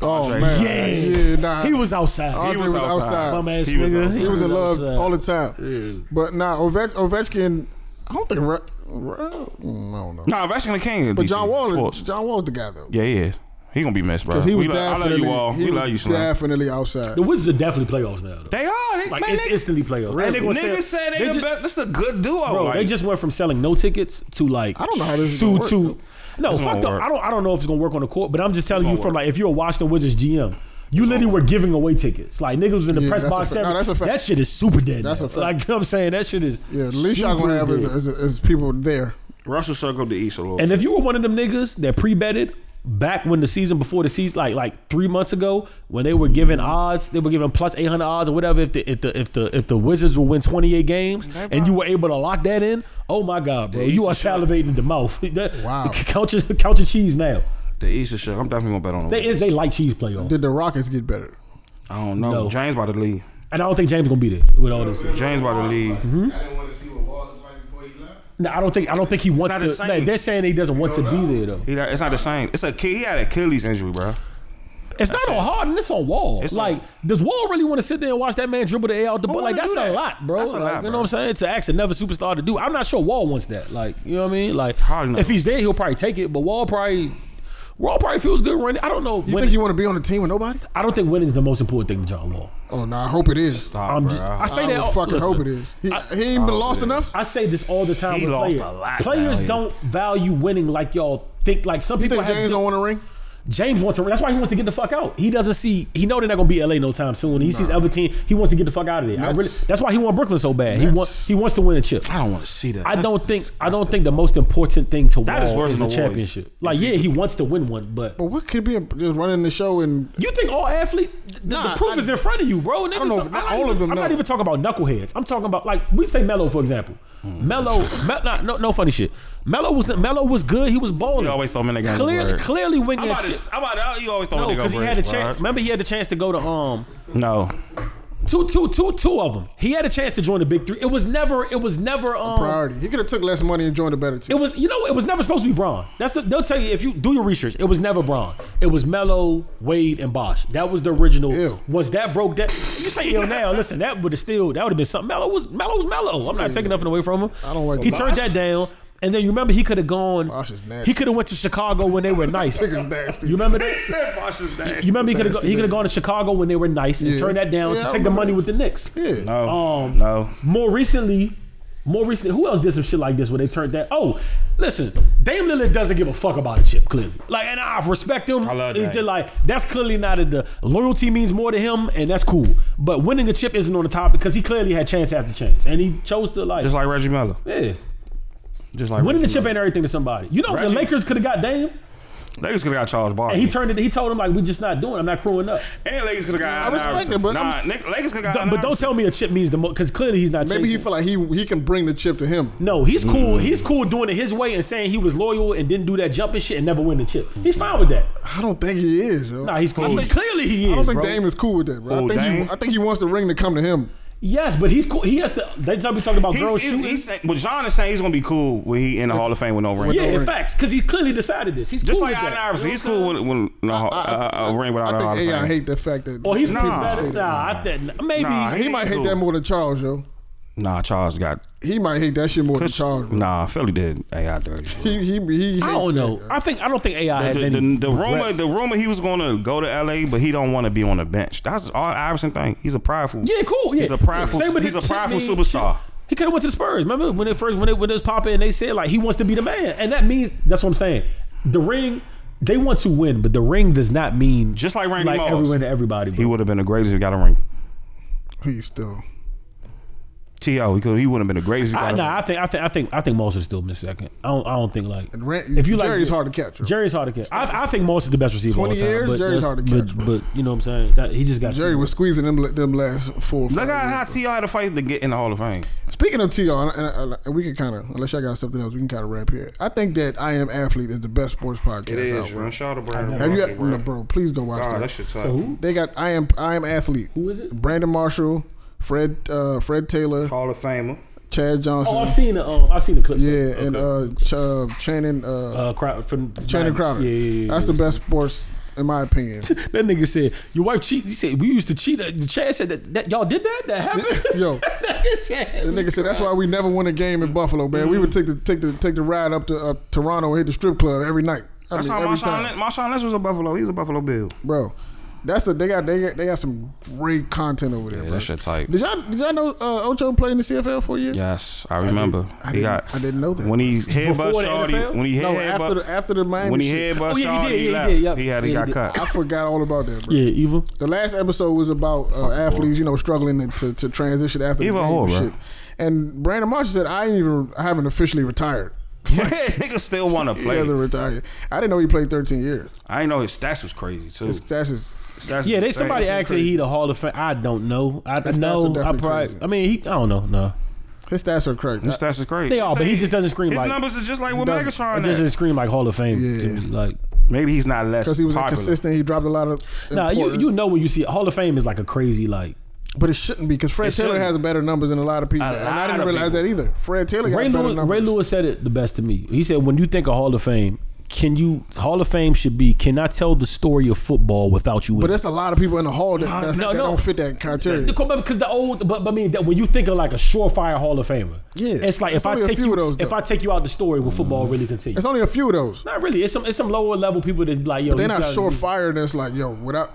Oh
Andre.
man,
Yeah.
yeah, nah.
he was outside.
Andre
was outside.
Bum ass
He was
nigga.
outside.
He was in love
outside.
all the time. But nah, Ovech- Ovechkin. I don't think. Re- Re- I don't know.
Nah, Vashkin the King.
But John Wall.
Sports.
John Wall's the guy though.
Yeah, he is. He gonna be missed, bro.
Because he was
we lo- I
definitely.
love you all.
He
We
was
love you, Slim.
Definitely outside.
The Wizards are definitely playoffs now. Though.
They are. They,
Like
man,
it's
nigga,
instantly playoffs. That nigga was
nigga
saying-
said they,
they
the
ju-
best. This is a good duo.
Bro,
like,
they just went from selling no tickets to like
I don't know how this is
two
gonna work,
two. No,
This
fuck
won't
the,
work.
I don't I don't know if it's gonna work on the court, but I'm just telling
This
you
won't
from
work.
like if you're a Washington Wizards GM, you literally were giving away tickets. Like niggas was in the
Yeah,
press
that's a
box.
fact. No,
every-
that's a fact.
That shit is super dead.
That's
now.
a fact.
Like you know what I'm saying, that shit is.
yeah, the least y'all
super
gonna have is,
dead.
is, is people there.
Russell circled the East a little.
And if you were one of them niggas that pre-betted back when the season before the season, like like three months ago, when they were giving odds, they were giving plus eight hundred odds or whatever. If the if the if the if the Wizards will win twenty eight games, and you were able to lock that in, oh my god, bro, you are salivating the mouth. That-
Wow.
count your count your cheese now.
the East is shit. I'm definitely gonna bet on them.
They is they like cheese playoff,
Did the Rockets get better?
I don't know.
No.
James about to leave.
and I don't think James gonna be there with all this.
James about to leave.
I didn't want to see what Wall looked like before he left.
No, I don't think I don't think he wants
not
to.
the same.
like, they're saying he doesn't want to be there though.
He, not- it's not the same. It's a kid. He had Achilles injury, bro.
It's not on Harden. It's on Wall.
It's
like,
on-
does Wall really want to sit there and watch that man dribble the air out the ball?
wanna
Like, that's
do
a
that?
lot, bro.
That's a
Like,
lot,
You know
bro.
what I'm saying? To ask another superstar to do. I'm not sure Wall wants that. Like, you know what I mean? Like,
Probably not.
if he's there, he'll probably take it. But Wall probably, Wall probably feels good running. I don't know.
You
winning-
think you want to be on the team with nobody?
I don't think winning's the most important thing to John Wall.
Oh no, I hope it is.
Stop,
I'm
bro.
just, I say
I
that.
would fucking
listen,
hope it is. He, he ain't been lost enough.
I say this all the time.
He
with
lost
players.
a lot down
Players
here.
don't value winning like y'all think. Like some
You
people
think
have
James
di-
don't want to ring?
James wants to. That's why he wants to get the fuck out. He doesn't see. He know they're not gonna be LA no time soon. He sees other team. He wants to get the fuck out of there. I
That's-
really, that's why he want Brooklyn so bad. He
That's-
wants. He wants to win a chip.
I don't want to see that.
I
That's
don't think. I don't
disgusting.
think the most important thing to
That
Wall
is
is,
worse
a
than awards.
championship. Like yeah, he wants to win one, but
But what could be a, just running the show and
you think all athlete? The,
Nah,
the proof
I-
is in front of you, bro. Niggas, I
don't know if- not all
even,
of them
I'm not
know.
even talking about knuckleheads. I'm talking about like we say Melo for example.
Hmm.
Melo, Me- nah, no, no funny shit. Melo was Melo was good. He was balling.
You always throw him in the game.
Clearly,
word.
clearly
I'm
winning.
about to. I'm about to. oh, You always throw
No,
a nigga
because he
over
had a
it,
chance.
bro.
Remember, he had the chance to go to um
No,
two, two, two, two of them. He had a chance to join the big three. It was never, it was never um.
priority. He could have took less money and joined a better
It
team.
was, you know, it was never supposed to be Braun. That's the, they'll tell you if you do your research. It was never Braun. It was Mello, Wade, and Bosch. That was the original.
Ew.
Once that broke that, you say ill now. Listen, that would have still that would have been something. Mello was Mello was Mello. I'm not taking nothing away from him.
I don't like
He
Bosh.
turned that down, and then you remember he could have gone.
Bosh is nasty.
He could have went to Chicago when they were nice.
Niggas nasty.
You remember that?
said Bosh is nasty.
You remember he could have
Nasty
he could
nigga.
have gone to Chicago when they were nice and
Yeah.
turned that down
Yeah,
to
I
take the
remember
money with the Knicks.
Yeah.
No,
Um,
no.
More recently, more recently, who else did some shit like this where they turned that? Oh, listen, Dame Lillard doesn't give a fuck about a chip clearly. Like, and I respect him.
I love
It's
Dame.
just like that's clearly not at the loyalty means more to him, and that's cool. But winning a chip isn't on the top because he clearly had chance after chance, and he chose to like.
Just like Reggie Miller.
yeah,
Just like
winning the
Reggie
chip ain't everything to somebody. You know,
Reggie-
the Lakers could have got Dame,
Miller. Lakers could have got Charles Barkley.
and he turned it. He told him like, "We just not doing. it. I'm not crewing up."
And Lakers could have got. Allen
respect
Iverson.
it, but
nah,
I'm-
Nick, Lakers could have got.
Don't- but
Allen
don't
Iverson.
tell me a chip means the most because clearly he's not.
Maybe he
chasing.
feel like he he can bring the chip to him.
no, he's cool.
Mm.
He's cool doing it his way and saying he was loyal and didn't do that jumping shit and never win the chip. He's fine with that.
I don't think he is. Yo.
Nah, he's cool.
I, think,
clearly he is.
I don't think
bro.
Dame is cool with that, bro.
Oh,
I think
Dame?
he, I think he wants the ring to come to him.
Yes, but he's cool. He has to. They tell me talking about girls
He's, he's,
shooting.
he's saying, but John is saying he's gonna be cool when he in the Hall of Fame with no ring.
yeah,
no
in
ring.
facts, because he's clearly decided this. He's
Just
cool
like
with
Allen
that.
Iverson,
You know
he's
what I'm
cool
saying?
with, with no, uh, a ring without a
I
Hall of
think AI
Fame.
hate the fact that.
Or he's
Nah.
nah, nah. I think maybe.
Nah,
he might hate
cool.
that more than Charles, yo.
Nah, Charles got.
He might hate that shit more than Charles. Bro.
Nah, Philly did AI dirty.
He, he, he
I
hates
don't
that,
know.
yo.
I think I don't think AI has
the, the,
any.
the rumor,
regrets.
the rumor, he was going to go to LA, but he don't want to be on the bench. That's all Iverson thing. He's a prideful.
Yeah, cool. Yeah,
he's a prideful.
Same with
He's
the
a prideful
Chitney
superstar.
shit. He could have went to the Spurs. Remember when it first when it when it was popping and they said like he wants to be the man, and that means that's what I'm saying. The ring, they want to win, but the ring does not mean
Just like Randy
like
Moss.
everyone to everybody.
He
Bro.
would have been the greatest if he got a ring.
He's still.
T.O. He could. He would have been the greatest. if he
I,
got
nah,
it.
I think I think I think I think Moss is still mid second. I don't I don't think like
And Ran-
if you like
Jerry's hard to catch.
Jerry's hard to catch. I, I think Moss is the best receiver. of all
20
time,
years,
but
Jerry's
that's-
hard to catch,
But,
bro.
but you know what I'm saying? That, he just got
Jerry was squeezing them them last four. or
Look
five
how
years.
how T.O. had to fight to get in the Hall of Fame.
Speaking of T.R., and, and, and we can kind of, unless y'all got something else, we can kind of wrap here. I think that I Am Athlete is the best sports podcast out, bro.
Shout out to Brandon.
Have you got, no, bro, please go watch that. They got I Am I Am Athlete. Who
is it?
Brandon Marshall, Fred uh, Fred Taylor,
Hall of Famer.
Chad Johnson.
Oh, I've seen the um, I've seen the clips.
yeah, and uh, Ch- uh, Shannon uh,
uh, Crow, from
Shannon Crowder.
Yeah, yeah, yeah.
That's the best sports, in my opinion.
That nigga said your wife cheat. He said we used to cheat. Uh, Chad said that, that y'all did that. That happened.
Yo,
Chad,
The nigga said that's why we never won a game in Buffalo, man. We would take the take the take the ride up to uh, Toronto and hit the strip club every night. I
That's
mean,
how
every
Marshawn
time,
Lynch, Marshawn Lynch was a Buffalo. He was a Buffalo Bill.
bro. That's the they got they got, they got some great content over there,
Yeah,
bro.
that shit tight.
Did y'all did y'all know uh, Ocho played in the CFL for a year?
Yes, I remember.
I
he
didn't-
got.
I didn't know that.
When he headbutt
Before the
Shawty,
NFL?
when he
No,
headbutt,
after the after the Miami
when he
shit,
headbutt
Oh,
Shawty,
yeah, he did, yeah, he
left.
did, yep.
He had he
Yeah,
got
he
cut.
I forgot all about that, bro.
yeah, evil.
The last episode was about uh, athletes, you know, struggling to, to, to transition after
He
the
a
game
whore,
and
bro.
shit. And Brandon Marshall said, "I ain't even I haven't officially retired.
Nigga still want to
He
play.
hasn't retired. I didn't know he played 13 years.
I ain't know his stats was crazy too.
His stats is
Stats
Yeah, they
insane.
somebody asked if he the Hall of Fame. I don't know. I
That's- that's
know. I
definitely
probably.
crazy.
I mean, he. I don't know. No,
his stats are crazy.
His stats is crazy.
They are, but he just doesn't scream
his
like-
numbers is just like what
doesn't.
it
Megatron.
doesn't
is.
scream like Hall of Fame.
Yeah.
to me. Like,
Maybe he's not less
because he was
popular.
inconsistent. He dropped a lot of.
nah, you
important-
you know when you see Hall of Fame is like a crazy like.
but it shouldn't be because Fred
It
Taylor
shouldn't.
has better numbers than a lot of people,
A
and
lot
I didn't
of
realize
people.
that either. Fred Taylor got
Ray
better
Lewis,
numbers.
Ray Lewis said it the best to me. He said, "When you think of Hall of Fame, can you Hall of Fame should be can I tell the story of football without you?" in
but
it?"
there's a lot of people in the hall that, that's,
no,
that
no.
don't fit that criteria.
because the old, but, but I mean that when you think of like a surefire Hall of Famer,
Yeah.
it's like
There's
if I
only a
take
few
you,
of those,
if
though. Mm.
I take you out the story, will football really continue?
It's only a few of those.
Not really. It's some it's some lower level people that like yo.
They're
you
not
gotta-
short fire. That's like yo, without.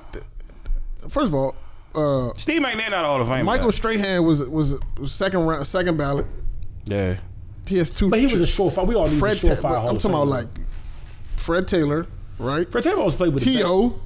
First of all, uh,
Steve McNair not a Hall of Fame.
Michael Strahan was was second round, second ballot.
yeah.
He has two.
But he was a surefire. We all need
Fred.
a surefire.
Ta-
Hall
I'm
of
talking about
Famer.
like Fred Taylor, right?
Fred Taylor always played with the best.
T.O.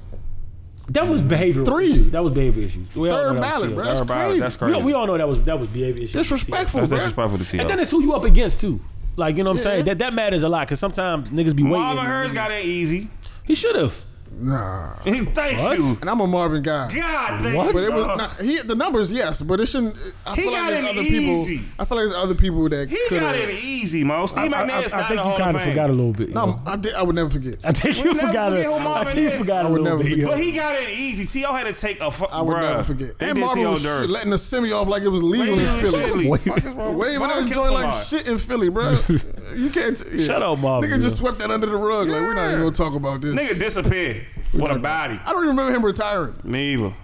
That was behavioral.
Three.
issues. That was behavior issues. We all know that
Third ballot,
was T.O.
bro.
That
That's
Third ballot,
crazy.
that's
We,
crazy.
we all know that was that was behavior issues.
Disrespectful,
That's
bro.
disrespectful to T.O.
And then it's who you up against too. Like you know what I'm
Yeah.
saying? That that matters a lot because sometimes niggas be waiting.
Marvin Hurst got it easy.
He should have.
Nah.
Thank you.
And I'm a Marvin guy.
God, thank
But
you.
it was not, he the numbers, yes, but it shouldn't. I
He
feel
got
like there's
it
other
easy.
people. I feel like there's other people that
He
could
got it easy, Mo. Steve
I,
McNair
I-
is not
I
in
think
the
you
Hall
kind
of
of
Fame.
forgot a little bit.
No,
yo.
I, did, I would never forget.
I think
We'll
you
never
forgot.
forget
A,
who
I
Marvin
think
is.
you forgot
I
a
would
little
never
bit. yo.
But he got it easy. T.O. had to take a fuck.
I would
bruh.
never forget.
They
and
did
Marvin
T.O.
was
dirt.
letting us send me off like it was legal in Philly. Waving that joint like shit in Philly, bro. you can't. Yeah.
Shout out Marvin,
Nigga just
yeah.
swept that under the rug. Like we're not even gonna talk about this.
Nigga disappeared. What a body.
I don't even remember him retiring.
Me either.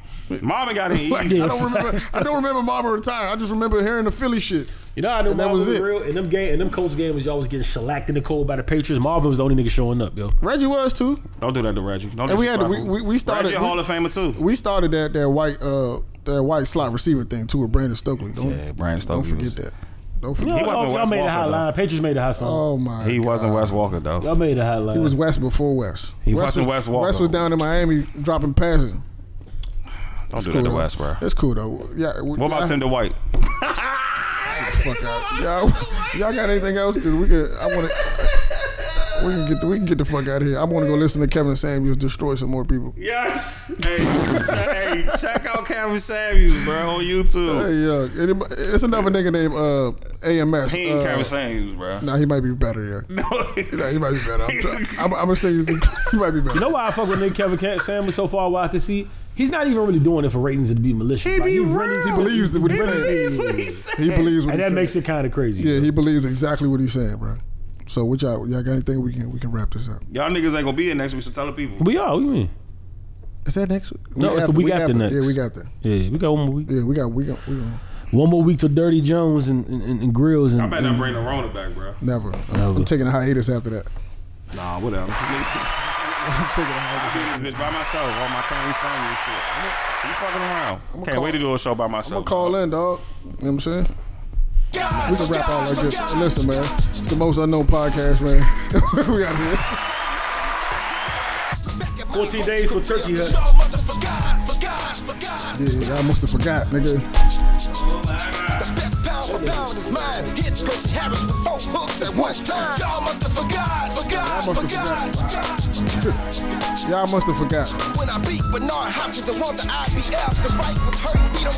Marvin got it
Like,
easy.
I don't remember. I don't remember Marvin retiring. I just remember hearing the Philly shit.
You know, I knew
And that
Marvin
was
was
it.
real. In them game, in them Colts game was y'all was getting shellacked in the cold by the Patriots. Marvin was the only nigga showing up, yo.
Reggie was too.
Don't do that to Reggie. Don't
And we had to-
disrespect him.
we- we- we started-
Reggie a
we-
Hall of Famer too.
We started that that white uh that white slot receiver thing too with Brandon Stokely. Don't,
Yeah, Brandon Stokely
Don't forget
was-
that. Don't
Y'all,
forget.
wasn't
y'all
Wes
made a high
Walker,
line. Patriots made a high song.
oh my.
He
God.
wasn't Wes Walker though.
Y'all made a high line.
Oh. He was West before West.
He wasn't Wes Walker.
West was down in Miami dropping passes.
Don't do that to
though.
Wes, bro.
That's cool though. Yeah.
What about Tinder White?
Fuck out. Y'all, y'all got anything else? Cause we could. I want to. We can get the, we can get the fuck out of here. I want to go listen to Kevin Samuels destroy some more people.
Yes. Hey, hey, check out Kevin Samuels, bro, on YouTube.
Hey, uh, anybody, it's another nigga named uh, AMS.
He ain't
uh,
Kevin Samuels, bro.
Nah, he might be better. Yeah, nah, he might be better. I'm, try- I'm, I'm gonna say you, he might be better.
You know why I fuck with Nick Kevin Cat Sam so far? Why I can see he's not even really doing it for ratings and to be malicious.
He
Like,
be
really,
real.
he believes what he's
He believes
saying.
what he said.
He believes what
and
he's
that
saying.
makes it kind of crazy.
Yeah, he believes exactly what he's saying, bro. So, what y'all, y'all got anything we can we can wrap this up?
Y'all niggas ain't gonna be here next week, so tell the people.
We are. What you mean?
Is that next week?
No, it's the week after next.
Yeah, we got that.
Yeah, we got one more week.
Yeah, we got we got we gonna
One more week to Dirty Jones and, and, and Grills and.
I better not bring the Rona back, bro.
never. I'm- I'm,
Never.
taking a hiatus after that.
Nah, whatever. I'm
I'm taking a hiatus.
doing this bitch by myself on my Kevin Samuels shit. You fucking around. Can't
call-
wait to do a show by myself.
I'm gonna call in, dog. You know what I'm saying? We can wrap out like this. Listen, man. It's the most unknown podcast, man. we out here.
14 days for Turkey Hut.
Yeah, I must have forgot, nigga.
in.
down is mine. Hitch goes carrots with four hooks at one time. Y'all must have forgot, forgot,
Y'all must
forgot,
have
forgot.
Y'all must have forgot.
When I beat Bernard Hopkins and won the IBF, the right was hurt, beat him